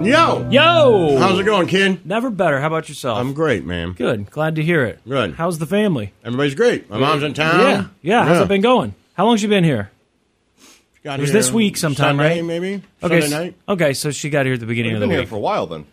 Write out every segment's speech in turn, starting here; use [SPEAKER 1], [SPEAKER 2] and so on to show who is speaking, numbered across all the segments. [SPEAKER 1] Yo!
[SPEAKER 2] Yo!
[SPEAKER 1] How's it going, kid?
[SPEAKER 2] Never better. How about yourself?
[SPEAKER 1] I'm great, man.
[SPEAKER 2] good. Glad to hear it.
[SPEAKER 1] Good. Um,
[SPEAKER 2] How's the family?
[SPEAKER 1] Everybody's great. My mom's in town.
[SPEAKER 2] yeah. yeah. How's it been going? How long's you been here?
[SPEAKER 1] Got
[SPEAKER 2] It was
[SPEAKER 1] here
[SPEAKER 2] this week sometime,
[SPEAKER 1] Sunday,
[SPEAKER 2] right?
[SPEAKER 1] maybe?
[SPEAKER 2] Okay.
[SPEAKER 1] Sunday
[SPEAKER 2] s-
[SPEAKER 1] night?
[SPEAKER 2] Okay, so she got here at the beginning
[SPEAKER 3] You've
[SPEAKER 2] of the
[SPEAKER 3] been here
[SPEAKER 2] week.
[SPEAKER 3] for a while then.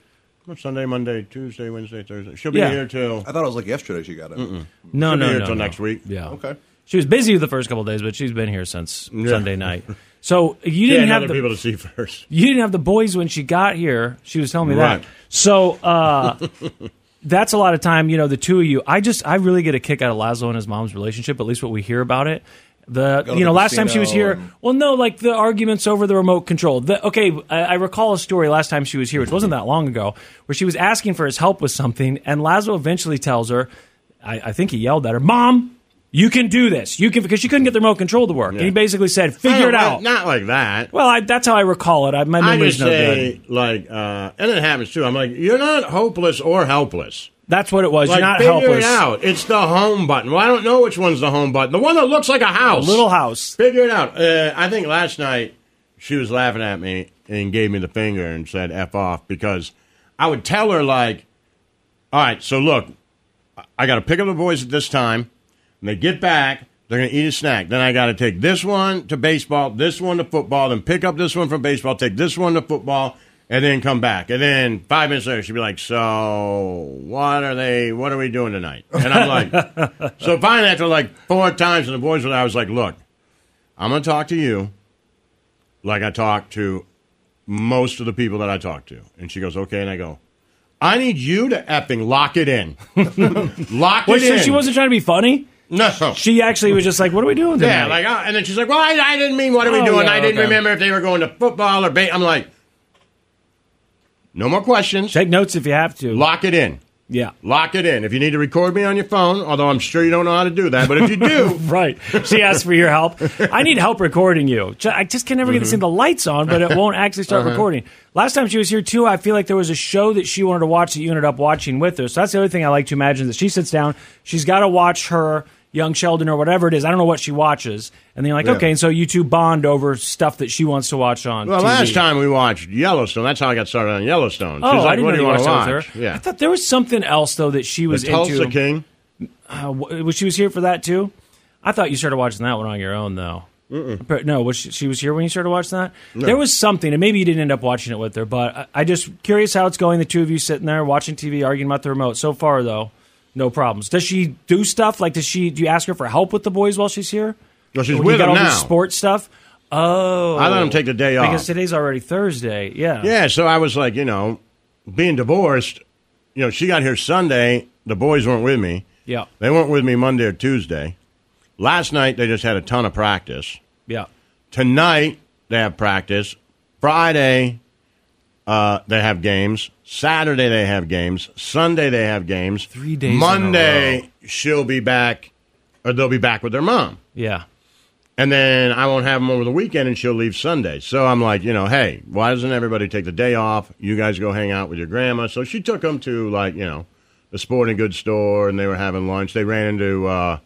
[SPEAKER 1] Sunday, Monday, Tuesday, Wednesday, Thursday. She'll be
[SPEAKER 2] Yeah.
[SPEAKER 1] here till...
[SPEAKER 3] I thought it was like yesterday she got it.
[SPEAKER 2] no,
[SPEAKER 1] she'll
[SPEAKER 2] no,
[SPEAKER 1] be here
[SPEAKER 2] no,
[SPEAKER 1] till
[SPEAKER 2] no.
[SPEAKER 1] next week.
[SPEAKER 2] Yeah.
[SPEAKER 3] Okay.
[SPEAKER 2] She was busy the first couple of days, but she's been here since Sunday night. So you
[SPEAKER 1] Yeah,
[SPEAKER 2] didn't
[SPEAKER 1] and
[SPEAKER 2] have
[SPEAKER 1] other
[SPEAKER 2] the
[SPEAKER 1] people to see first.
[SPEAKER 2] you didn't have the boys when she got here. She was telling me
[SPEAKER 1] Right.
[SPEAKER 2] that. So uh, that's a lot of time. You know, the two of you. I just I really get a kick out of Laszlo and his mom's relationship. At least what we hear about it. The
[SPEAKER 3] to
[SPEAKER 2] you know
[SPEAKER 3] the
[SPEAKER 2] last time she was
[SPEAKER 3] casino
[SPEAKER 2] here.
[SPEAKER 3] and-
[SPEAKER 2] Well, no, like the arguments over the remote control. The, okay, I, I recall a story last time she was here, which wasn't that long ago, where she was asking for his help with something, and Laszlo eventually tells her, I, I think he yelled at her, "Mom, you can do this. You can," because she couldn't get the remote control to work. And he basically said, "Figure it
[SPEAKER 1] No,
[SPEAKER 2] out."
[SPEAKER 1] Not like that.
[SPEAKER 2] Well, I, that's how I recall it. I, my
[SPEAKER 1] I
[SPEAKER 2] memory's
[SPEAKER 1] just
[SPEAKER 2] no
[SPEAKER 1] say,
[SPEAKER 2] good.
[SPEAKER 1] like, uh, and it happens too. I'm like, you're not hopeless or helpless.
[SPEAKER 2] That's what it was.
[SPEAKER 1] Like,
[SPEAKER 2] You're not
[SPEAKER 1] figure
[SPEAKER 2] helpless.
[SPEAKER 1] it out. It's the home button. Well, I don't know which one's the home button. The one that looks like a house.
[SPEAKER 2] Little house.
[SPEAKER 1] Figure it out. Uh, I think last night she was laughing at me and gave me the finger and said "f off" because I would tell her like, "All right, so look, I- I got to pick up the boys at this time, and they get back." They're gonna eat a snack. Then I gotta take this one to baseball, this one to football, then pick up this one from baseball, take this one to football, and then come back. And then five minutes later, she'd be like, "So what are they? What are we doing tonight?" And I'm like, "So finally, after like four times, and the boys were, there, I was like, look, I'm going to talk to you like I talk to most of the people that I talk to. And she goes, okay. And I go, I need you to effing lock it in. lock
[SPEAKER 2] Well,
[SPEAKER 1] it
[SPEAKER 2] she,
[SPEAKER 1] in.
[SPEAKER 2] she wasn't trying to be funny.
[SPEAKER 1] No.
[SPEAKER 2] She actually was just like, "What are we doing?"
[SPEAKER 1] yeah,
[SPEAKER 2] tonight?"
[SPEAKER 1] like, oh, and then she's like, well, I, I didn't mean what are we
[SPEAKER 2] Oh,
[SPEAKER 1] doing?
[SPEAKER 2] yeah,
[SPEAKER 1] I didn't
[SPEAKER 2] okay.
[SPEAKER 1] remember if they were going to football or bait. I'm like, no more questions.
[SPEAKER 2] take notes if you have to.
[SPEAKER 1] Lock it in.
[SPEAKER 2] yeah,
[SPEAKER 1] Lock it in. If you need to record me on your phone, although I'm sure you don't know how to do that, but if you do,
[SPEAKER 2] right. She asked for your help. I need help recording you. Ju- I just can never
[SPEAKER 1] Mm-hmm.
[SPEAKER 2] get to see the lights on, but it won't actually
[SPEAKER 1] Uh-huh.
[SPEAKER 2] start recording. Last time she was here too, I feel like there was a show that she wanted to watch that you ended up watching with her. So that's the other thing I like to imagine that she sits down, she's got to watch her. Young Sheldon or whatever it is, I don't know what she watches, and then you're like, okay, and so you two bond over stuff that she wants to watch on.
[SPEAKER 1] Well,
[SPEAKER 2] TV.
[SPEAKER 1] last time we watched Yellowstone. That's how I got started on Yellowstone. She's
[SPEAKER 2] Oh,
[SPEAKER 1] like,
[SPEAKER 2] I didn't
[SPEAKER 1] what
[SPEAKER 2] know
[SPEAKER 1] do
[SPEAKER 2] you
[SPEAKER 1] you want
[SPEAKER 2] watched
[SPEAKER 1] to
[SPEAKER 2] that
[SPEAKER 1] watch?
[SPEAKER 2] with her.
[SPEAKER 1] Yeah.
[SPEAKER 2] I thought there was something else though that she
[SPEAKER 1] the
[SPEAKER 2] was
[SPEAKER 1] Tulsa
[SPEAKER 2] into.
[SPEAKER 1] King.
[SPEAKER 2] Uh, w- was she was here for that too? I thought you started watching that one on your own though. But no, was she, she was here when you started watching that. There was something, and maybe you didn't end up watching it with her. But I, I just curious how it's going. The two of you sitting there watching TV, arguing about the remote. So far though, no problems. Does she do stuff like? Does she? Do you ask her for help with the boys while she's here?
[SPEAKER 1] Well, she's
[SPEAKER 2] When you
[SPEAKER 1] with
[SPEAKER 2] got
[SPEAKER 1] him
[SPEAKER 2] all
[SPEAKER 1] now.
[SPEAKER 2] This sports stuff. Oh,
[SPEAKER 1] I let him take the day off.
[SPEAKER 2] because today's already Thursday. Yeah.
[SPEAKER 1] yeah, so I was like, you know, being divorced, you know, she got here Sunday. The boys weren't with me.
[SPEAKER 2] Yeah.
[SPEAKER 1] They weren't with me Monday or Tuesday. Last night, they just had a ton of practice.
[SPEAKER 2] Yeah.
[SPEAKER 1] Tonight, they have practice. Friday, uh, they have games. Saturday, they have games. Sunday, they have games.
[SPEAKER 2] Three days in a
[SPEAKER 1] Monday, she'll be back, or they'll be back with their mom.
[SPEAKER 2] Yeah.
[SPEAKER 1] And then I won't have them over the weekend, and she'll leave Sunday. So I'm like, you know, hey, why doesn't everybody take the day off? You guys go hang out with your grandma. So she took them to like, you know, the sporting goods store, and they were having lunch. They ran into uh,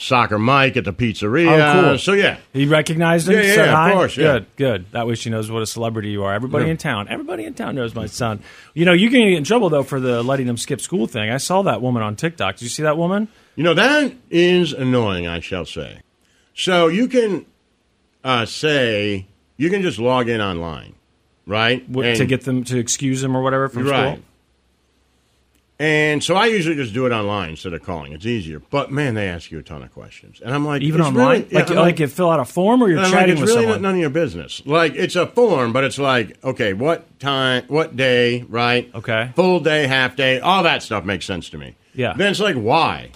[SPEAKER 1] Soccer Mike at the pizzeria.
[SPEAKER 2] Oh, cool.
[SPEAKER 1] So yeah,
[SPEAKER 2] He recognized him.
[SPEAKER 1] Yeah, yeah,
[SPEAKER 2] said
[SPEAKER 1] of
[SPEAKER 2] hi?
[SPEAKER 1] course, yeah.
[SPEAKER 2] Good, good. That way she knows what a celebrity you are. Everybody in town, everybody in town knows my son. You know, you're going to get in trouble though for the letting them skip school thing. I saw that woman on TikTok. Did you see that woman?
[SPEAKER 1] you know that is annoying. I shall say. So you can uh, say you can just log in online, right?
[SPEAKER 2] W- to
[SPEAKER 1] And-
[SPEAKER 2] get them to excuse them or whatever from
[SPEAKER 1] right.
[SPEAKER 2] school.
[SPEAKER 1] And so I usually just do it online instead of calling. It's easier. But man, they ask you a ton of questions, and I'm like,
[SPEAKER 2] Even
[SPEAKER 1] it's
[SPEAKER 2] online,
[SPEAKER 1] really- yeah,
[SPEAKER 2] like
[SPEAKER 1] I'm
[SPEAKER 2] like, you fill out a form or you're
[SPEAKER 1] And I'm
[SPEAKER 2] chatting
[SPEAKER 1] like, it's
[SPEAKER 2] with
[SPEAKER 1] really
[SPEAKER 2] someone.
[SPEAKER 1] none of your business. Like it's a form, but it's like, okay, what time, what day, right?
[SPEAKER 2] Okay.
[SPEAKER 1] full day, half day, all that stuff makes sense to me.
[SPEAKER 2] Yeah.
[SPEAKER 1] Then it's like, why?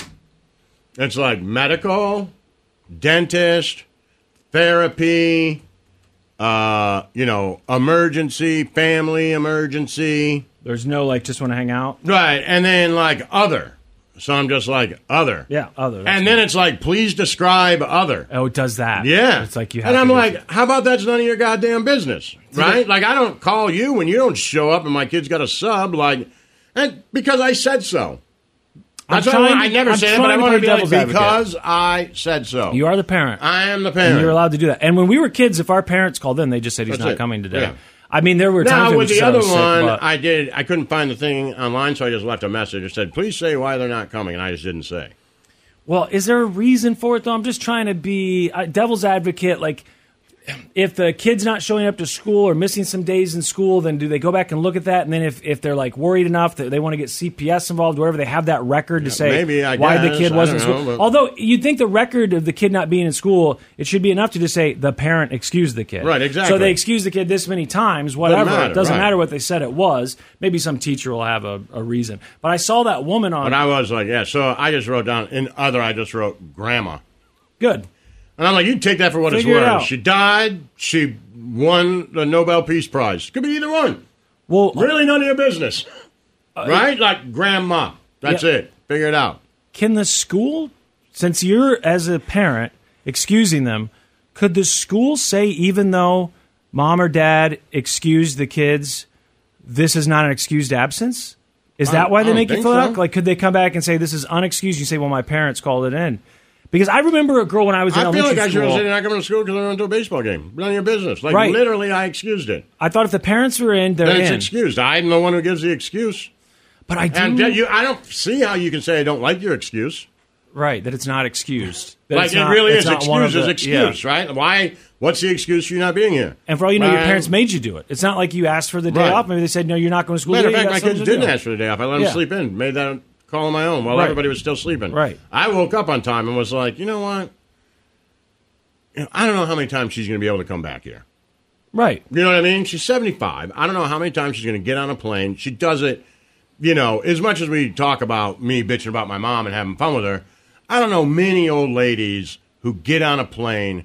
[SPEAKER 1] It's like medical, dentist, therapy, uh, you know, emergency, family emergency,
[SPEAKER 2] There's no like just want to hang out.
[SPEAKER 1] right? And then like other. So I'm just like other.
[SPEAKER 2] Yeah, other. that's
[SPEAKER 1] And then it's like, please describe other.
[SPEAKER 2] Oh, it does that.
[SPEAKER 1] Yeah,
[SPEAKER 2] It's like you have
[SPEAKER 1] and
[SPEAKER 2] to
[SPEAKER 1] I'm
[SPEAKER 2] do-
[SPEAKER 1] like, how about that's none of your goddamn business, right? Like I don't call you when you don't show up, and my kid's got a sub, like, and because I said so.
[SPEAKER 2] I'm
[SPEAKER 1] That's why I want-
[SPEAKER 2] trying-
[SPEAKER 1] I never
[SPEAKER 2] I'm
[SPEAKER 1] say that,
[SPEAKER 2] trying
[SPEAKER 1] but I
[SPEAKER 2] to
[SPEAKER 1] want
[SPEAKER 2] play
[SPEAKER 1] to be like,
[SPEAKER 2] devil's advocate.
[SPEAKER 1] because I said so.
[SPEAKER 2] you are the parent.
[SPEAKER 1] I am the
[SPEAKER 2] And
[SPEAKER 1] parent.
[SPEAKER 2] you're allowed to do that. And when we were kids, if our parents called in, they just said he's
[SPEAKER 1] That's
[SPEAKER 2] not
[SPEAKER 1] it.
[SPEAKER 2] coming today.
[SPEAKER 1] Yeah.
[SPEAKER 2] I mean, there were times
[SPEAKER 1] Now
[SPEAKER 2] it
[SPEAKER 1] with
[SPEAKER 2] was
[SPEAKER 1] the
[SPEAKER 2] so
[SPEAKER 1] other
[SPEAKER 2] sick,
[SPEAKER 1] one,
[SPEAKER 2] but-
[SPEAKER 1] I did. I couldn't find the thing online, so I just left a message. It said, "Please say why they're not coming," and I just didn't say.
[SPEAKER 2] Well, is there a reason for it though? I'm just trying to be a devil's advocate. Like, if the kid's not showing up to school or missing some days in school, then do they go back and look at that? And then if, if they're like worried enough that they want to get CPS involved, whatever, they have that record to say
[SPEAKER 1] maybe, I
[SPEAKER 2] why the
[SPEAKER 1] guess.
[SPEAKER 2] kid
[SPEAKER 1] I
[SPEAKER 2] wasn't in
[SPEAKER 1] don't know,
[SPEAKER 2] school.
[SPEAKER 1] but-
[SPEAKER 2] Although you'd think the record of the kid not being in school, it should be enough to just say the parent excused the kid.
[SPEAKER 1] Right,
[SPEAKER 2] So
[SPEAKER 1] exactly.
[SPEAKER 2] they excused the kid this many times, whatever.
[SPEAKER 1] matter,
[SPEAKER 2] it doesn't
[SPEAKER 1] right.
[SPEAKER 2] matter what they said it was. Maybe some teacher will have a, a reason. But I saw that woman on
[SPEAKER 1] But I was like, "Yeah." So I just wrote down in other. I just wrote "grandma."
[SPEAKER 2] good.
[SPEAKER 1] And I'm like, you take that for what
[SPEAKER 2] Figure it
[SPEAKER 1] it's
[SPEAKER 2] out.
[SPEAKER 1] worth. She died. She won the Nobel Peace Prize. Could be either one.
[SPEAKER 2] Well,
[SPEAKER 1] Really, none of your business, right? Like grandma. That's
[SPEAKER 2] Uh, Yeah.
[SPEAKER 1] it. Figure it out.
[SPEAKER 2] can the school since you're as a parent excusing them could the school say even though mom or dad excused the kids this is not an excused absence is that why
[SPEAKER 1] I
[SPEAKER 2] they
[SPEAKER 1] don't
[SPEAKER 2] make you
[SPEAKER 1] think
[SPEAKER 2] fill it out
[SPEAKER 1] so.
[SPEAKER 2] like could they come back and say this is unexcused you say well my parents called it in because i remember a girl when i was in
[SPEAKER 1] I feel
[SPEAKER 2] elementary
[SPEAKER 1] like I should
[SPEAKER 2] school
[SPEAKER 1] have said you're not coming to school because I went to a baseball game. None of your business. Like
[SPEAKER 2] Right.
[SPEAKER 1] literally, I excused it.
[SPEAKER 2] i thought if the parents were in they're
[SPEAKER 1] Then it's
[SPEAKER 2] in
[SPEAKER 1] excused. I'm the one who gives the excuse.
[SPEAKER 2] but i do
[SPEAKER 1] And that you, I don't see how you can say I don't like your excuse.
[SPEAKER 2] right that it's not excused That
[SPEAKER 1] Like
[SPEAKER 2] it's
[SPEAKER 1] it
[SPEAKER 2] not-
[SPEAKER 1] really
[SPEAKER 2] it's
[SPEAKER 1] is
[SPEAKER 2] not one of
[SPEAKER 1] excuse is
[SPEAKER 2] the- yeah.
[SPEAKER 1] excuse, right? Why? What's the excuse for you not being here?
[SPEAKER 2] And for all you know, your
[SPEAKER 1] Right.
[SPEAKER 2] parents made you do it. It's not like you asked for the day
[SPEAKER 1] Right.
[SPEAKER 2] off. Maybe they said, "No, you're not going to school."
[SPEAKER 1] Matter of
[SPEAKER 2] today.
[SPEAKER 1] fact,
[SPEAKER 2] You
[SPEAKER 1] my
[SPEAKER 2] got
[SPEAKER 1] kids
[SPEAKER 2] something to
[SPEAKER 1] didn't
[SPEAKER 2] do."
[SPEAKER 1] ask for the day off. I let them
[SPEAKER 2] Yeah.
[SPEAKER 1] sleep in. Made that call on my own while
[SPEAKER 2] Right.
[SPEAKER 1] everybody was still sleeping.
[SPEAKER 2] Right.
[SPEAKER 1] I woke up on time and was like, you know what? You know, I don't know how many times she's going to be able to come back here.
[SPEAKER 2] Right.
[SPEAKER 1] You know what I mean? She's 75. I don't know how many times she's going to get on a plane. She does it, you know, as much as we talk about me bitching about my mom and having fun with her, I don't know many old ladies who get on a plane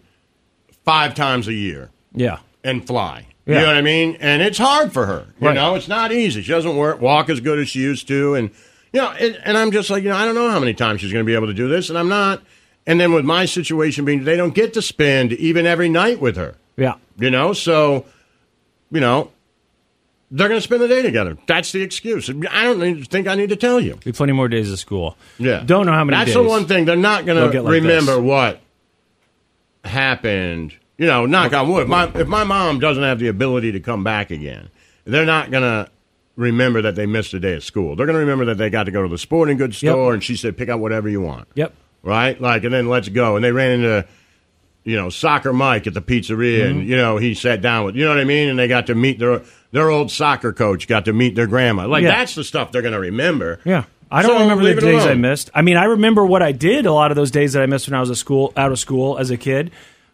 [SPEAKER 1] five times a year
[SPEAKER 2] Yeah.
[SPEAKER 1] and fly.
[SPEAKER 2] Yeah.
[SPEAKER 1] You know what I mean? And it's hard for her. You
[SPEAKER 2] Right.
[SPEAKER 1] know, it's not easy. She doesn't work, walk as good as she used to. And, you know, and, and I'm just like, you know, I don't know how many times she's going to be able to do this. And I'm not. And then with my situation being, they don't get to spend even every night with her.
[SPEAKER 2] Yeah.
[SPEAKER 1] You know, so, you know, they're going to spend the day together. That's the excuse. I don't need- think I need to tell you.
[SPEAKER 2] We have plenty more days of school.
[SPEAKER 1] Yeah.
[SPEAKER 2] Don't know how many
[SPEAKER 1] That's
[SPEAKER 2] days.
[SPEAKER 1] the one thing. They're not
[SPEAKER 2] They'll
[SPEAKER 1] going to
[SPEAKER 2] get like
[SPEAKER 1] remember
[SPEAKER 2] this.
[SPEAKER 1] what happened. You know, knock on wood. My, if my mom doesn't have the ability to come back again, they're not going to remember that they missed a day of school. They're going to remember that they got to go to the sporting goods
[SPEAKER 2] Yep.
[SPEAKER 1] store and she said, pick out whatever you want.
[SPEAKER 2] Yep.
[SPEAKER 1] Right? Like, and then let's go. And they ran into, you know, soccer Mike at the pizzeria
[SPEAKER 2] Mm-hmm.
[SPEAKER 1] and, you know, he sat down with, you know what I mean? And they got to meet their, their old soccer coach, got to meet their grandma. Like,
[SPEAKER 2] Yeah.
[SPEAKER 1] that's the stuff they're going to remember.
[SPEAKER 2] Yeah. I don't
[SPEAKER 1] So
[SPEAKER 2] remember
[SPEAKER 1] leave
[SPEAKER 2] the
[SPEAKER 1] it
[SPEAKER 2] days I
[SPEAKER 1] alone.
[SPEAKER 2] missed. I mean, I remember what I did a lot of those days that I missed when I was a school out of school as a kid,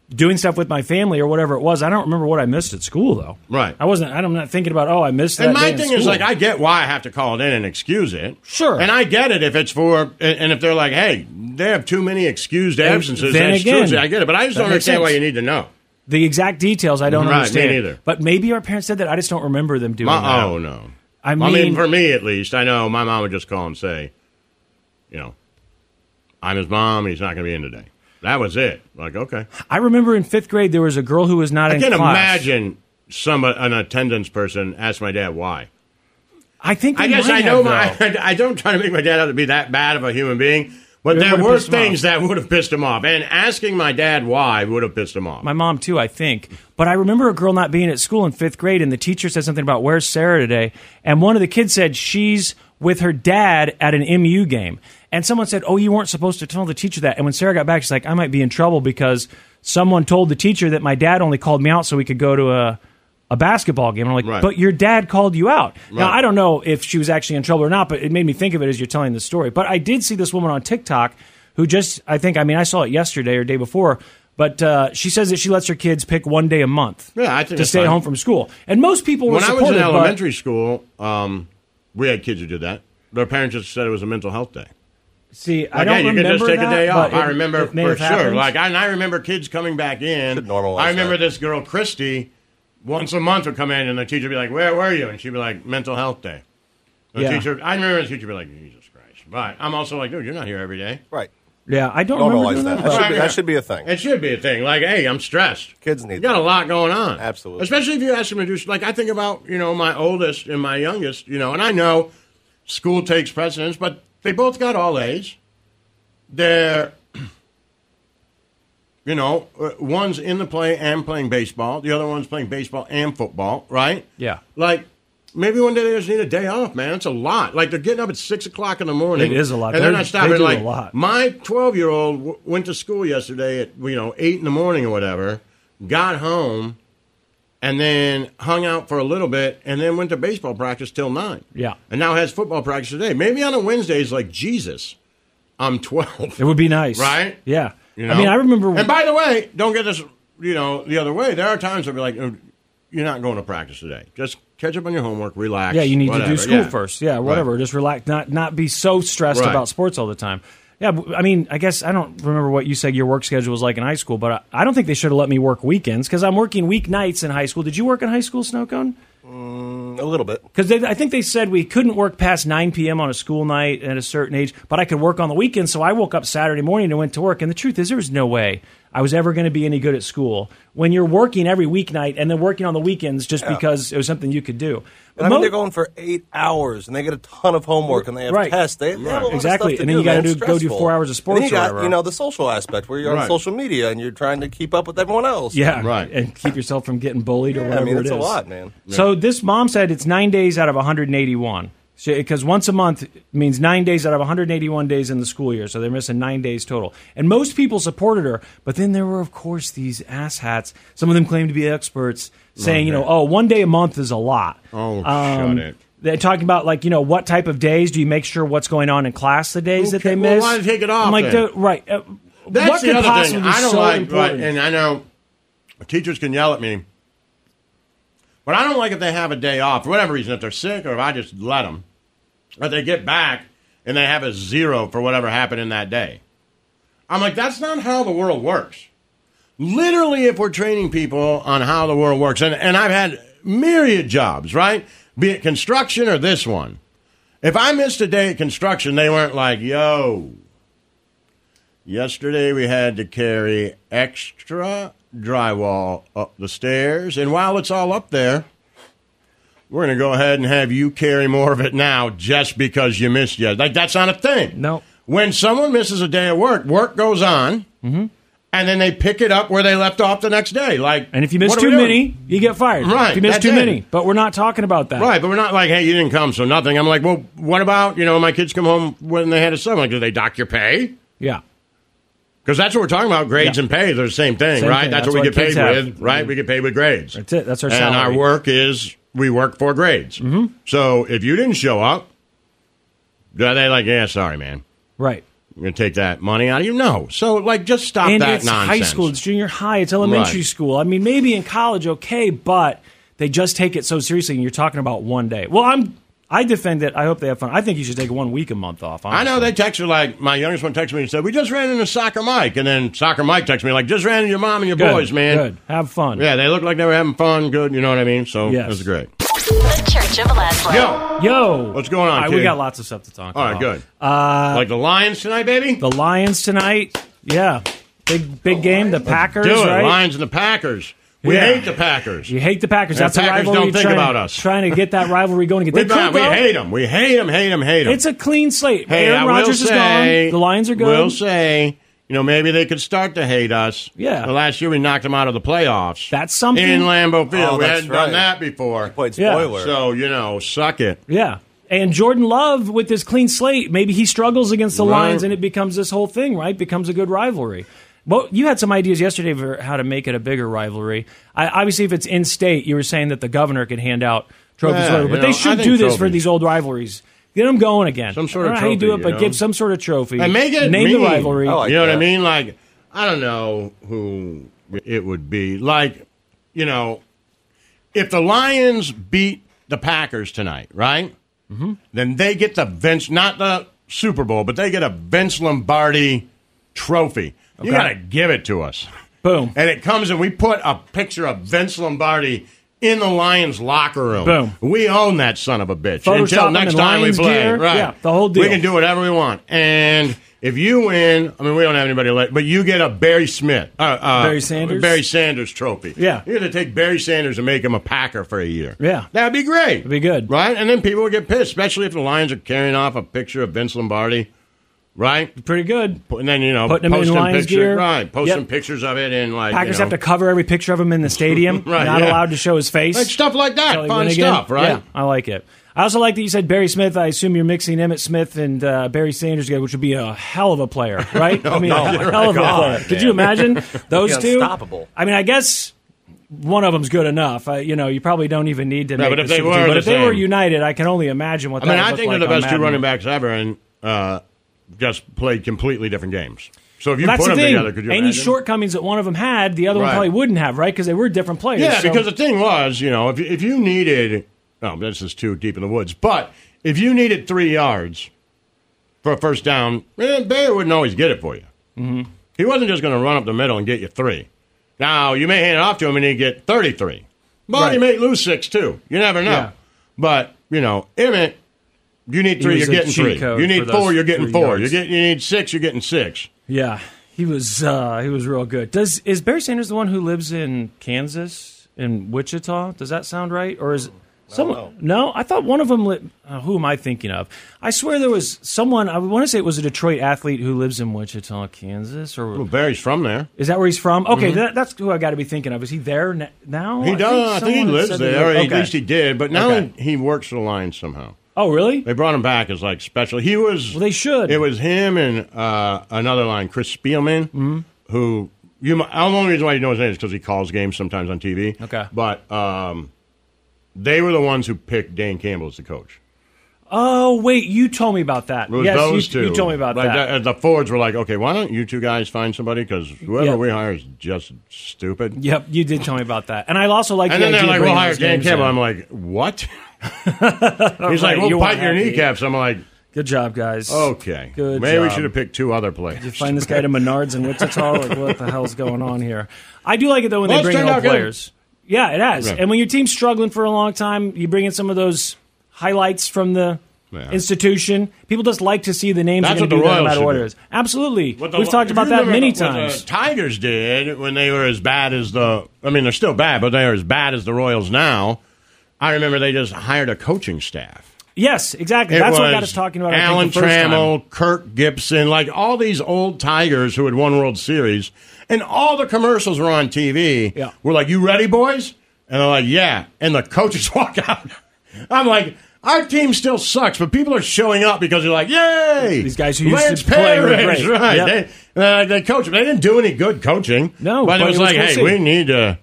[SPEAKER 2] doing stuff with my family or whatever it was. I don't remember what I missed at school though.
[SPEAKER 1] Right.
[SPEAKER 2] I wasn't. I'm not thinking about. Oh, I missed that.
[SPEAKER 1] And my
[SPEAKER 2] day in
[SPEAKER 1] thing is
[SPEAKER 2] school.
[SPEAKER 1] like I get why I have to call it in and excuse it.
[SPEAKER 2] Sure.
[SPEAKER 1] And I get it if it's for and and if they're like, hey, they have too many excused absences.
[SPEAKER 2] then
[SPEAKER 1] that's
[SPEAKER 2] again,
[SPEAKER 1] true. I get it, but I just
[SPEAKER 2] that
[SPEAKER 1] don't
[SPEAKER 2] makes
[SPEAKER 1] understand why
[SPEAKER 2] sense.
[SPEAKER 1] you need to know.
[SPEAKER 2] the exact details. I don't
[SPEAKER 1] Right, me
[SPEAKER 2] understand
[SPEAKER 1] neither.
[SPEAKER 2] But maybe our parents said that. I just don't remember them doing
[SPEAKER 1] My,
[SPEAKER 2] that.
[SPEAKER 1] oh no.
[SPEAKER 2] I
[SPEAKER 1] I mean,
[SPEAKER 2] mean,
[SPEAKER 1] for me at least, I know my mom would just call and say, you know, I'm his mom. He's not going to be in today. That was it. Like, okay,
[SPEAKER 2] I remember in fifth grade there was a girl who was not
[SPEAKER 1] I
[SPEAKER 2] in
[SPEAKER 1] can't
[SPEAKER 2] class.
[SPEAKER 1] imagine some an attendance person asked my dad why.
[SPEAKER 2] I think
[SPEAKER 1] I
[SPEAKER 2] they
[SPEAKER 1] guess
[SPEAKER 2] might
[SPEAKER 1] I
[SPEAKER 2] have,
[SPEAKER 1] know
[SPEAKER 2] though.
[SPEAKER 1] my. I don't try to make my dad out to be that bad of a human being, But
[SPEAKER 2] It
[SPEAKER 1] there
[SPEAKER 2] would've
[SPEAKER 1] were
[SPEAKER 2] pissed him off.
[SPEAKER 1] things that would have pissed him off, and asking my dad why would have pissed him off.
[SPEAKER 2] my mom too, I think. But I remember a girl not being at school in fifth grade, and the teacher said something about where's Sarah today, and one of the kids said she's with her dad at an MU game, and someone said, "Oh, you weren't supposed to tell the teacher that." And when Sarah got back, she's like, "I might be in trouble because someone told the teacher that my dad only called me out so we could go to a." A basketball game. And I'm like,
[SPEAKER 1] Right.
[SPEAKER 2] but your dad called you out. Now,
[SPEAKER 1] Right.
[SPEAKER 2] I don't know if she was actually in trouble or not, but it made me think of it as you're telling the story. But I did see this woman on TikTok who just, I think, I mean, I saw it yesterday or day before, but uh, she says that she lets her kids pick one day a month
[SPEAKER 1] Yeah, I think
[SPEAKER 2] to
[SPEAKER 1] that's
[SPEAKER 2] stay
[SPEAKER 1] fine.
[SPEAKER 2] home from school. And most people were
[SPEAKER 1] when I was
[SPEAKER 2] supportive.
[SPEAKER 1] in
[SPEAKER 2] but-
[SPEAKER 1] elementary school, um, we had kids who did that. Their parents just said it was a mental health day.
[SPEAKER 2] see, I
[SPEAKER 1] Like,
[SPEAKER 2] don't
[SPEAKER 1] hey, you
[SPEAKER 2] remember
[SPEAKER 1] could just take
[SPEAKER 2] that,
[SPEAKER 1] a day
[SPEAKER 2] but
[SPEAKER 1] off. I
[SPEAKER 2] it-
[SPEAKER 1] remember
[SPEAKER 2] it may
[SPEAKER 1] for
[SPEAKER 2] have
[SPEAKER 1] sure.
[SPEAKER 2] happened.
[SPEAKER 1] Like, and I remember kids coming back in.
[SPEAKER 3] Should normalize
[SPEAKER 1] I remember
[SPEAKER 3] that.
[SPEAKER 1] this girl Christy. Once a month would come in, and the teacher would be like, "Where were you?" And she'd be like, "Mental health day." The
[SPEAKER 2] Yeah.
[SPEAKER 1] teacher, I remember the teacher would be like, "Jesus Christ!" But I'm also like, "Dude, you're not here every day."
[SPEAKER 3] Right.
[SPEAKER 2] yeah, I don't remember
[SPEAKER 3] Normalize
[SPEAKER 2] doing
[SPEAKER 3] that.
[SPEAKER 2] that.
[SPEAKER 3] That should, be,
[SPEAKER 1] Right.
[SPEAKER 3] that should be a thing.
[SPEAKER 1] It should be a thing. Like, hey, I'm stressed.
[SPEAKER 3] Kids need
[SPEAKER 1] You got
[SPEAKER 3] that.
[SPEAKER 1] a lot going on.
[SPEAKER 3] Absolutely.
[SPEAKER 1] Especially if you ask them to do. Like, I think about you know my oldest and my youngest. You know, and I know school takes precedence, but they both got all A's. They're, you know, uh, one's in the play and playing baseball. The other one's playing baseball and football. Right.
[SPEAKER 2] Yeah.
[SPEAKER 1] Like. Maybe one day they just need a day off, man. It's a lot. Like they're getting up at six o'clock in the morning.
[SPEAKER 2] It is a lot.
[SPEAKER 1] and they're,
[SPEAKER 2] They're-
[SPEAKER 1] not stopping.
[SPEAKER 2] they do a
[SPEAKER 1] like
[SPEAKER 2] lot.
[SPEAKER 1] my 12 year old w- went to school yesterday at, you know, 8 in the morning or whatever, got home, and then hung out for a little bit, and then went to baseball practice till 9.
[SPEAKER 2] Yeah.
[SPEAKER 1] And now has football practice today. Maybe on a Wednesday, he's like, Jesus, I'm 12.
[SPEAKER 2] It would be nice.
[SPEAKER 1] Right?
[SPEAKER 2] Yeah.
[SPEAKER 1] You
[SPEAKER 2] I mean,
[SPEAKER 1] know?
[SPEAKER 2] I remember.
[SPEAKER 1] And by the way, don't get this, you know, the other way. There are times I'll be like, "Oh, you're not going to practice today. Just catch up on your homework, relax.
[SPEAKER 2] Yeah, you need to
[SPEAKER 1] whatever."
[SPEAKER 2] do school
[SPEAKER 1] Yeah.
[SPEAKER 2] first. Yeah,
[SPEAKER 1] Right.
[SPEAKER 2] whatever. Just relax. Not not be so stressed
[SPEAKER 1] Right.
[SPEAKER 2] about sports all the time. Yeah, b- I mean, I guess I don't remember what you said your work schedule was like in high school, but I, I don't think they should have let me work weekends because I'm working weeknights in high school. Did you work in high school, Snowcone?
[SPEAKER 3] a little bit.
[SPEAKER 2] Because I think they said we couldn't work past 9 p.m. on a school night at a certain age, but I could work on the weekend. So I woke up Saturday morning and went to work. And the truth is, there was no way I was ever going to be any good at school when you're working every weeknight and then working on the weekends just because it was something you could do.
[SPEAKER 3] And I mean,
[SPEAKER 2] Mo-
[SPEAKER 3] they're going for eight hours, and they get a ton of homework, and they have
[SPEAKER 2] Right.
[SPEAKER 3] tests. They, they have a lot
[SPEAKER 2] Exactly.
[SPEAKER 3] of stuff to
[SPEAKER 2] And then you
[SPEAKER 3] got to
[SPEAKER 2] gotta do- go do four hours of sports
[SPEAKER 3] And then you
[SPEAKER 2] or
[SPEAKER 3] got,
[SPEAKER 2] whatever.
[SPEAKER 3] you know, the social aspect where you're
[SPEAKER 1] Right.
[SPEAKER 3] on social media and you're trying to keep up with everyone else.
[SPEAKER 2] Yeah,
[SPEAKER 1] Right.
[SPEAKER 2] And keep yourself from getting bullied or
[SPEAKER 3] Yeah,
[SPEAKER 2] whatever
[SPEAKER 3] I mean,
[SPEAKER 2] it
[SPEAKER 3] it's a
[SPEAKER 2] is.
[SPEAKER 3] lot, man.
[SPEAKER 2] So this mom said it's nine days out of 181. Because once a month means nine days out of 181 days in the school year, so they're missing nine days total. And most people supported her, but then there were, of course, these asshats. Some of them claim to be experts, saying, you know, oh, one day a month is a lot. Um,
[SPEAKER 1] Oh, shut it.
[SPEAKER 2] They're talking about like you know what type of days do you make sure what's going on in class the days that
[SPEAKER 1] Okay,
[SPEAKER 2] they
[SPEAKER 1] well,
[SPEAKER 2] miss?
[SPEAKER 1] why take it off
[SPEAKER 2] I'm like,
[SPEAKER 1] then?
[SPEAKER 2] dude, right? Uh,
[SPEAKER 1] That's
[SPEAKER 2] what
[SPEAKER 1] the
[SPEAKER 2] could
[SPEAKER 1] other
[SPEAKER 2] possibly
[SPEAKER 1] thing.
[SPEAKER 2] be
[SPEAKER 1] I don't
[SPEAKER 2] so
[SPEAKER 1] like,
[SPEAKER 2] important?
[SPEAKER 1] Right, and I know teachers can yell at me, but I don't like if they have a day off for whatever reason. If they're sick, or if I just let them, or they get back and they have a zero for whatever happened in that day. I'm like, that's not how the world works. Literally, if we're training people on how the world works, and, and I've had myriad jobs, right? Be it construction or this one. If I missed a day at construction, they weren't like, yo, Yesterday we had to carry extra drywall up the stairs, and while it's all up there, we're going to go ahead and have you carry more of it now just because you missed yet. Like that's not a thing.
[SPEAKER 2] No.
[SPEAKER 1] When someone misses a day of work, work goes on, and then they pick it up where they left off the next day. Like,
[SPEAKER 2] And if you miss
[SPEAKER 1] what are we
[SPEAKER 2] too
[SPEAKER 1] doing?
[SPEAKER 2] many, you get fired.
[SPEAKER 1] Right,
[SPEAKER 2] If you miss
[SPEAKER 1] that's
[SPEAKER 2] too
[SPEAKER 1] it.
[SPEAKER 2] many, but we're not talking about that.
[SPEAKER 1] Right, but we're not like, hey, you didn't come, so nothing. I'm like, well, what about you know, my kids come home when they had a son? Like, do they dock your pay?
[SPEAKER 2] Yeah.
[SPEAKER 1] Because that's what we're talking about. Grades
[SPEAKER 2] Yeah.
[SPEAKER 1] and pay, they're the same thing,
[SPEAKER 2] Same
[SPEAKER 1] right?
[SPEAKER 2] thing.
[SPEAKER 1] That's,
[SPEAKER 2] That's
[SPEAKER 1] what we
[SPEAKER 2] what
[SPEAKER 1] get paid
[SPEAKER 2] kids have.
[SPEAKER 1] with, right? We get paid with grades.
[SPEAKER 2] That's it. That's our
[SPEAKER 1] and our
[SPEAKER 2] salary.
[SPEAKER 1] work is we work for grades. Mm-hmm. So if you didn't show up, are they like, yeah, sorry, man.
[SPEAKER 2] Right.
[SPEAKER 1] We're going to take that money out of you? No. So, like, just stop
[SPEAKER 2] and
[SPEAKER 1] that
[SPEAKER 2] it's
[SPEAKER 1] nonsense.
[SPEAKER 2] high school, it's junior high, it's elementary
[SPEAKER 1] Right.
[SPEAKER 2] school. I mean, maybe in college, okay, but they just take it so seriously, and you're talking about one day. Well, I'm. I defend it. I hope they have fun. I think you should take one week a month off.
[SPEAKER 1] I know
[SPEAKER 2] honestly.
[SPEAKER 1] they texted, like, my youngest one texted me and said, we just ran into Soccer Mike. And then Soccer Mike texted me, like, just ran into your mom and your
[SPEAKER 2] Good,
[SPEAKER 1] boys, man.
[SPEAKER 2] Good. Have fun.
[SPEAKER 1] Yeah, they looked like they were having fun. Good. You know what I mean? So,
[SPEAKER 2] Yes.
[SPEAKER 1] it was great.
[SPEAKER 4] The Church of Laszlo.
[SPEAKER 1] Yo.
[SPEAKER 2] Yo.
[SPEAKER 1] What's going on,
[SPEAKER 2] All right, we
[SPEAKER 1] kid?
[SPEAKER 2] got lots of stuff to talk
[SPEAKER 1] All
[SPEAKER 2] about.
[SPEAKER 1] right, good. like the Lions tonight, baby?
[SPEAKER 2] Uh, The Lions tonight. Yeah. Big big game. The Packers,
[SPEAKER 1] Do it.
[SPEAKER 2] right?
[SPEAKER 1] Lions and the Packers. We
[SPEAKER 2] Yeah.
[SPEAKER 1] hate the Packers.
[SPEAKER 2] You hate the Packers.
[SPEAKER 1] The
[SPEAKER 2] That's a
[SPEAKER 1] Packers
[SPEAKER 2] rivalry.
[SPEAKER 1] don't
[SPEAKER 2] you're
[SPEAKER 1] think
[SPEAKER 2] trying,
[SPEAKER 1] about us.
[SPEAKER 2] Trying to get that rivalry going.
[SPEAKER 1] We,
[SPEAKER 2] They
[SPEAKER 1] buy-
[SPEAKER 2] could
[SPEAKER 1] we
[SPEAKER 2] go.
[SPEAKER 1] hate them. We hate them, hate them, hate them.
[SPEAKER 2] It's a clean slate.
[SPEAKER 1] hey,
[SPEAKER 2] Aaron
[SPEAKER 1] I
[SPEAKER 2] Rodgers is
[SPEAKER 1] will say,
[SPEAKER 2] gone. The Lions are good.
[SPEAKER 1] We'll say, you know, maybe they could start to hate us.
[SPEAKER 2] Yeah.
[SPEAKER 1] The last year we knocked them out of the playoffs.
[SPEAKER 2] That's something.
[SPEAKER 1] In Lambeau Field.
[SPEAKER 3] Oh,
[SPEAKER 1] we
[SPEAKER 3] that's
[SPEAKER 1] hadn't done
[SPEAKER 3] right.
[SPEAKER 1] that before.
[SPEAKER 3] Played
[SPEAKER 2] Yeah.
[SPEAKER 3] spoiler.
[SPEAKER 1] So, you know, suck it.
[SPEAKER 2] Yeah. And Jordan Love with this clean slate, maybe he struggles against the
[SPEAKER 1] Right.
[SPEAKER 2] Lions and it becomes this whole thing, right? Becomes a good rivalry. Well, you had some ideas yesterday for how to make it a bigger rivalry. I, obviously, if it's in state, you were saying that the governor could hand out trophies,
[SPEAKER 1] Yeah,
[SPEAKER 2] whatever.
[SPEAKER 1] you
[SPEAKER 2] But
[SPEAKER 1] know,
[SPEAKER 2] they
[SPEAKER 1] I
[SPEAKER 2] should
[SPEAKER 1] think
[SPEAKER 2] do this for
[SPEAKER 1] trophies.
[SPEAKER 2] these old rivalries. Get them going again.
[SPEAKER 1] Some sort
[SPEAKER 2] I don't
[SPEAKER 1] of
[SPEAKER 2] know how you do it,
[SPEAKER 1] trophy, you
[SPEAKER 2] but
[SPEAKER 1] know?
[SPEAKER 2] give some sort of trophy.
[SPEAKER 1] And make it
[SPEAKER 2] name
[SPEAKER 1] mean. Oh.
[SPEAKER 2] the rivalry.
[SPEAKER 3] I like
[SPEAKER 1] you know what I
[SPEAKER 3] that.
[SPEAKER 1] mean? Like, I don't know who it would be. Like, you know, if the Lions beat the Packers tonight, right?
[SPEAKER 2] Mm-hmm.
[SPEAKER 1] Then they get the Vince, not the Super Bowl, but they get a Vince Lombardi trophy. You
[SPEAKER 2] Okay.
[SPEAKER 1] got to give it to us.
[SPEAKER 2] Boom.
[SPEAKER 1] And it comes and we put a picture of Vince Lombardi in the Lions locker room.
[SPEAKER 2] Boom.
[SPEAKER 1] We own that son of a bitch.
[SPEAKER 2] Photoshop
[SPEAKER 1] Until
[SPEAKER 2] him
[SPEAKER 1] next
[SPEAKER 2] in
[SPEAKER 1] time
[SPEAKER 2] Lions
[SPEAKER 1] we play.
[SPEAKER 2] gear.
[SPEAKER 1] Right.
[SPEAKER 2] Yeah, the whole deal.
[SPEAKER 1] We can do whatever we want. And if you win, I mean, we don't have anybody left, but you get a Barry Smith. Uh, uh,
[SPEAKER 2] Barry Sanders?
[SPEAKER 1] Barry Sanders trophy.
[SPEAKER 2] Yeah.
[SPEAKER 1] You're going to take Barry Sanders and make him a Packer for a year.
[SPEAKER 2] Yeah.
[SPEAKER 1] That'd be great. That'd
[SPEAKER 2] be good.
[SPEAKER 1] Right? And then people would get pissed, especially if the Lions are carrying off a picture of Vince Lombardi. Right?
[SPEAKER 2] Pretty good.
[SPEAKER 1] And then, you know,
[SPEAKER 2] Putting him in
[SPEAKER 1] posting
[SPEAKER 2] Lions
[SPEAKER 1] picture-
[SPEAKER 2] gear.
[SPEAKER 1] Right. Posting
[SPEAKER 2] Yep.
[SPEAKER 1] pictures of it and like.
[SPEAKER 2] Packers
[SPEAKER 1] you know,
[SPEAKER 2] have to cover every picture of him in the stadium.
[SPEAKER 1] Right,
[SPEAKER 2] Not
[SPEAKER 1] yeah.
[SPEAKER 2] allowed to show his face.
[SPEAKER 1] Like stuff like that.
[SPEAKER 2] Kelly
[SPEAKER 1] Fun
[SPEAKER 2] Winigan.
[SPEAKER 1] stuff, right?
[SPEAKER 2] Yeah, I like it. I also like that you said Barry Smith. I assume you're mixing Emmett Smith and uh, Barry Sanders together, which would be a hell of a player, right? I mean, a
[SPEAKER 1] you're
[SPEAKER 2] hell
[SPEAKER 3] God,
[SPEAKER 2] of a player. Could you imagine those
[SPEAKER 3] Be
[SPEAKER 2] two?
[SPEAKER 3] unstoppable.
[SPEAKER 2] I mean, I guess one of them's good enough. I, you know, you probably don't even need to.
[SPEAKER 1] No,
[SPEAKER 2] make
[SPEAKER 1] but if
[SPEAKER 2] the
[SPEAKER 1] they
[SPEAKER 2] Super
[SPEAKER 1] were
[SPEAKER 2] team. but
[SPEAKER 1] the
[SPEAKER 2] if they were
[SPEAKER 1] same-
[SPEAKER 2] united, I can only imagine what.
[SPEAKER 1] I mean,
[SPEAKER 2] that would
[SPEAKER 1] I
[SPEAKER 2] look
[SPEAKER 1] think
[SPEAKER 2] like
[SPEAKER 1] they're the
[SPEAKER 2] on
[SPEAKER 1] best two
[SPEAKER 2] Madden.
[SPEAKER 1] running backs ever, and uh, just played completely different games. So if you
[SPEAKER 2] That's
[SPEAKER 1] put
[SPEAKER 2] the
[SPEAKER 1] them
[SPEAKER 2] thing.
[SPEAKER 1] together, could you
[SPEAKER 2] Any
[SPEAKER 1] imagine?
[SPEAKER 2] shortcomings that one of them had, the other one
[SPEAKER 1] Right.
[SPEAKER 2] probably wouldn't have, right? Because they were different players.
[SPEAKER 1] Yeah,
[SPEAKER 2] so-
[SPEAKER 1] because the thing was, you know, if if you needed, oh, this is too deep in the woods, but if you needed three yards for a first down, eh, Barry wouldn't always get it for you. Mm-hmm. He wasn't just going to run up the middle and get you three. Now you may hand it off to him and he'd get thirty-three, but
[SPEAKER 2] Right.
[SPEAKER 1] he may lose six too. You never know.
[SPEAKER 2] Yeah.
[SPEAKER 1] But you know, Emmett, you need three,
[SPEAKER 2] was
[SPEAKER 1] you're
[SPEAKER 2] a
[SPEAKER 1] getting
[SPEAKER 2] cheat
[SPEAKER 1] three.
[SPEAKER 2] code
[SPEAKER 1] You
[SPEAKER 2] for
[SPEAKER 1] need
[SPEAKER 2] those
[SPEAKER 1] four, you're getting
[SPEAKER 2] three
[SPEAKER 1] four. You
[SPEAKER 2] yards.
[SPEAKER 1] get, you need six, you're getting six.
[SPEAKER 2] Yeah, he was uh, he was real good. Does is Barry Sanders the one who lives in Kansas in Wichita? Does that sound right? Or is someone? No, I thought one of them. Li- uh, who am I thinking of? I swear there was someone. I want to say it was a Detroit athlete who lives in Wichita, Kansas, or
[SPEAKER 1] Well, Barry's from there.
[SPEAKER 2] is that where he's from? Okay, that, that's who I got to be thinking of. Is he there n- now?
[SPEAKER 1] Mm-hmm. He does. I think he
[SPEAKER 2] someone
[SPEAKER 1] lives
[SPEAKER 2] said that he-
[SPEAKER 1] there. Or At
[SPEAKER 2] Okay.
[SPEAKER 1] least he did. But now
[SPEAKER 2] Okay.
[SPEAKER 1] he, he works for the Lions somehow.
[SPEAKER 2] Oh, really?
[SPEAKER 1] They brought him back as like special. He was.
[SPEAKER 2] Well, they should.
[SPEAKER 1] It was him and uh, another line, Chris Spielman,
[SPEAKER 2] Mm-hmm.
[SPEAKER 1] who you. mi- The only reason why you know his name is because he calls games sometimes on TV.
[SPEAKER 2] Okay.
[SPEAKER 1] But um, they were the ones who picked Dan Campbell as the coach.
[SPEAKER 2] Oh, wait, you told me about that.
[SPEAKER 1] It was
[SPEAKER 2] yes,
[SPEAKER 1] those
[SPEAKER 2] you,
[SPEAKER 1] two.
[SPEAKER 2] you told me about
[SPEAKER 1] Like,
[SPEAKER 2] that.
[SPEAKER 1] uh, The Fords were like, okay, why don't you two guys find somebody? Because whoever
[SPEAKER 2] Yeah.
[SPEAKER 1] we hire is just stupid.
[SPEAKER 2] Yep, you did tell me about that, and I also like.
[SPEAKER 1] And
[SPEAKER 2] the
[SPEAKER 1] then
[SPEAKER 2] idea
[SPEAKER 1] they're
[SPEAKER 2] of
[SPEAKER 1] like,
[SPEAKER 2] bringing
[SPEAKER 1] "We'll hire
[SPEAKER 2] those
[SPEAKER 1] Dan
[SPEAKER 2] games
[SPEAKER 1] Campbell."
[SPEAKER 2] in.
[SPEAKER 1] I'm like, "What?" He's
[SPEAKER 2] Right,
[SPEAKER 1] like, "We'll
[SPEAKER 2] you
[SPEAKER 1] bite
[SPEAKER 2] won't
[SPEAKER 1] your
[SPEAKER 2] have to.
[SPEAKER 1] kneecaps." I'm like,
[SPEAKER 2] Good job, guys.
[SPEAKER 1] "Okay,
[SPEAKER 2] Good
[SPEAKER 1] maybe we
[SPEAKER 2] job.
[SPEAKER 1] should have picked two other players."
[SPEAKER 2] Find this guy to Menards in Wichita. Like, what the hell's going on here? I do like it though when
[SPEAKER 1] Well,
[SPEAKER 2] they
[SPEAKER 1] it's
[SPEAKER 2] bring in
[SPEAKER 1] turned
[SPEAKER 2] old
[SPEAKER 1] out good.
[SPEAKER 2] players. Yeah, it has.
[SPEAKER 1] Yeah.
[SPEAKER 2] And when your team's struggling for a long time, you bring in some of those highlights from the
[SPEAKER 1] Yeah.
[SPEAKER 2] institution. People just like to see the names.
[SPEAKER 1] That's
[SPEAKER 2] are gonna
[SPEAKER 1] what the
[SPEAKER 2] be there no
[SPEAKER 1] Royals
[SPEAKER 2] matter
[SPEAKER 1] should
[SPEAKER 2] what it
[SPEAKER 1] do.
[SPEAKER 2] is. Absolutely,
[SPEAKER 1] What the-
[SPEAKER 2] we've talked
[SPEAKER 1] if
[SPEAKER 2] about
[SPEAKER 1] you
[SPEAKER 2] that
[SPEAKER 1] remember
[SPEAKER 2] many
[SPEAKER 1] what the
[SPEAKER 2] times.
[SPEAKER 1] Tigers did when they were as bad as the. I mean, they're still bad, but they're as bad as the Royals now. I remember they just hired a coaching staff.
[SPEAKER 2] yes, exactly.
[SPEAKER 1] It
[SPEAKER 2] That's
[SPEAKER 1] was
[SPEAKER 2] what got us talking about.
[SPEAKER 1] Alan
[SPEAKER 2] I think, the first time.
[SPEAKER 1] Trammell, Kirk Gibson, like all these old Tigers who had won World Series, and all the commercials were on TV.
[SPEAKER 2] Yeah.
[SPEAKER 1] We're like, "You ready, boys?" And they're like, "Yeah." And the coaches walk out. I'm like. Our team still sucks, but people are showing up because they're like, "Yay!"
[SPEAKER 2] These guys who used
[SPEAKER 1] Lance
[SPEAKER 2] to play were
[SPEAKER 1] Perrins,
[SPEAKER 2] great.
[SPEAKER 1] right?
[SPEAKER 2] Yep.
[SPEAKER 1] They, uh, they coach. They didn't do any good coaching.
[SPEAKER 2] No,
[SPEAKER 1] but,
[SPEAKER 2] but
[SPEAKER 1] it was
[SPEAKER 2] it was
[SPEAKER 1] like,
[SPEAKER 2] cool
[SPEAKER 1] "Hey,
[SPEAKER 2] seeing.
[SPEAKER 1] we need to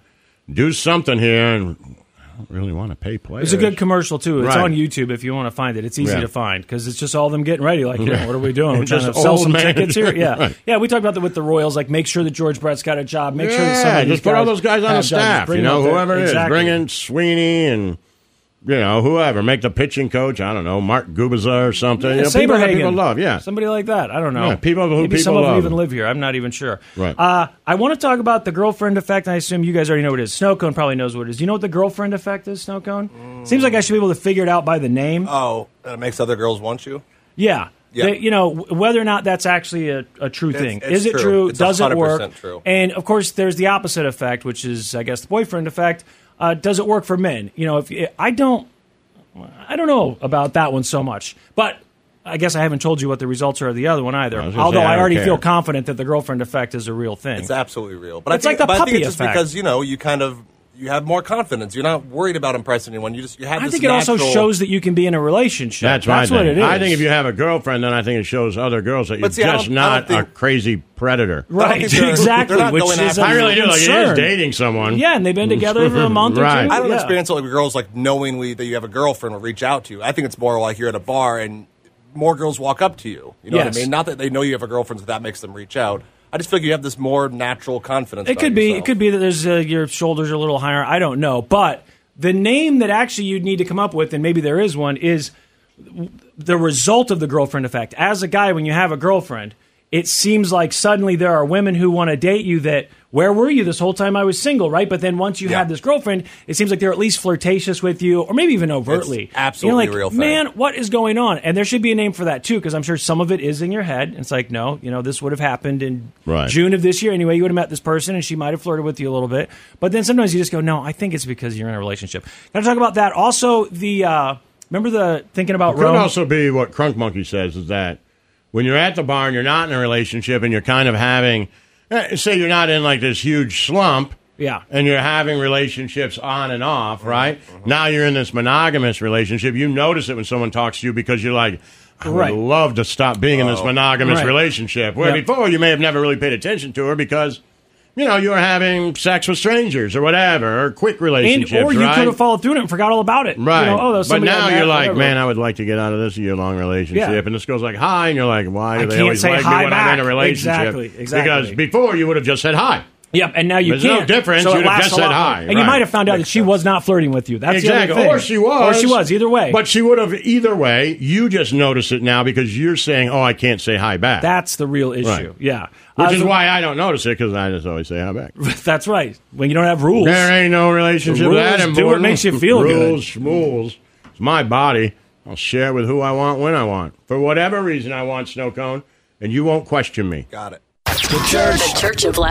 [SPEAKER 1] do something here," and I don't really want to pay
[SPEAKER 2] It's
[SPEAKER 1] players.
[SPEAKER 2] a good commercial too. It's
[SPEAKER 1] Right.
[SPEAKER 2] on YouTube if you want to find it. It's easy
[SPEAKER 1] Yeah.
[SPEAKER 2] to find because it's just all them getting ready. Like, yeah, what are we doing? We're trying to
[SPEAKER 1] Just
[SPEAKER 2] sell
[SPEAKER 1] old
[SPEAKER 2] some
[SPEAKER 1] man.
[SPEAKER 2] tickets here. Yeah,
[SPEAKER 1] Right.
[SPEAKER 2] yeah. We talked about that with the Royals. Like, make sure that George Brett's got a job. Make sure that some
[SPEAKER 1] Yeah,
[SPEAKER 2] of these
[SPEAKER 1] just put all those guys on the
[SPEAKER 2] have jobs. Just
[SPEAKER 1] staff.
[SPEAKER 2] bring
[SPEAKER 1] You
[SPEAKER 2] them
[SPEAKER 1] know,
[SPEAKER 2] up there.
[SPEAKER 1] whoever it is,
[SPEAKER 2] Exactly.
[SPEAKER 1] bring in Sweeney and you know whoever. Make the pitching coach. I don't know Mark Gubiza or something.
[SPEAKER 2] Yeah,
[SPEAKER 1] you know, people that
[SPEAKER 2] Saberhagen.
[SPEAKER 1] people love. Yeah,
[SPEAKER 2] somebody like that. I don't know.
[SPEAKER 1] Yeah, people who
[SPEAKER 2] Maybe
[SPEAKER 1] people
[SPEAKER 2] some of them
[SPEAKER 1] love.
[SPEAKER 2] even live here. I'm not even sure.
[SPEAKER 1] Right.
[SPEAKER 2] Uh, I want to talk about the girlfriend effect. And I assume you guys already know what it is. Snow cone probably knows what it is. Do you know what the girlfriend effect is? Snow cone. Seems like I should be able to figure it out by the name.
[SPEAKER 3] Oh, that makes other girls want you.
[SPEAKER 2] Yeah.
[SPEAKER 3] Yeah.
[SPEAKER 2] That, you know w- whether or not that's actually a, a true
[SPEAKER 3] It's-
[SPEAKER 2] thing.
[SPEAKER 3] it's
[SPEAKER 2] Is it
[SPEAKER 3] true.
[SPEAKER 2] true?
[SPEAKER 3] It's
[SPEAKER 2] Does it work?
[SPEAKER 3] 100% true.
[SPEAKER 2] And of course, there's the opposite effect, which is I guess the boyfriend effect. Uh, does it work for men? You know, if I don't, I don't know about that one so much, but. I guess I haven't told you what the results are of the other one either.
[SPEAKER 1] I was gonna
[SPEAKER 2] Although
[SPEAKER 1] say, I
[SPEAKER 2] I,
[SPEAKER 1] don't
[SPEAKER 2] already
[SPEAKER 1] care.
[SPEAKER 2] feel confident that the girlfriend effect is a real thing.
[SPEAKER 3] It's absolutely real. But
[SPEAKER 2] It's
[SPEAKER 3] I think,
[SPEAKER 2] like
[SPEAKER 3] but
[SPEAKER 2] the
[SPEAKER 3] I think
[SPEAKER 2] puppy
[SPEAKER 3] it's just
[SPEAKER 2] effect.
[SPEAKER 3] because you know you kind of you have more confidence. You're not worried about impressing anyone. You just you have.
[SPEAKER 2] I
[SPEAKER 3] this
[SPEAKER 2] think it also
[SPEAKER 3] natural-
[SPEAKER 2] shows that you can be in a relationship.
[SPEAKER 1] That's, my
[SPEAKER 2] what
[SPEAKER 1] thing.
[SPEAKER 2] it is.
[SPEAKER 1] I think if you have a girlfriend, then I think it shows other girls that you're
[SPEAKER 3] But see, I don't-
[SPEAKER 1] just
[SPEAKER 3] I don't
[SPEAKER 1] not
[SPEAKER 3] think-
[SPEAKER 1] a crazy predator.
[SPEAKER 3] don't
[SPEAKER 2] Right,
[SPEAKER 3] think they're- they're
[SPEAKER 2] exactly.
[SPEAKER 3] not
[SPEAKER 2] which
[SPEAKER 3] going
[SPEAKER 2] is
[SPEAKER 3] after
[SPEAKER 2] a
[SPEAKER 1] I really do. Like, it
[SPEAKER 2] concern.
[SPEAKER 1] is dating someone.
[SPEAKER 2] Yeah, and they've been together for a month or
[SPEAKER 1] Right.
[SPEAKER 2] two.
[SPEAKER 1] I
[SPEAKER 3] I don't
[SPEAKER 2] yeah.
[SPEAKER 3] experience it like girls like knowingly that you have a girlfriend will reach out to you. I think it's more like you're at a bar and more girls walk up to you. You know
[SPEAKER 2] Yes.
[SPEAKER 3] what I mean? Not that they know you have a girlfriend, so that makes them reach out. I just feel like you have this more natural confidence.
[SPEAKER 2] It
[SPEAKER 3] about
[SPEAKER 2] could be.
[SPEAKER 3] yourself.
[SPEAKER 2] It could be that there's uh, your shoulders are a little higher. I don't know, but the name that actually you'd need to come up with, and maybe there is one, is the result of the girlfriend effect. As a guy, when you have a girlfriend, it seems like suddenly there are women who want to date you that where were you this whole time I was single, right? But then once you
[SPEAKER 3] Yeah.
[SPEAKER 2] have this girlfriend, it seems like they're at least flirtatious with you, or maybe even overtly.
[SPEAKER 3] It's absolutely
[SPEAKER 2] You're like,
[SPEAKER 3] real thing.
[SPEAKER 2] man, what is going on? And there should be a name for that too, because I'm sure some of it is in your head. It's like, no, you know, this would have happened in
[SPEAKER 1] Right.
[SPEAKER 2] June of this year anyway. You would have met this person, and she might have flirted with you a little bit. But then sometimes you just go, no, I think it's because you're in a relationship. Got to talk about that. Also, the uh, remember the thinking about
[SPEAKER 1] Could
[SPEAKER 2] Rome.
[SPEAKER 1] also be what Crunk Monkey says is that when you're at the bar and you're not in a relationship and you're kind of having, eh, say, you're not in like this huge slump.
[SPEAKER 2] Yeah.
[SPEAKER 1] And you're having relationships on and off, right? Now you're in this monogamous relationship. You notice it when someone talks to you because you're like, I would
[SPEAKER 2] Right.
[SPEAKER 1] love to stop being in this monogamous
[SPEAKER 2] Right.
[SPEAKER 1] relationship. Where
[SPEAKER 2] Yep.
[SPEAKER 1] before you may have never really paid attention to her because, you know, you were having sex with strangers or whatever, or quick
[SPEAKER 2] And,
[SPEAKER 1] relationships.
[SPEAKER 2] or you
[SPEAKER 1] right?
[SPEAKER 2] could have followed through on it and forgot all about it. You
[SPEAKER 1] Right.
[SPEAKER 2] know, oh, that was
[SPEAKER 1] but
[SPEAKER 2] somebody I
[SPEAKER 1] now
[SPEAKER 2] met,
[SPEAKER 1] you're like,
[SPEAKER 2] whatever.
[SPEAKER 1] man, I would like to get out of this year long relationship.
[SPEAKER 2] Yeah.
[SPEAKER 1] And this girl's like, hi. And you're like, why do
[SPEAKER 2] I
[SPEAKER 1] they
[SPEAKER 2] can't
[SPEAKER 1] always
[SPEAKER 2] say
[SPEAKER 1] like
[SPEAKER 2] hi
[SPEAKER 1] me when I'm in
[SPEAKER 2] back.
[SPEAKER 1] a relationship?
[SPEAKER 2] Exactly, exactly.
[SPEAKER 1] Because before you would have just said hi.
[SPEAKER 2] Yep, and now you
[SPEAKER 1] There's no
[SPEAKER 2] can't.
[SPEAKER 1] difference.
[SPEAKER 2] So it
[SPEAKER 1] You'd have
[SPEAKER 2] lasts
[SPEAKER 1] just
[SPEAKER 2] a
[SPEAKER 1] said
[SPEAKER 2] lot
[SPEAKER 1] hi.
[SPEAKER 2] longer. And you
[SPEAKER 1] Right.
[SPEAKER 2] might have found out that she was not flirting with you. That's
[SPEAKER 1] exactly.
[SPEAKER 2] the other thing.
[SPEAKER 1] Or she was.
[SPEAKER 2] Or she was. Either way.
[SPEAKER 1] But she would have either way. You just notice it now because you're saying, oh, I can't say hi back.
[SPEAKER 2] that's the real issue.
[SPEAKER 1] Right.
[SPEAKER 2] Yeah.
[SPEAKER 1] Which
[SPEAKER 2] Uh,
[SPEAKER 1] is
[SPEAKER 2] so-
[SPEAKER 1] why I don't notice it because I just always say hi back.
[SPEAKER 2] That's right. When you don't have rules.
[SPEAKER 1] There ain't no relationship
[SPEAKER 2] Rules
[SPEAKER 1] that
[SPEAKER 2] do what
[SPEAKER 1] important.
[SPEAKER 2] makes you feel good.
[SPEAKER 1] Rules, schmools. It's my body. I'll share with who I want when I want. For whatever reason I want snow cone, and you won't question me.
[SPEAKER 3] Got it.
[SPEAKER 4] The Church of Laszlo.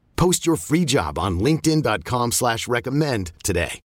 [SPEAKER 5] Post your free job on linkedin.com/recommend slash recommend today.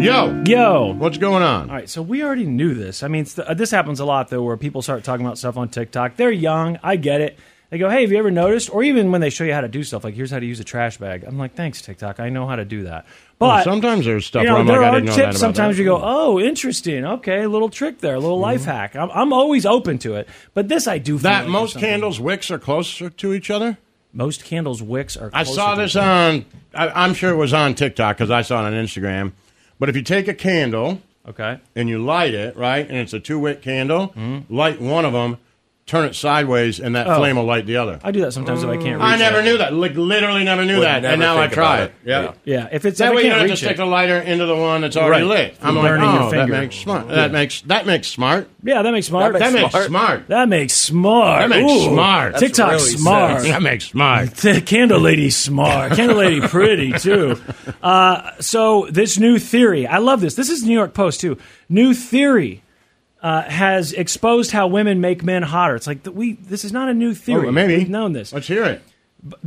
[SPEAKER 1] Yo,
[SPEAKER 2] Yo.
[SPEAKER 1] what's going on?
[SPEAKER 2] All right, so we already knew this. I mean, it's the, uh, this happens a lot though, where people start talking about stuff on TikTok. They're young. I get it. They go, "Hey, have you ever noticed?" Or even when they show you how to do stuff, like, "Here's how to use a trash bag." I'm like, "Thanks, TikTok. I know how to do that." But
[SPEAKER 1] Well, sometimes there's stuff
[SPEAKER 2] you know,
[SPEAKER 1] where I'm
[SPEAKER 2] there
[SPEAKER 1] like, I
[SPEAKER 2] are
[SPEAKER 1] didn't know
[SPEAKER 2] tips.
[SPEAKER 1] that about
[SPEAKER 2] sometimes
[SPEAKER 1] that.
[SPEAKER 2] you go, "Oh, interesting. Okay, little trick there, a little life hack." I'm, I'm always open to it. But this I do. Feel like
[SPEAKER 1] Mm-hmm. That
[SPEAKER 2] is
[SPEAKER 1] most
[SPEAKER 2] something-
[SPEAKER 1] candles wicks are closer to each other.
[SPEAKER 2] most candles wicks are.
[SPEAKER 1] I
[SPEAKER 2] closer
[SPEAKER 1] saw
[SPEAKER 2] to
[SPEAKER 1] this
[SPEAKER 2] each other.
[SPEAKER 1] on. I, I'm sure it was on TikTok because I saw it on Instagram. But if you take a candle
[SPEAKER 2] Okay.
[SPEAKER 1] and you light it, right? And it's a two wick candle. Light one of them, turn it sideways, and that
[SPEAKER 2] Mm-hmm. Oh.
[SPEAKER 1] flame will light the other.
[SPEAKER 2] I do that sometimes if I can't. Reach
[SPEAKER 1] Mm, I never
[SPEAKER 2] it.
[SPEAKER 1] knew that. Like literally never knew
[SPEAKER 3] Would
[SPEAKER 1] that,
[SPEAKER 3] never
[SPEAKER 1] and now I
[SPEAKER 3] think about
[SPEAKER 1] try it.
[SPEAKER 3] it.
[SPEAKER 1] Yeah.
[SPEAKER 3] Yeah.
[SPEAKER 2] Yeah, if it's
[SPEAKER 1] That
[SPEAKER 2] if
[SPEAKER 1] way
[SPEAKER 2] I can't
[SPEAKER 1] you don't have to
[SPEAKER 2] reach
[SPEAKER 1] stick
[SPEAKER 2] it.
[SPEAKER 1] the lighter into the one that's already
[SPEAKER 2] Right.
[SPEAKER 1] lit. I'm
[SPEAKER 2] You're
[SPEAKER 1] like,
[SPEAKER 2] burning your
[SPEAKER 1] oh, that
[SPEAKER 2] finger.
[SPEAKER 1] makes smart. That makes that makes smart.
[SPEAKER 2] yeah, that makes smart.
[SPEAKER 1] That makes
[SPEAKER 3] Smart.
[SPEAKER 1] smart.
[SPEAKER 2] That makes smart.
[SPEAKER 1] That makes
[SPEAKER 2] Ooh.
[SPEAKER 1] smart. That's
[SPEAKER 2] TikTok
[SPEAKER 3] really
[SPEAKER 2] smart.
[SPEAKER 3] sense.
[SPEAKER 1] That makes smart.
[SPEAKER 2] Candle lady smart. Candle lady pretty too. Uh, so this new theory, I love this. This is New York Post too. New theory uh, has exposed how women make men hotter. It's like th- we. This is not a new theory.
[SPEAKER 1] Oh, maybe
[SPEAKER 2] we've known this.
[SPEAKER 1] Let's hear it.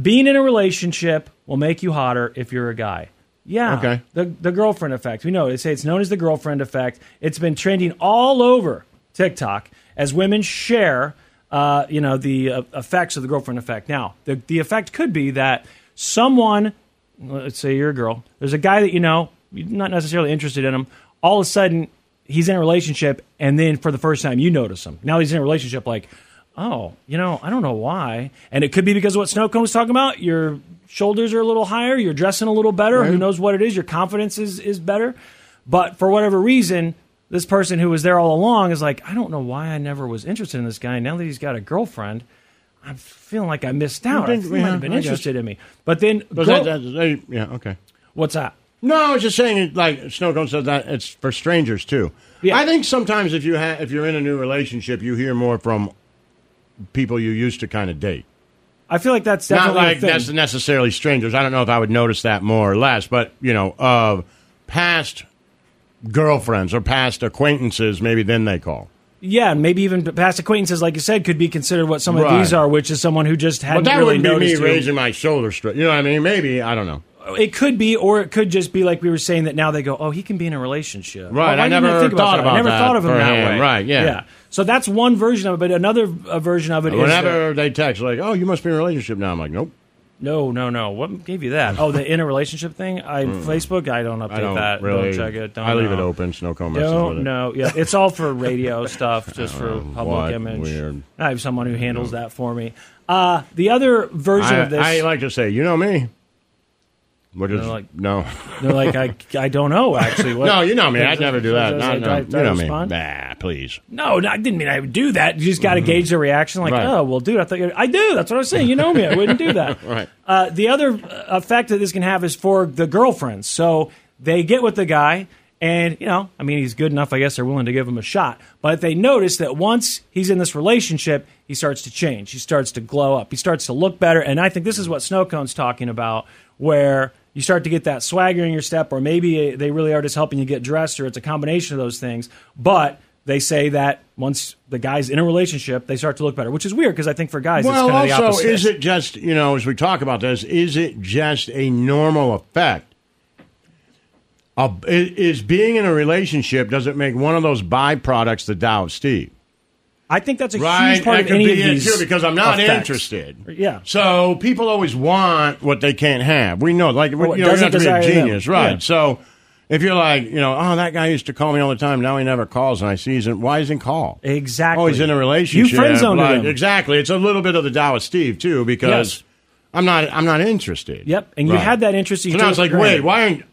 [SPEAKER 2] being in a relationship will make you hotter if you're a guy. Yeah.
[SPEAKER 1] Okay.
[SPEAKER 2] The the girlfriend effect. We know they say it's known as the girlfriend effect. It's been trending all over TikTok as women share uh, you know, the uh, effects of the girlfriend effect. Now, the, the effect could be that someone, let's say you're a girl, there's a guy that you know, you're not necessarily interested in him, all of a sudden he's in a relationship, and then for the first time you notice him. Now he's in a relationship like, oh, you know, I don't know why. And it could be because of what Snow Cone was talking about. Your shoulders are a little higher, you're dressing a little better, who knows what it is, your confidence is, is better. But for whatever reason, this person who was there all along is like, I don't know why I never was interested in this guy. Now that he's got a girlfriend, I'm feeling like I missed out. I
[SPEAKER 1] Been-
[SPEAKER 2] think he might
[SPEAKER 1] yeah,
[SPEAKER 2] have been
[SPEAKER 1] I guess.
[SPEAKER 2] interested in me. But then,
[SPEAKER 1] Was
[SPEAKER 2] girl-
[SPEAKER 1] that- that- that- yeah, okay.
[SPEAKER 2] what's that?
[SPEAKER 1] No, I was just saying, it, like Snow Cone said that it's for strangers too.
[SPEAKER 2] Yeah.
[SPEAKER 1] I think sometimes if you ha- if you're in a new relationship, you hear more from people you used to kind of date.
[SPEAKER 2] I feel like that's definitely
[SPEAKER 1] Not like
[SPEAKER 2] a thing.
[SPEAKER 1] that's necessarily strangers. I don't know if I would notice that more or less, but you know, of past girlfriends or past acquaintances, maybe then they call.
[SPEAKER 2] Yeah, and maybe even past acquaintances, like you said, could be considered what some of
[SPEAKER 1] Right.
[SPEAKER 2] these are, which is someone who just
[SPEAKER 1] But
[SPEAKER 2] hadn't
[SPEAKER 1] that
[SPEAKER 2] really
[SPEAKER 1] wouldn't be me
[SPEAKER 2] noticed. you.
[SPEAKER 1] raising my shoulder straight. You know what I mean? Maybe I don't know.
[SPEAKER 2] It could be, or it could just be like we were saying that now they go, oh, he can be in a relationship. Oh,
[SPEAKER 1] Right,
[SPEAKER 2] why
[SPEAKER 1] I
[SPEAKER 2] didn't
[SPEAKER 1] never
[SPEAKER 2] think about that.
[SPEAKER 1] thought about
[SPEAKER 2] I never
[SPEAKER 1] that
[SPEAKER 2] thought of him
[SPEAKER 1] for
[SPEAKER 2] that
[SPEAKER 1] him.
[SPEAKER 2] way.
[SPEAKER 1] Right, yeah.
[SPEAKER 2] Yeah. So that's one version of it, but another uh, version of it is that-
[SPEAKER 1] Whenever they text like, "Oh, you must be in a relationship now," I'm like, "Nope."
[SPEAKER 2] no, no, no. What gave you that? Oh, the in a relationship thing. I Facebook. I don't update
[SPEAKER 1] Hmm. I don't
[SPEAKER 2] that.
[SPEAKER 1] really.
[SPEAKER 2] Don't check it. Don't uh,
[SPEAKER 1] I leave
[SPEAKER 2] know.
[SPEAKER 1] it open. Snow cone messes with
[SPEAKER 2] Don't
[SPEAKER 1] it.
[SPEAKER 2] know. Yeah, it's all for radio stuff, just for
[SPEAKER 1] know
[SPEAKER 2] public
[SPEAKER 1] what,
[SPEAKER 2] image.
[SPEAKER 1] weird.
[SPEAKER 2] I have someone who handles that for me. Uh, the other version
[SPEAKER 1] I,
[SPEAKER 2] of this,
[SPEAKER 1] I like to say, you know me. What is
[SPEAKER 2] No, like-
[SPEAKER 1] no?
[SPEAKER 2] they're like, I, I don't know actually. What,
[SPEAKER 1] no, you know me. I'd
[SPEAKER 2] Does-
[SPEAKER 1] never do
[SPEAKER 2] does- does-
[SPEAKER 1] that. No,
[SPEAKER 2] does-
[SPEAKER 1] no,
[SPEAKER 2] does-
[SPEAKER 1] you know
[SPEAKER 2] does
[SPEAKER 1] me.
[SPEAKER 2] respond?
[SPEAKER 1] Nah, please.
[SPEAKER 2] No, no, I didn't mean I would do that. You just got to gauge the reaction. Like,
[SPEAKER 1] Mm-hmm. Right.
[SPEAKER 2] oh, well, dude, I thought you I do. That's what I was saying. You know me. I wouldn't do that.
[SPEAKER 1] Right.
[SPEAKER 2] Uh, the other uh, effect that this can have is for the girlfriends. So they get with the guy, and, you know, I mean, he's good enough. I guess they're willing to give him a shot. But if they notice that once he's in this relationship, he starts to change. He starts to glow up. He starts to look better. And I think this is what Snow Cone's talking about, where you start to get that swagger in your step, or maybe they really are just helping you get dressed, or it's a combination of those things. But they say that once the guy's in a relationship, they start to look better, which is weird because I think for guys, it's
[SPEAKER 1] Well,
[SPEAKER 2] kind of the
[SPEAKER 1] also,
[SPEAKER 2] opposite.
[SPEAKER 1] is it just you know as we talk about this, is it just a normal effect? A- i- is being in a relationship does it make one of those byproducts the Dow of Steve?
[SPEAKER 2] I think that's a
[SPEAKER 1] right?
[SPEAKER 2] huge part
[SPEAKER 1] that
[SPEAKER 2] of
[SPEAKER 1] could
[SPEAKER 2] any
[SPEAKER 1] be
[SPEAKER 2] of
[SPEAKER 1] it,
[SPEAKER 2] these
[SPEAKER 1] too, because I'm not
[SPEAKER 2] effects.
[SPEAKER 1] interested.
[SPEAKER 2] Yeah.
[SPEAKER 1] So people always want what they can't have. We know, like,
[SPEAKER 2] what
[SPEAKER 1] you know, you
[SPEAKER 2] doesn't
[SPEAKER 1] have to be a
[SPEAKER 2] desire them.
[SPEAKER 1] genius, right?
[SPEAKER 2] Yeah.
[SPEAKER 1] So if you're like, you know, oh, that guy used to call me all the time. Now he never calls, and I see he's in. Why isn't he call?
[SPEAKER 2] Exactly.
[SPEAKER 1] Oh, he's in a relationship.
[SPEAKER 2] You friend zoned
[SPEAKER 1] like-
[SPEAKER 2] him.
[SPEAKER 1] Exactly. It's a little bit of the Dow of Steve too, because
[SPEAKER 2] Yes.
[SPEAKER 1] I'm not. I'm not interested.
[SPEAKER 2] Yep, and you had that interest, you
[SPEAKER 1] So
[SPEAKER 2] took
[SPEAKER 1] now it's
[SPEAKER 2] it
[SPEAKER 1] like,
[SPEAKER 2] for
[SPEAKER 1] wait,
[SPEAKER 2] granted.
[SPEAKER 1] why aren't?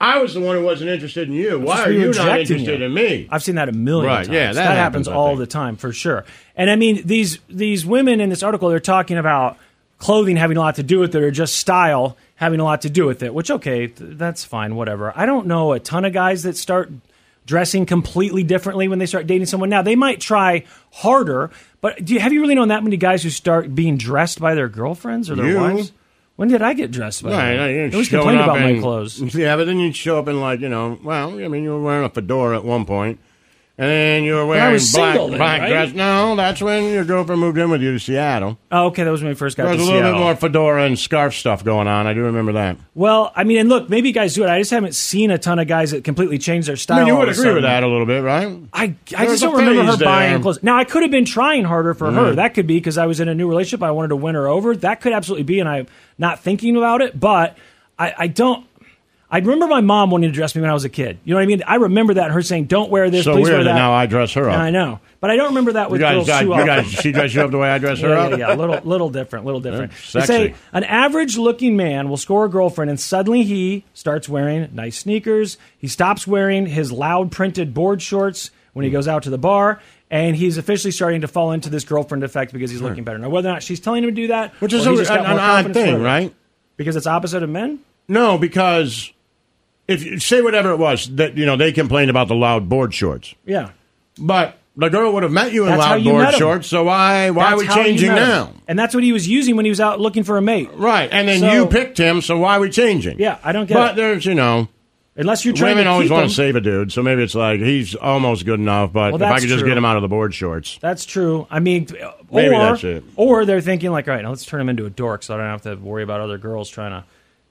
[SPEAKER 1] I was the one who wasn't interested in you. Why
[SPEAKER 2] Just
[SPEAKER 1] are you not
[SPEAKER 2] rejecting
[SPEAKER 1] interested
[SPEAKER 2] you.
[SPEAKER 1] in me?
[SPEAKER 2] I've seen that a million
[SPEAKER 1] Right,
[SPEAKER 2] times.
[SPEAKER 1] yeah, that happens, I
[SPEAKER 2] all
[SPEAKER 1] think.
[SPEAKER 2] the time for sure. And I mean these these women in this article they're talking about clothing having a lot to do with it or just style having a lot to do with it, which okay, th- that's fine, whatever. I don't know a ton of guys that start dressing completely differently when they start dating someone now. They might try harder, but do you, have you really known that many guys who start being dressed by their girlfriends or their
[SPEAKER 1] You.
[SPEAKER 2] wives? When did I get dressed by
[SPEAKER 1] Right,
[SPEAKER 2] them?
[SPEAKER 1] right, you're
[SPEAKER 2] I Uh, always
[SPEAKER 1] showing
[SPEAKER 2] complain
[SPEAKER 1] up
[SPEAKER 2] about my
[SPEAKER 1] in-
[SPEAKER 2] clothes.
[SPEAKER 1] Yeah, but then you'd show up in like you know, well, I mean, you were wearing a fedora at one point, and then you were wearing
[SPEAKER 2] I was
[SPEAKER 1] black,
[SPEAKER 2] single then,
[SPEAKER 1] black
[SPEAKER 2] right?
[SPEAKER 1] dress. No, that's when your girlfriend moved in with you to Seattle.
[SPEAKER 2] Oh, okay, that was when we first got
[SPEAKER 1] There was
[SPEAKER 2] to
[SPEAKER 1] a little
[SPEAKER 2] Seattle.
[SPEAKER 1] bit more fedora and scarf stuff going on. I do remember that.
[SPEAKER 2] Well, I mean, and look, maybe guys do it. I just haven't seen a ton of guys that completely change their style.
[SPEAKER 1] I mean, you
[SPEAKER 2] all
[SPEAKER 1] would
[SPEAKER 2] of a
[SPEAKER 1] agree with
[SPEAKER 2] sudden.
[SPEAKER 1] that a little bit, right?
[SPEAKER 2] I, I
[SPEAKER 1] There's
[SPEAKER 2] just
[SPEAKER 1] a
[SPEAKER 2] don't remember her
[SPEAKER 1] phase there. Mm-hmm.
[SPEAKER 2] buying clothes. Now, I could have been trying harder for her. That could be because I was in a new relationship. I wanted to win her over. That could absolutely be, and I'm not thinking about it, but I, I don't. I remember my mom wanting to dress me when I was a kid. You know what I mean? I remember that, her saying, don't wear this,
[SPEAKER 1] so
[SPEAKER 2] please wear
[SPEAKER 1] weird
[SPEAKER 2] that.
[SPEAKER 1] that now I dress her up.
[SPEAKER 2] I know. But I don't remember that
[SPEAKER 1] You
[SPEAKER 2] with
[SPEAKER 1] guys,
[SPEAKER 2] girls
[SPEAKER 1] got,
[SPEAKER 2] too
[SPEAKER 1] you
[SPEAKER 2] often.
[SPEAKER 1] guys, she dressed you up the way I dress her
[SPEAKER 2] yeah,
[SPEAKER 1] up.
[SPEAKER 2] Yeah, yeah, little, little different, little different.
[SPEAKER 1] Yeah,
[SPEAKER 2] They
[SPEAKER 1] sexy.
[SPEAKER 2] say an average-looking man will score a girlfriend, and suddenly he starts wearing nice sneakers. He stops wearing his loud printed board shorts when
[SPEAKER 1] Hmm.
[SPEAKER 2] he goes out to the bar, and he's officially starting to fall into this girlfriend effect because he's looking better. Now, whether or not she's telling him to do that,
[SPEAKER 1] Hmm. Which is
[SPEAKER 2] or
[SPEAKER 1] a,
[SPEAKER 2] he's just got
[SPEAKER 1] an,
[SPEAKER 2] more
[SPEAKER 1] an odd
[SPEAKER 2] confidence,
[SPEAKER 1] thing,
[SPEAKER 2] whatever.
[SPEAKER 1] right?
[SPEAKER 2] Because it's opposite of men.
[SPEAKER 1] No, because if you say whatever it was that you know they complained about the loud board shorts.
[SPEAKER 2] Yeah,
[SPEAKER 1] But the girl would have met you in
[SPEAKER 2] That's how
[SPEAKER 1] loud
[SPEAKER 2] you met
[SPEAKER 1] board
[SPEAKER 2] him.
[SPEAKER 1] shorts, so why why
[SPEAKER 2] That's
[SPEAKER 1] are we
[SPEAKER 2] how you
[SPEAKER 1] changing
[SPEAKER 2] met him.
[SPEAKER 1] now?
[SPEAKER 2] And that's what he was using when he was out looking for a mate.
[SPEAKER 1] Right, and then
[SPEAKER 2] So-
[SPEAKER 1] you picked him, so why are we changing?
[SPEAKER 2] Yeah, I don't get
[SPEAKER 1] But
[SPEAKER 2] it.
[SPEAKER 1] there's, you know,
[SPEAKER 2] Unless you're trying
[SPEAKER 1] women
[SPEAKER 2] to
[SPEAKER 1] always
[SPEAKER 2] keep
[SPEAKER 1] want
[SPEAKER 2] him.
[SPEAKER 1] to save a dude, so maybe it's like he's almost good enough, but
[SPEAKER 2] Well,
[SPEAKER 1] if I
[SPEAKER 2] that's
[SPEAKER 1] could just
[SPEAKER 2] true.
[SPEAKER 1] get him out of the board shorts.
[SPEAKER 2] That's true. I mean,
[SPEAKER 1] Maybe
[SPEAKER 2] or
[SPEAKER 1] that's it.
[SPEAKER 2] or they're thinking like, all right, now let's turn him into a dork, so I don't have to worry about other girls trying to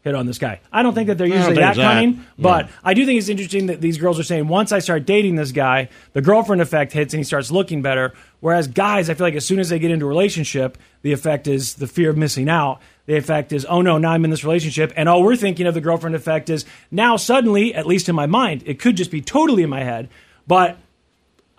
[SPEAKER 2] hit on this guy. I don't think that they're usually
[SPEAKER 1] think
[SPEAKER 2] that
[SPEAKER 1] it's that.
[SPEAKER 2] cunning,
[SPEAKER 1] Yeah.
[SPEAKER 2] but I do think it's interesting that these girls are saying once I start dating this guy, the girlfriend effect hits and he starts looking better. Whereas guys, I feel like as soon as they get into a relationship, the effect is the fear of missing out. The effect is, oh no, now I'm in this relationship. And all we're thinking of the girlfriend effect is now suddenly, at least in my mind, it could just be totally in my head, but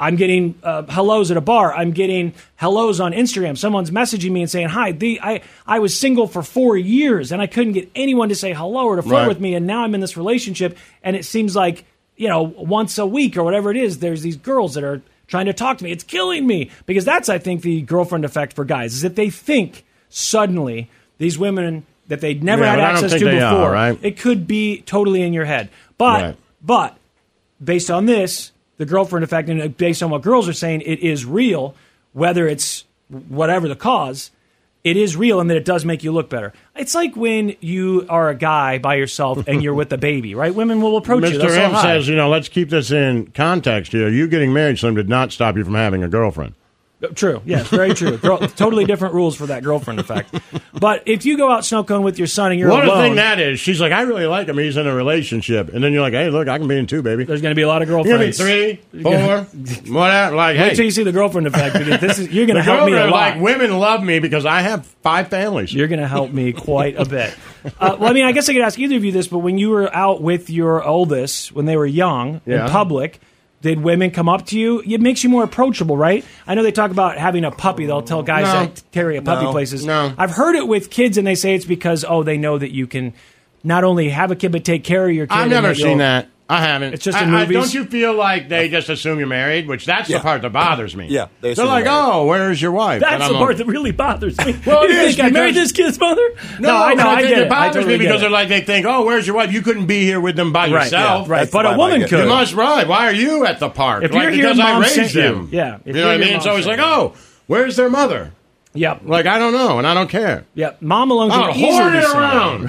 [SPEAKER 2] I'm getting uh, hellos at a bar. I'm getting hellos on Instagram. Someone's messaging me and saying, "Hi, the, I I was single for four years and I couldn't get anyone to say hello or to flirt
[SPEAKER 1] Right.
[SPEAKER 2] with me, and now I'm in this relationship, and it seems like you know once a week or whatever it is, there's these girls that are trying to talk to me. It's killing me because that's I think the girlfriend effect for guys is that they think suddenly these women that they'd never
[SPEAKER 1] Yeah,
[SPEAKER 2] had
[SPEAKER 1] but I don't
[SPEAKER 2] access to
[SPEAKER 1] think they are,
[SPEAKER 2] before.
[SPEAKER 1] right?
[SPEAKER 2] It could be totally in your head, but
[SPEAKER 1] Right.
[SPEAKER 2] but based on this, the girlfriend effect, and uh, based on what girls are saying, it is real, whether it's whatever the cause, it is real and that it does make you look better. It's like when you are a guy by yourself and you're with a baby, right? Women will approach you. They'll
[SPEAKER 1] Mr.
[SPEAKER 2] say
[SPEAKER 1] M
[SPEAKER 2] hi.
[SPEAKER 1] says, you know, let's keep this in context here. You getting married some did not stop you from having a girlfriend.
[SPEAKER 2] Uh, True. Yes, very true. Girl, totally different rules for that girlfriend effect. But if you go out snow cone with your son and you're
[SPEAKER 1] what
[SPEAKER 2] alone,
[SPEAKER 1] a thing that is. She's like, I really like him. He's in a relationship. And then you're like, hey, look, I can be in two, baby.
[SPEAKER 2] there's going to be a lot of
[SPEAKER 1] You're going
[SPEAKER 2] girlfriends.
[SPEAKER 1] three, four, whatever. Like, hey.
[SPEAKER 2] Wait till you see the girlfriend effect because this is you're going to
[SPEAKER 1] the
[SPEAKER 2] help me a
[SPEAKER 1] girlfriend,
[SPEAKER 2] lot.
[SPEAKER 1] like, women love me because I have five families.
[SPEAKER 2] You're going to help me quite a bit. Uh, well, I mean, I guess I could ask either of you this, but when you were out with your oldest when they were young
[SPEAKER 1] Yeah.
[SPEAKER 2] in public, did women come up to you? It makes you more approachable, right? I know they talk about having a puppy. They'll tell guys
[SPEAKER 1] No.
[SPEAKER 2] that carry a puppy
[SPEAKER 3] No.
[SPEAKER 2] places.
[SPEAKER 1] No.
[SPEAKER 2] I've heard it with kids, and they say it's because oh, they know that you can not only have a kid but take care of your kid.
[SPEAKER 1] I've
[SPEAKER 2] and
[SPEAKER 1] never
[SPEAKER 2] you'll-
[SPEAKER 1] seen that. I haven't.
[SPEAKER 2] It's just
[SPEAKER 1] I,
[SPEAKER 2] in
[SPEAKER 1] I-
[SPEAKER 2] movies.
[SPEAKER 1] don't you feel like they just assume you're married? Which that's
[SPEAKER 3] Yeah.
[SPEAKER 1] the part that bothers me.
[SPEAKER 3] Yeah, they
[SPEAKER 1] they are
[SPEAKER 3] assume
[SPEAKER 1] like,
[SPEAKER 3] you're married.
[SPEAKER 1] oh, where's your wife? And
[SPEAKER 2] That's
[SPEAKER 1] I'm
[SPEAKER 2] the
[SPEAKER 1] like,
[SPEAKER 2] part that really bothers me.
[SPEAKER 1] Well, it
[SPEAKER 2] You
[SPEAKER 1] is
[SPEAKER 2] think I married this
[SPEAKER 1] because-
[SPEAKER 2] kid's mother?
[SPEAKER 1] No,
[SPEAKER 2] I know.
[SPEAKER 1] but
[SPEAKER 2] I
[SPEAKER 1] think
[SPEAKER 2] get
[SPEAKER 1] it
[SPEAKER 2] I
[SPEAKER 1] bothers
[SPEAKER 2] totally
[SPEAKER 1] me
[SPEAKER 2] get
[SPEAKER 1] because
[SPEAKER 2] it.
[SPEAKER 1] they're like they think, oh, where's your wife? You couldn't be here with them by
[SPEAKER 2] Right,
[SPEAKER 1] yourself.
[SPEAKER 2] yeah, right.
[SPEAKER 3] That's
[SPEAKER 2] but
[SPEAKER 3] the
[SPEAKER 2] a
[SPEAKER 3] vibe I
[SPEAKER 2] woman
[SPEAKER 3] get.
[SPEAKER 2] could.
[SPEAKER 1] You must ride. Why are you at the park?
[SPEAKER 2] If
[SPEAKER 1] Like,
[SPEAKER 2] you're here,
[SPEAKER 1] because I
[SPEAKER 2] Mom
[SPEAKER 1] raised
[SPEAKER 2] sent you.
[SPEAKER 1] them.
[SPEAKER 2] Yeah, if
[SPEAKER 1] you
[SPEAKER 2] you're
[SPEAKER 1] know what I
[SPEAKER 2] here,
[SPEAKER 1] mean.
[SPEAKER 2] Mom
[SPEAKER 1] So it's like,
[SPEAKER 2] sent
[SPEAKER 1] oh, where's their mother?
[SPEAKER 2] Yep.
[SPEAKER 1] Like I don't know, and I don't care.
[SPEAKER 2] Yep, mom alone
[SPEAKER 1] I'm
[SPEAKER 2] can
[SPEAKER 1] gonna
[SPEAKER 2] easily
[SPEAKER 1] hoard
[SPEAKER 2] be
[SPEAKER 1] Oh, it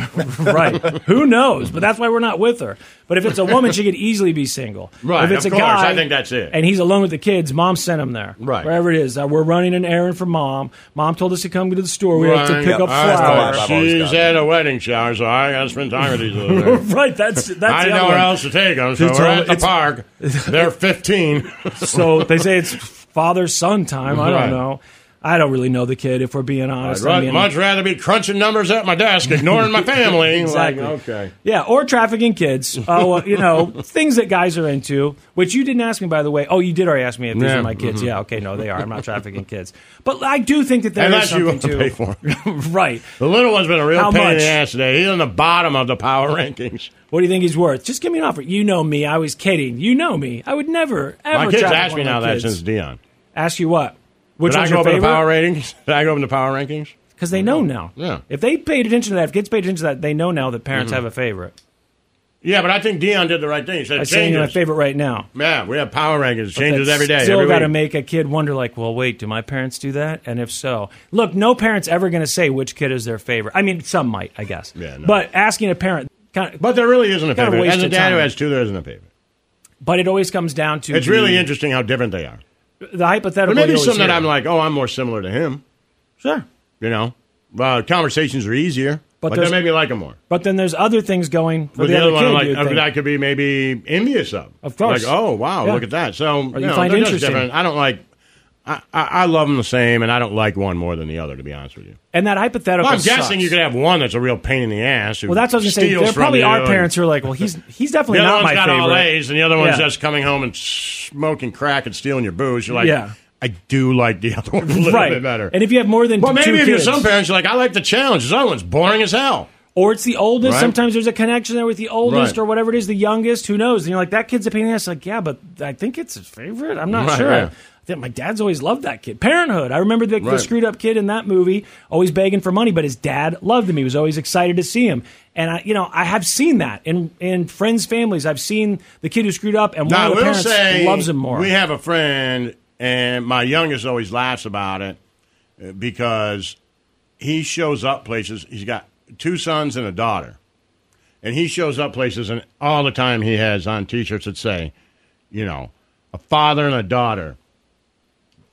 [SPEAKER 2] single.
[SPEAKER 1] around.
[SPEAKER 2] right? Who knows? But that's why we're not with her. But if it's a woman, she could easily be single.
[SPEAKER 1] Right,
[SPEAKER 2] If it's
[SPEAKER 1] of
[SPEAKER 2] a
[SPEAKER 1] course.
[SPEAKER 2] guy,
[SPEAKER 1] I think that's it.
[SPEAKER 2] And he's alone with the kids. Mom sent him there.
[SPEAKER 1] Right.
[SPEAKER 2] Wherever it is, uh, we're running an errand for mom. Mom told us to come to the store. We have to
[SPEAKER 1] Right.
[SPEAKER 2] pick up
[SPEAKER 1] All right,
[SPEAKER 2] flowers.
[SPEAKER 3] I've always
[SPEAKER 1] She's
[SPEAKER 3] gotten.
[SPEAKER 1] at a wedding shower, so I gotta spend time with these little things.
[SPEAKER 2] Right. That's that's.
[SPEAKER 1] I
[SPEAKER 2] the
[SPEAKER 1] didn't
[SPEAKER 2] other
[SPEAKER 1] know where
[SPEAKER 2] one.
[SPEAKER 1] else to take them, so
[SPEAKER 2] It's
[SPEAKER 1] we're
[SPEAKER 2] all-
[SPEAKER 1] at the
[SPEAKER 2] it's-
[SPEAKER 1] park. They're 15.
[SPEAKER 2] So they say it's father son time. I don't
[SPEAKER 1] Right.
[SPEAKER 2] know. I don't really know the kid. If we're being
[SPEAKER 1] I'd
[SPEAKER 2] honest, I
[SPEAKER 1] ra-
[SPEAKER 2] mean-
[SPEAKER 1] much rather be crunching numbers at my desk, ignoring my family.
[SPEAKER 2] Exactly.
[SPEAKER 1] Like, okay.
[SPEAKER 2] Yeah, or trafficking kids. Oh, well, you know, things that guys are into, which you didn't ask me, by the way. Oh, you did already ask me if these
[SPEAKER 1] Yeah, mm-hmm.
[SPEAKER 2] are my kids. Yeah, okay, no, they are. I'm not trafficking kids. But I do think that there is
[SPEAKER 1] Unless
[SPEAKER 2] something
[SPEAKER 1] you want to
[SPEAKER 2] to.
[SPEAKER 1] pay for them.
[SPEAKER 2] right.
[SPEAKER 1] The little one's been a real
[SPEAKER 2] How
[SPEAKER 1] pain in
[SPEAKER 2] much?
[SPEAKER 1] the ass today. He's on the bottom of the power rankings.
[SPEAKER 2] What do you think he's worth? Just give me an offer. You know me. I was kidding. You know me. I would never, ever
[SPEAKER 1] My kids
[SPEAKER 2] traffic
[SPEAKER 1] ask me
[SPEAKER 2] one of
[SPEAKER 1] now
[SPEAKER 2] my
[SPEAKER 1] that
[SPEAKER 2] kids.
[SPEAKER 1] since Dion.
[SPEAKER 2] Ask you what? Which
[SPEAKER 1] Did I
[SPEAKER 2] one's
[SPEAKER 1] go
[SPEAKER 2] your
[SPEAKER 1] up in the power
[SPEAKER 2] favorite?
[SPEAKER 1] rankings? Did I go up in the power rankings?
[SPEAKER 2] Because they know now.
[SPEAKER 1] Yeah. Mm-hmm.
[SPEAKER 2] If they paid attention to that, if kids paid attention to that, they know now that parents have a favorite.
[SPEAKER 1] Yeah, but I think Dion did the right thing. He said
[SPEAKER 2] I'm saying my
[SPEAKER 1] changes.
[SPEAKER 2] favorite right now.
[SPEAKER 1] yeah, we have power rankings.
[SPEAKER 2] But
[SPEAKER 1] Changes
[SPEAKER 2] that's
[SPEAKER 1] every day.
[SPEAKER 2] Still
[SPEAKER 1] every
[SPEAKER 2] got to
[SPEAKER 1] week.
[SPEAKER 2] make a kid wonder, like, well, wait, do my parents do that? And if so, look, no parent's ever going to say which kid is their favorite. I mean, some might, I guess.
[SPEAKER 1] Yeah, no.
[SPEAKER 2] But asking a parent, kind of, but,
[SPEAKER 1] but there really isn't a
[SPEAKER 2] Kinda
[SPEAKER 1] favorite. As
[SPEAKER 2] waste
[SPEAKER 1] a
[SPEAKER 2] of
[SPEAKER 1] dad who
[SPEAKER 2] time. Mm-hmm.
[SPEAKER 1] has two, there isn't a favorite.
[SPEAKER 2] it always comes down to
[SPEAKER 1] It's
[SPEAKER 2] the,
[SPEAKER 1] really interesting how different they are.
[SPEAKER 2] the hypothetical.
[SPEAKER 1] But maybe
[SPEAKER 2] you always
[SPEAKER 1] some that
[SPEAKER 2] hear.
[SPEAKER 1] I'm like, oh, I'm more similar to him.
[SPEAKER 2] sure.
[SPEAKER 1] You know, uh, conversations are easier,
[SPEAKER 2] But
[SPEAKER 1] but like, that
[SPEAKER 2] there's-
[SPEAKER 1] made me like him more.
[SPEAKER 2] But then there's other things going for
[SPEAKER 1] But
[SPEAKER 2] the, other,
[SPEAKER 1] one,
[SPEAKER 2] kid.
[SPEAKER 1] I'm like,
[SPEAKER 2] you'd
[SPEAKER 1] uh,
[SPEAKER 2] think.
[SPEAKER 1] that could be maybe envious of.
[SPEAKER 2] Of course.
[SPEAKER 1] Like, oh wow,
[SPEAKER 2] Yeah.
[SPEAKER 1] look at that. So
[SPEAKER 2] Or
[SPEAKER 1] you,
[SPEAKER 2] you
[SPEAKER 1] know,
[SPEAKER 2] find
[SPEAKER 1] they're just
[SPEAKER 2] interesting.
[SPEAKER 1] different. I don't like. I, I, I love them the same, and I don't like one more than the other. To be honest with you,
[SPEAKER 2] and that hypothetical.
[SPEAKER 1] well, I'm
[SPEAKER 2] sucks.
[SPEAKER 1] guessing you could have one that's a real pain in the ass. Who
[SPEAKER 2] Well, that's what I was going to say.
[SPEAKER 1] steals
[SPEAKER 2] There
[SPEAKER 1] from
[SPEAKER 2] probably
[SPEAKER 1] you
[SPEAKER 2] are
[SPEAKER 1] and-
[SPEAKER 2] parents who are like, well, he's he's
[SPEAKER 1] The
[SPEAKER 2] definitely
[SPEAKER 1] other
[SPEAKER 2] not
[SPEAKER 1] one's
[SPEAKER 2] my
[SPEAKER 1] got
[SPEAKER 2] favorite.
[SPEAKER 1] all A's, and the other one's
[SPEAKER 2] Yeah.
[SPEAKER 1] just coming home and smoking crack and stealing your booze. You're like,
[SPEAKER 2] Yeah.
[SPEAKER 1] I do like the other one a little
[SPEAKER 2] right.
[SPEAKER 1] bit better.
[SPEAKER 2] And if you have more than
[SPEAKER 1] well,
[SPEAKER 2] two
[SPEAKER 1] maybe if
[SPEAKER 2] kids,
[SPEAKER 1] you're some parents, you're like, I like the challenge. This other one's boring as hell.
[SPEAKER 2] or it's the oldest.
[SPEAKER 1] Right.
[SPEAKER 2] Sometimes there's a connection there with the oldest
[SPEAKER 1] Right.
[SPEAKER 2] or whatever it is, the youngest. Who knows? And you're like, that kid's a pain in the ass. Like, yeah, but I think it's his favorite. I'm not
[SPEAKER 1] Right,
[SPEAKER 2] sure.
[SPEAKER 1] right.
[SPEAKER 2] I think my dad's always loved that kid. Parenthood. I remember the, the
[SPEAKER 1] Right.
[SPEAKER 2] screwed up kid in that movie, always begging for money, but his dad loved him. He was always excited to see him. And I, you know, I have seen that in in friends' families. I've seen the kid who screwed up, and one of
[SPEAKER 1] Now, I
[SPEAKER 2] the
[SPEAKER 1] will
[SPEAKER 2] parents
[SPEAKER 1] say,
[SPEAKER 2] loves him more.
[SPEAKER 1] We have a friend, and my youngest always laughs about it uh, because he shows up places. He's got two sons and a daughter, and he shows up places, and all the time he has on T-shirts that say, you know, a father and a daughter.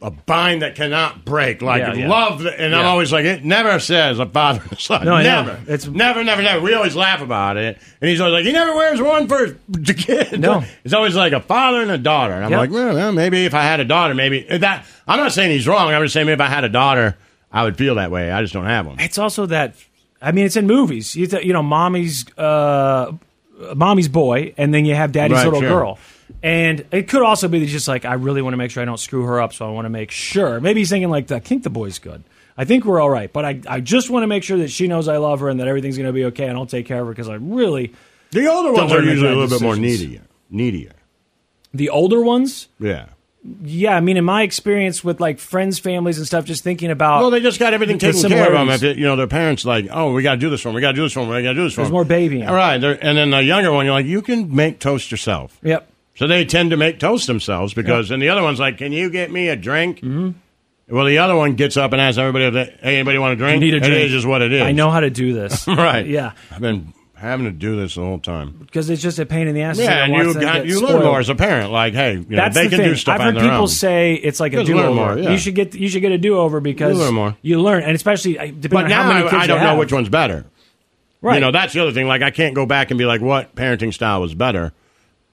[SPEAKER 1] a bind that cannot break. Like
[SPEAKER 2] Yeah, yeah.
[SPEAKER 1] love, th- and I'm
[SPEAKER 2] Yeah.
[SPEAKER 1] always like, it never says a father and son.
[SPEAKER 2] No, I know.
[SPEAKER 1] never. It's
[SPEAKER 2] It's-
[SPEAKER 1] never, never, never. We always laugh about it, and he's always like, he never wears one for the kid.
[SPEAKER 2] No.
[SPEAKER 1] it's always like a father and a daughter. And I'm
[SPEAKER 2] Yep.
[SPEAKER 1] like, well, well, maybe if I had a daughter, maybe that. I'm not saying he's wrong. I'm just saying if I had a daughter, I would feel that way. I just don't have one.
[SPEAKER 2] It's also that. I mean, it's in movies. You, th- you know, mommy's uh, mommy's boy, and then you have daddy's
[SPEAKER 1] Right,
[SPEAKER 2] little
[SPEAKER 1] sure.
[SPEAKER 2] girl. And it could also be that he's just like I really want to make sure I don't screw her up, so I want to make sure. Maybe he's thinking like, I think the boy's good. I think we're all right, but I, I just want to make sure that she knows I love her and that everything's going to be okay, and I'll take care of her because I really
[SPEAKER 1] The older
[SPEAKER 2] Don't
[SPEAKER 1] ones are
[SPEAKER 2] make
[SPEAKER 1] usually a
[SPEAKER 2] bad
[SPEAKER 1] little bit more
[SPEAKER 2] decisions.
[SPEAKER 1] needier. Needier.
[SPEAKER 2] the older ones.
[SPEAKER 1] Yeah.
[SPEAKER 2] Yeah, I mean, in my experience with like friends, families, and stuff, just thinking about
[SPEAKER 1] Well, they just got everything
[SPEAKER 2] The
[SPEAKER 1] taken care of them.
[SPEAKER 2] similarities.
[SPEAKER 1] If it, you know, their parents like, oh, we got to do this one, we got to do this one, we got to do this one.
[SPEAKER 2] There's more baby in it.
[SPEAKER 1] All right, they're- and then the younger one, you're like, you can make toast yourself.
[SPEAKER 2] yep.
[SPEAKER 1] So they tend to make toast themselves because, and the other one's like, can you get me a drink? Mm-hmm. Well, the other one gets up and asks everybody, if they- hey, anybody want a drink?
[SPEAKER 2] You need a drink.
[SPEAKER 1] It is just what it is.
[SPEAKER 2] I know how to do this.
[SPEAKER 1] Right.
[SPEAKER 2] Yeah.
[SPEAKER 1] I've been having to do this the whole time.
[SPEAKER 2] because it's just a pain in the ass. to
[SPEAKER 1] Yeah, and
[SPEAKER 2] watch
[SPEAKER 1] you
[SPEAKER 2] them
[SPEAKER 1] got
[SPEAKER 2] get
[SPEAKER 1] you learn
[SPEAKER 2] spoiled.
[SPEAKER 1] more as a parent. Like, hey, you know,
[SPEAKER 2] That's
[SPEAKER 1] they
[SPEAKER 2] the
[SPEAKER 1] can
[SPEAKER 2] thing.
[SPEAKER 1] do stuff
[SPEAKER 2] I've
[SPEAKER 1] on
[SPEAKER 2] heard
[SPEAKER 1] their
[SPEAKER 2] people
[SPEAKER 1] own.
[SPEAKER 2] say it's like a
[SPEAKER 1] Just learn
[SPEAKER 2] do-over.
[SPEAKER 1] more, yeah.
[SPEAKER 2] You should get you should get a do-over because
[SPEAKER 1] You learn more.
[SPEAKER 2] You learn, and especially uh, depending
[SPEAKER 1] But
[SPEAKER 2] on
[SPEAKER 1] now
[SPEAKER 2] how many kids
[SPEAKER 1] I, I
[SPEAKER 2] you
[SPEAKER 1] don't know
[SPEAKER 2] have.
[SPEAKER 1] which one's better.
[SPEAKER 2] Right.
[SPEAKER 1] You know, that's the other thing. Like, I can't go back and be like, what parenting style was better.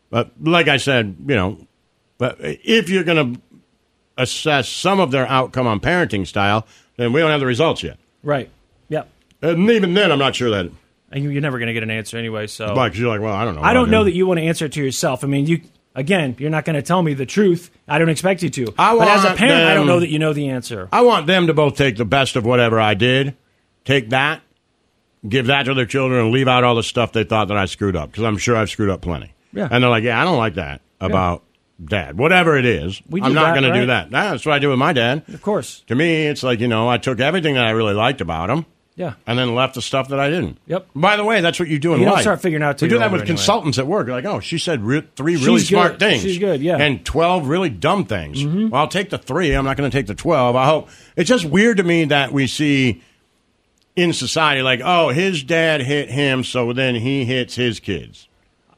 [SPEAKER 1] But like I said, you know, but if you're going to assess some of their outcome on parenting style, then we don't have the results yet.
[SPEAKER 2] right. Yep.
[SPEAKER 1] And even then, I'm not sure that.
[SPEAKER 2] And you- you're never going to get an answer anyway. So
[SPEAKER 1] Because you're like, well, I don't know.
[SPEAKER 2] I don't
[SPEAKER 1] did.
[SPEAKER 2] know that you want to answer it to yourself. I mean, you again, you're not going to tell me the truth. I don't expect you to.
[SPEAKER 1] I
[SPEAKER 2] but as a
[SPEAKER 1] want
[SPEAKER 2] parent, I don't
[SPEAKER 1] them-
[SPEAKER 2] know that you know the answer.
[SPEAKER 1] I want them to both take the best of whatever I did, take that, give that to their children, and leave out all the stuff they thought that I screwed up because I'm sure I've screwed up plenty.
[SPEAKER 2] Yeah.
[SPEAKER 1] And they're like, yeah, I don't like that about dad. Whatever it is,
[SPEAKER 2] We do
[SPEAKER 1] I'm not
[SPEAKER 2] that,
[SPEAKER 1] going to do
[SPEAKER 2] right?
[SPEAKER 1] that. That's what I do with my dad.
[SPEAKER 2] Of course.
[SPEAKER 1] To me, it's like, you know, I took everything that I really liked about him
[SPEAKER 2] Yeah.
[SPEAKER 1] and then left the stuff that I didn't.
[SPEAKER 2] Yep.
[SPEAKER 1] By the way, that's what you do in
[SPEAKER 2] You don't
[SPEAKER 1] life.
[SPEAKER 2] start figuring out till
[SPEAKER 1] We do
[SPEAKER 2] you're
[SPEAKER 1] that
[SPEAKER 2] older
[SPEAKER 1] with
[SPEAKER 2] anyway.
[SPEAKER 1] consultants at work. Like, oh, she said re- three really
[SPEAKER 2] She's good.
[SPEAKER 1] smart things.
[SPEAKER 2] She's good, yeah. Mm-hmm.
[SPEAKER 1] And twelve really dumb things. Well, I'll take the three. I'm not going to take the twelve. I hope it's just weird to me that we see in society like, oh, his dad hit him, so then he hits his kids.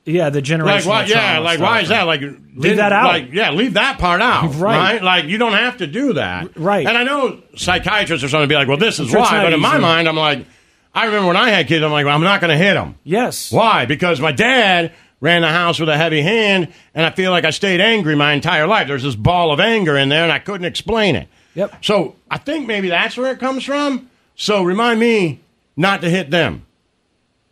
[SPEAKER 2] Yeah, the
[SPEAKER 1] Like
[SPEAKER 2] generation.
[SPEAKER 1] why? Yeah. Like why is that? Like didn't-
[SPEAKER 2] that out.
[SPEAKER 1] Like yeah, leave that part out.
[SPEAKER 2] Right.
[SPEAKER 1] right. Like you don't have to do that.
[SPEAKER 2] right.
[SPEAKER 1] And I know psychiatrists or something be like, well, this is
[SPEAKER 2] sure it's
[SPEAKER 1] why.
[SPEAKER 2] not
[SPEAKER 1] But in my
[SPEAKER 2] easy.
[SPEAKER 1] mind, I'm like, I remember when I had kids, I'm like, well, I'm not going to hit them.
[SPEAKER 2] Yes.
[SPEAKER 1] Why? Because my dad ran the house with a heavy hand, and I feel like I stayed angry my entire life. There's this ball of anger in there, and I couldn't explain it.
[SPEAKER 2] Yep.
[SPEAKER 1] So I think maybe that's where it comes from. So remind me not to hit them.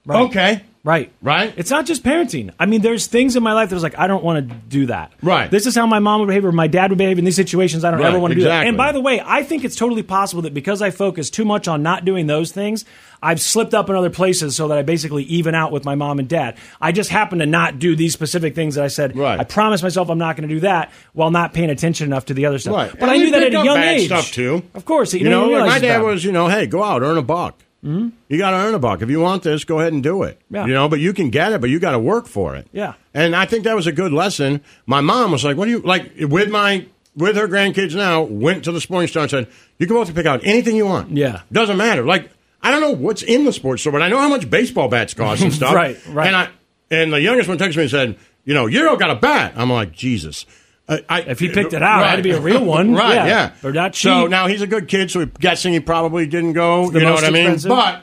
[SPEAKER 1] Okay.
[SPEAKER 2] Right.
[SPEAKER 1] Right?
[SPEAKER 2] It's not just parenting. I mean, there's things in my life that was like, I don't want to do that.
[SPEAKER 1] Right.
[SPEAKER 2] This is how my mom would behave or my dad would behave in these situations. I don't
[SPEAKER 1] Right,
[SPEAKER 2] ever want to do that.
[SPEAKER 1] exactly.
[SPEAKER 2] And by the way, I think it's totally possible that because I focus too much on not doing those things, I've slipped up in other places so that I basically even out with my mom and dad. I just happen to not do these specific things that I said.
[SPEAKER 1] Right.
[SPEAKER 2] I promised myself I'm not going to do that while not paying attention enough to the other stuff.
[SPEAKER 1] Right.
[SPEAKER 2] But
[SPEAKER 1] And
[SPEAKER 2] I
[SPEAKER 1] you
[SPEAKER 2] knew that at
[SPEAKER 1] pick
[SPEAKER 2] a
[SPEAKER 1] up
[SPEAKER 2] young
[SPEAKER 1] bad
[SPEAKER 2] age.
[SPEAKER 1] Stuff too.
[SPEAKER 2] Of course. You,
[SPEAKER 1] You
[SPEAKER 2] know,
[SPEAKER 1] know,
[SPEAKER 2] you
[SPEAKER 1] like
[SPEAKER 2] realize
[SPEAKER 1] my dad
[SPEAKER 2] that.
[SPEAKER 1] was, you know, hey, go out, earn a buck. Mm-hmm. You got to earn a buck. If you want this, go ahead and do it.
[SPEAKER 2] Yeah.
[SPEAKER 1] You know, but you can get it, but you got to work for it.
[SPEAKER 2] Yeah.
[SPEAKER 1] And I think that was a good lesson. My mom was like, what do you, like, with my, with her grandkids now, went to the sporting store and said, you can both pick out anything you want.
[SPEAKER 2] Yeah.
[SPEAKER 1] Doesn't matter. Like, I don't know what's in the sports store, but I know how much baseball bats cost and stuff.
[SPEAKER 2] Right, right.
[SPEAKER 1] And I, and the youngest one texted me and said, you know, Euro got a bat. I'm like, Jesus. I, I,
[SPEAKER 2] If he picked it out, it had to be a real one.
[SPEAKER 1] right? Yeah,
[SPEAKER 2] Yeah. They're not
[SPEAKER 1] So
[SPEAKER 2] cheap.
[SPEAKER 1] now he's a good kid, so we're guessing he probably didn't go.
[SPEAKER 2] the
[SPEAKER 1] You know
[SPEAKER 2] most
[SPEAKER 1] what I mean?
[SPEAKER 2] expensive
[SPEAKER 1] But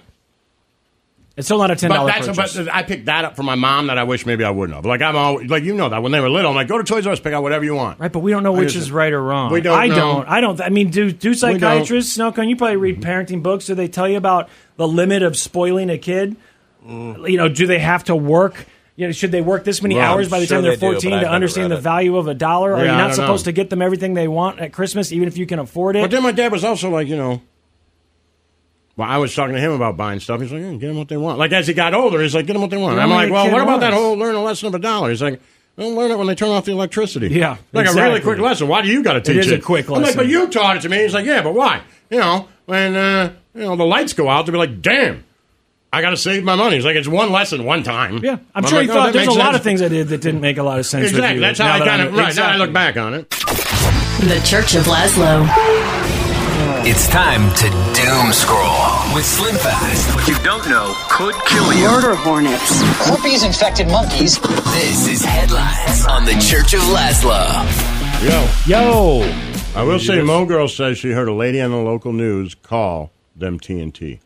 [SPEAKER 2] It's still not a $10
[SPEAKER 1] but that's
[SPEAKER 2] purchase.
[SPEAKER 1] but I picked that up for my mom that I wish maybe I wouldn't have. Like I'm always, like you know that when they were little, I'm like go to Toys R Us, pick out whatever you want.
[SPEAKER 2] Right, but we don't know
[SPEAKER 1] I
[SPEAKER 2] which
[SPEAKER 1] just-
[SPEAKER 2] is right or wrong.
[SPEAKER 1] We don't
[SPEAKER 2] I
[SPEAKER 1] know.
[SPEAKER 2] don't. I don't. I mean, do do
[SPEAKER 1] don't. Mm-hmm.
[SPEAKER 2] psychiatrists, Snowcone? You probably read parenting books. Do they tell you about the limit of spoiling a kid? You know, do they have to work? You know, should they work this many
[SPEAKER 1] Mm. Well,
[SPEAKER 2] hours
[SPEAKER 1] I'm
[SPEAKER 2] by the
[SPEAKER 3] sure
[SPEAKER 2] time
[SPEAKER 3] they
[SPEAKER 2] they're
[SPEAKER 3] do, but
[SPEAKER 2] 14
[SPEAKER 3] I've
[SPEAKER 2] to
[SPEAKER 3] never
[SPEAKER 2] understand
[SPEAKER 3] read
[SPEAKER 2] the
[SPEAKER 3] it.
[SPEAKER 2] value of a dollar? Are you
[SPEAKER 1] Yeah, I
[SPEAKER 2] not
[SPEAKER 1] don't
[SPEAKER 2] supposed
[SPEAKER 1] know.
[SPEAKER 2] to get them everything they want at Christmas, even if you can afford
[SPEAKER 1] But
[SPEAKER 2] it?
[SPEAKER 1] then my dad was also like, you know. Well, I was talking to him about buying stuff. He's like, yeah, get them what they want. Like as he got older, he's like, get them what they want.
[SPEAKER 2] Get 'em
[SPEAKER 1] I'm
[SPEAKER 2] what
[SPEAKER 1] like,
[SPEAKER 2] the
[SPEAKER 1] well,
[SPEAKER 2] kid
[SPEAKER 1] what about that
[SPEAKER 2] wants."
[SPEAKER 1] whole learn a lesson of a dollar? He's like. They'll learn it when they turn off the electricity.
[SPEAKER 2] Yeah,
[SPEAKER 1] like a really
[SPEAKER 2] exactly.
[SPEAKER 1] quick lesson. Why do you got to teach it?
[SPEAKER 2] is a quick
[SPEAKER 1] I'm like,
[SPEAKER 2] lesson.
[SPEAKER 1] but you taught it to me. He's like, yeah, but why? You know, when uh, you know the lights go out, they'll be like, damn, I got to save my money. He's like, it's one lesson, one time.
[SPEAKER 2] yeah, I'm
[SPEAKER 1] I'm
[SPEAKER 2] sure
[SPEAKER 1] like,
[SPEAKER 2] he
[SPEAKER 1] oh,
[SPEAKER 2] thought
[SPEAKER 1] that
[SPEAKER 2] there's a
[SPEAKER 1] makes
[SPEAKER 2] lot
[SPEAKER 1] sense.
[SPEAKER 2] of things I did that didn't make a lot of sense. with
[SPEAKER 1] Exactly.
[SPEAKER 2] you.
[SPEAKER 1] That's how
[SPEAKER 2] Now
[SPEAKER 1] I
[SPEAKER 2] that
[SPEAKER 1] kind
[SPEAKER 2] I'm-
[SPEAKER 1] of right now. I
[SPEAKER 2] exactly.
[SPEAKER 1] look back on it.
[SPEAKER 4] The Church of Laszlo.
[SPEAKER 6] It's time to doom scroll with Slim Fast. What you don't know could kill you.
[SPEAKER 7] Murder hornets. Herpes infected monkeys.
[SPEAKER 6] This is Headlines on the Church of Laszlo.
[SPEAKER 1] Yo,
[SPEAKER 2] Yo,
[SPEAKER 1] I will
[SPEAKER 2] You
[SPEAKER 1] say,
[SPEAKER 2] just-
[SPEAKER 1] Mo Girl says she heard a lady on the local news call them TNT.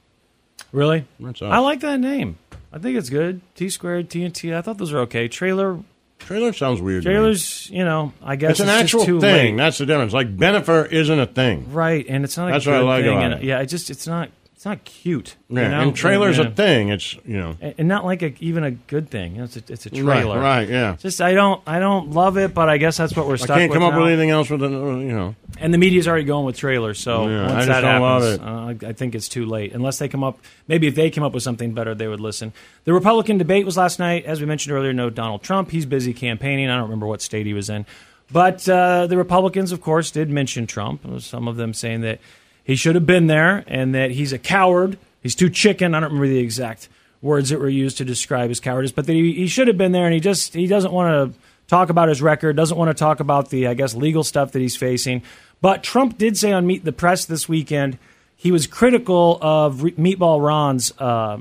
[SPEAKER 2] Really?
[SPEAKER 1] That's us.
[SPEAKER 2] I like that name. I think it's good. T squared, TNT. I thought those were okay. Trailer.
[SPEAKER 1] Trailer sounds weird. to me.
[SPEAKER 2] Trailers, you know, I guess
[SPEAKER 1] It's
[SPEAKER 2] it's,
[SPEAKER 1] an
[SPEAKER 2] just
[SPEAKER 1] actual
[SPEAKER 2] too
[SPEAKER 1] thing.
[SPEAKER 2] late.
[SPEAKER 1] That's the difference. Like Benefer isn't a thing.
[SPEAKER 2] right? And it's not. A
[SPEAKER 1] That's
[SPEAKER 2] good
[SPEAKER 1] what I like
[SPEAKER 2] thing.
[SPEAKER 1] about
[SPEAKER 2] and,
[SPEAKER 1] it.
[SPEAKER 2] Yeah, it just it's not it's not cute. you
[SPEAKER 1] Yeah,
[SPEAKER 2] know?
[SPEAKER 1] and trailers
[SPEAKER 2] Yeah.
[SPEAKER 1] a thing. It's you know.
[SPEAKER 2] and and not like a, even a good thing. You know, It's a, it's a
[SPEAKER 1] Right,
[SPEAKER 2] trailer,
[SPEAKER 1] right, yeah.
[SPEAKER 2] Just I don't I don't love it, but I guess that's what we're
[SPEAKER 1] I
[SPEAKER 2] stuck.
[SPEAKER 1] can't
[SPEAKER 2] with
[SPEAKER 1] come up
[SPEAKER 2] now.
[SPEAKER 1] with anything else with an uh, you know.
[SPEAKER 2] And the media's already going with trailers, so
[SPEAKER 1] Yeah, I
[SPEAKER 2] once
[SPEAKER 1] just
[SPEAKER 2] that
[SPEAKER 1] don't love
[SPEAKER 2] happens, uh, I think it's too late. Unless they come up, maybe if they came up with something better, they would listen. The Republican debate was last night, as we mentioned earlier. No Donald Trump; he's busy campaigning. I don't remember what state he was in, but uh, the Republicans, of course, did mention Trump. Some of them saying that he should have been there and that he's a coward. He's too chicken. I don't remember the exact words that were used to describe his cowardice, but that he, he should have been there, and he just he doesn't want to talk about his record, doesn't want to talk about the I guess legal stuff that he's facing. But Trump did say on Meet the Press this weekend he was critical of Re- Meatball Ron's uh, uh,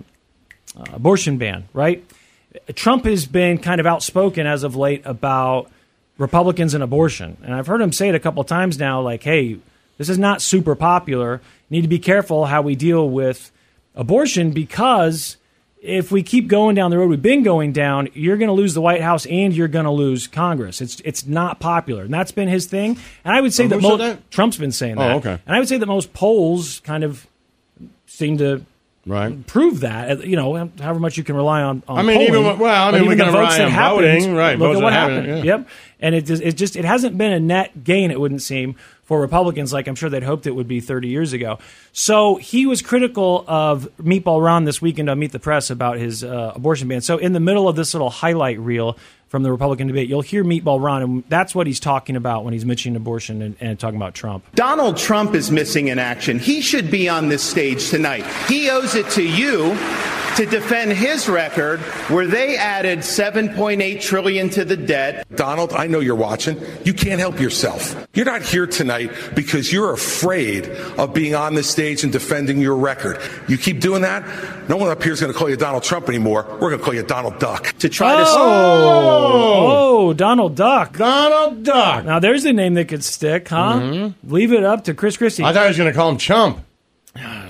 [SPEAKER 2] abortion ban. Right? Trump has been kind of outspoken as of late about Republicans and abortion, and I've heard him say it a couple times now. Like, hey, this is not super popular. Need to be careful how we deal with abortion because if we keep going down the road we've been going down, you're going to lose the White House and you're going to lose Congress. It's it's not popular, and that's been his thing. And I would say
[SPEAKER 1] Who
[SPEAKER 2] that,
[SPEAKER 1] said
[SPEAKER 2] mo-
[SPEAKER 1] that?
[SPEAKER 2] Trump's been saying
[SPEAKER 1] Oh,
[SPEAKER 2] that.
[SPEAKER 1] okay.
[SPEAKER 2] And I would say that most polls kind of seem to
[SPEAKER 1] Right.
[SPEAKER 2] prove that. You know, however much you can rely on. on
[SPEAKER 1] I mean, even
[SPEAKER 2] polling.
[SPEAKER 1] when- well, I
[SPEAKER 2] But
[SPEAKER 1] mean, we
[SPEAKER 2] even the
[SPEAKER 1] can
[SPEAKER 2] votes
[SPEAKER 1] rely
[SPEAKER 2] that
[SPEAKER 1] on
[SPEAKER 2] happened,
[SPEAKER 1] voting, right,
[SPEAKER 2] Look
[SPEAKER 1] votes
[SPEAKER 2] at
[SPEAKER 1] that
[SPEAKER 2] what
[SPEAKER 1] happened,
[SPEAKER 2] happened.
[SPEAKER 1] yeah.
[SPEAKER 2] Yep. And it just, it just it hasn't been a net gain. It wouldn't seem for Republicans like I'm sure they'd hoped it would be 30 years ago. So he was critical of Meatball Ron this weekend on Meet the Press about his uh, abortion ban. So in the middle of this little highlight reel from the Republican debate, you'll hear Meatball Ron, and that's what he's talking about when he's mentioning abortion and, and talking about Trump.
[SPEAKER 8] Donald Trump is missing in action. He should be on this stage tonight. He owes it to you to defend his record where they added 7.8 trillion to the debt.
[SPEAKER 9] Donald, I know you're watching. You can't help yourself. You're not here tonight because you're afraid of being on this stage and defending your record. You keep doing that, no one up here is going to call you Donald Trump anymore. We're going to call you Donald Duck.
[SPEAKER 8] To
[SPEAKER 2] Oh, oh, Donald Duck.
[SPEAKER 1] Donald Duck.
[SPEAKER 2] Now there's a name that could stick, huh? Leave it up to Chris Christie.
[SPEAKER 1] Mm-hmm. I thought I was going to call him Chump.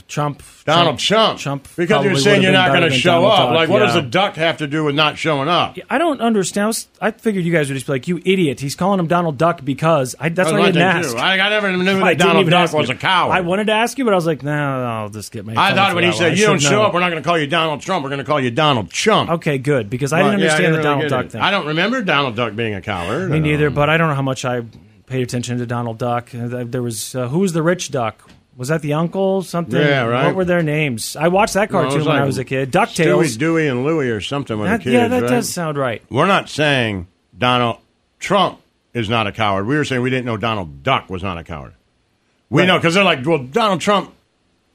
[SPEAKER 2] Trump.
[SPEAKER 1] Donald Chump.
[SPEAKER 2] Trump.
[SPEAKER 1] Because you're
[SPEAKER 2] probably
[SPEAKER 1] saying
[SPEAKER 2] would've
[SPEAKER 1] you're
[SPEAKER 2] been
[SPEAKER 1] not
[SPEAKER 2] better
[SPEAKER 1] going to
[SPEAKER 2] than
[SPEAKER 1] show
[SPEAKER 2] Donald
[SPEAKER 1] up.
[SPEAKER 2] Duck,
[SPEAKER 1] like, what does
[SPEAKER 2] yeah.
[SPEAKER 1] a duck have to do with not showing up?
[SPEAKER 2] I don't understand. I, was- I figured you guys would just be like, "You idiot!" He's calling him Donald Duck because I, that's
[SPEAKER 1] That's
[SPEAKER 2] why
[SPEAKER 1] what
[SPEAKER 2] I didn't
[SPEAKER 1] I did,
[SPEAKER 2] ask.
[SPEAKER 1] too. I- I never knew that
[SPEAKER 2] I didn't
[SPEAKER 1] Donald
[SPEAKER 2] even
[SPEAKER 1] Duck
[SPEAKER 2] ask
[SPEAKER 1] was
[SPEAKER 2] you.
[SPEAKER 1] a coward.
[SPEAKER 2] I wanted to ask you, but I was like, "No, no, I'll just get my."
[SPEAKER 1] I
[SPEAKER 2] phone
[SPEAKER 1] thought
[SPEAKER 2] for
[SPEAKER 1] when he
[SPEAKER 2] that one.
[SPEAKER 1] said
[SPEAKER 2] I
[SPEAKER 1] you don't
[SPEAKER 2] should
[SPEAKER 1] show
[SPEAKER 2] know."
[SPEAKER 1] up, we're not going to call you Donald Trump. We're going to call you Donald Chump.
[SPEAKER 2] Okay, good because I didn't
[SPEAKER 1] Right, yeah,
[SPEAKER 2] understand the
[SPEAKER 1] really
[SPEAKER 2] Donald
[SPEAKER 1] get
[SPEAKER 2] Duck
[SPEAKER 1] it.
[SPEAKER 2] thing.
[SPEAKER 1] I don't remember Donald Duck being a coward.
[SPEAKER 2] Me
[SPEAKER 1] I don't-
[SPEAKER 2] neither, but I don't know how much I paid attention to Donald Duck. Uh, th- There was uh, who was the rich duck? Was that the uncle? Something?
[SPEAKER 1] Yeah, right.
[SPEAKER 2] What were their names? I watched that
[SPEAKER 1] No, it
[SPEAKER 2] cartoon when
[SPEAKER 1] like
[SPEAKER 2] I was a kid. Ducktales.
[SPEAKER 1] Stewie, Dewey, and Louie, or something with
[SPEAKER 2] That-
[SPEAKER 1] the kids.
[SPEAKER 2] yeah, that
[SPEAKER 1] right?
[SPEAKER 2] does sound right.
[SPEAKER 1] We're not saying Donald Trump is not a coward. We were saying we didn't know Donald Duck was not a coward. We know because they're like, well, Donald Trump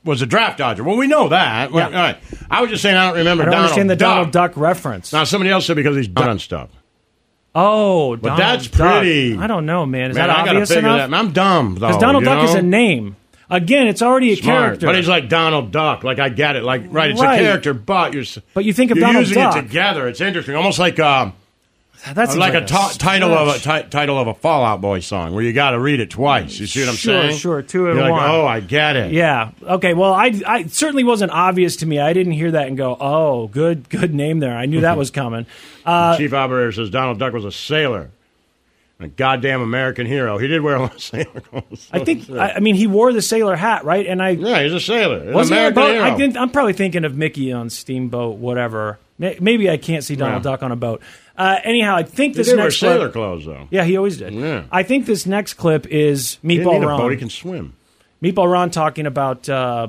[SPEAKER 1] was a draft dodger. Well, we know that. Well, all right. I was just saying I don't
[SPEAKER 2] I
[SPEAKER 1] remember
[SPEAKER 2] don't
[SPEAKER 1] Donald
[SPEAKER 2] understand the
[SPEAKER 1] Duck.
[SPEAKER 2] Donald Duck reference.
[SPEAKER 1] Now somebody else said because he's done on stuff.
[SPEAKER 2] Oh,
[SPEAKER 1] But
[SPEAKER 2] Donald
[SPEAKER 1] that's
[SPEAKER 2] Duck.
[SPEAKER 1] pretty-
[SPEAKER 2] I don't know, man. Is
[SPEAKER 1] Man,
[SPEAKER 2] that
[SPEAKER 1] I gotta
[SPEAKER 2] obvious
[SPEAKER 1] figure
[SPEAKER 2] enough?
[SPEAKER 1] that- I'm dumb though.
[SPEAKER 2] Because Donald
[SPEAKER 1] you
[SPEAKER 2] Duck is
[SPEAKER 1] know?
[SPEAKER 2] a name. Again, it's already a
[SPEAKER 1] Smart.
[SPEAKER 2] character.
[SPEAKER 1] But he's like Donald Duck. Like I get it. Like right, it's
[SPEAKER 2] Right.
[SPEAKER 1] a character, but you're s-
[SPEAKER 2] But you think of
[SPEAKER 1] you're
[SPEAKER 2] Donald
[SPEAKER 1] using it
[SPEAKER 2] Duck.
[SPEAKER 1] together. It's interesting, almost like um,
[SPEAKER 2] That seems
[SPEAKER 1] like,
[SPEAKER 2] like
[SPEAKER 1] a
[SPEAKER 2] a
[SPEAKER 1] ti- title of a
[SPEAKER 2] stretch.
[SPEAKER 1] ti- title of a Fallout Boy song where you got to read it twice. You see what I'm
[SPEAKER 2] Sure,
[SPEAKER 1] saying?
[SPEAKER 2] sure. Two in
[SPEAKER 1] You're like,
[SPEAKER 2] one.
[SPEAKER 1] Oh, I get it.
[SPEAKER 2] Yeah. Okay. Well, I, I it certainly wasn't obvious to me. I didn't hear that and go, "Oh, good, good name there." I knew that was coming. Uh,
[SPEAKER 1] Chief operator says Donald Duck was a sailor, a goddamn American hero. He did wear a lot of sailor clothes.
[SPEAKER 2] I think. I, I mean, he wore the sailor hat, right? And I
[SPEAKER 1] Oh, yeah, he's a sailor. An
[SPEAKER 2] was he on a
[SPEAKER 1] American
[SPEAKER 2] boat?
[SPEAKER 1] hero.
[SPEAKER 2] I didn't, I'm probably thinking of Mickey on Steamboat, whatever. May- Maybe I can't see Donald
[SPEAKER 1] Yeah.
[SPEAKER 2] Duck on a boat. Uh, anyhow, I think
[SPEAKER 1] He
[SPEAKER 2] this
[SPEAKER 1] did wear
[SPEAKER 2] next
[SPEAKER 1] sailor
[SPEAKER 2] clip-
[SPEAKER 1] clothes though.
[SPEAKER 2] Yeah, he always did.
[SPEAKER 1] Yeah.
[SPEAKER 2] I think this next clip is
[SPEAKER 1] He didn't
[SPEAKER 2] Meatball
[SPEAKER 1] need a boat.
[SPEAKER 2] Ron.
[SPEAKER 1] He can swim.
[SPEAKER 2] Meatball Ron talking about uh,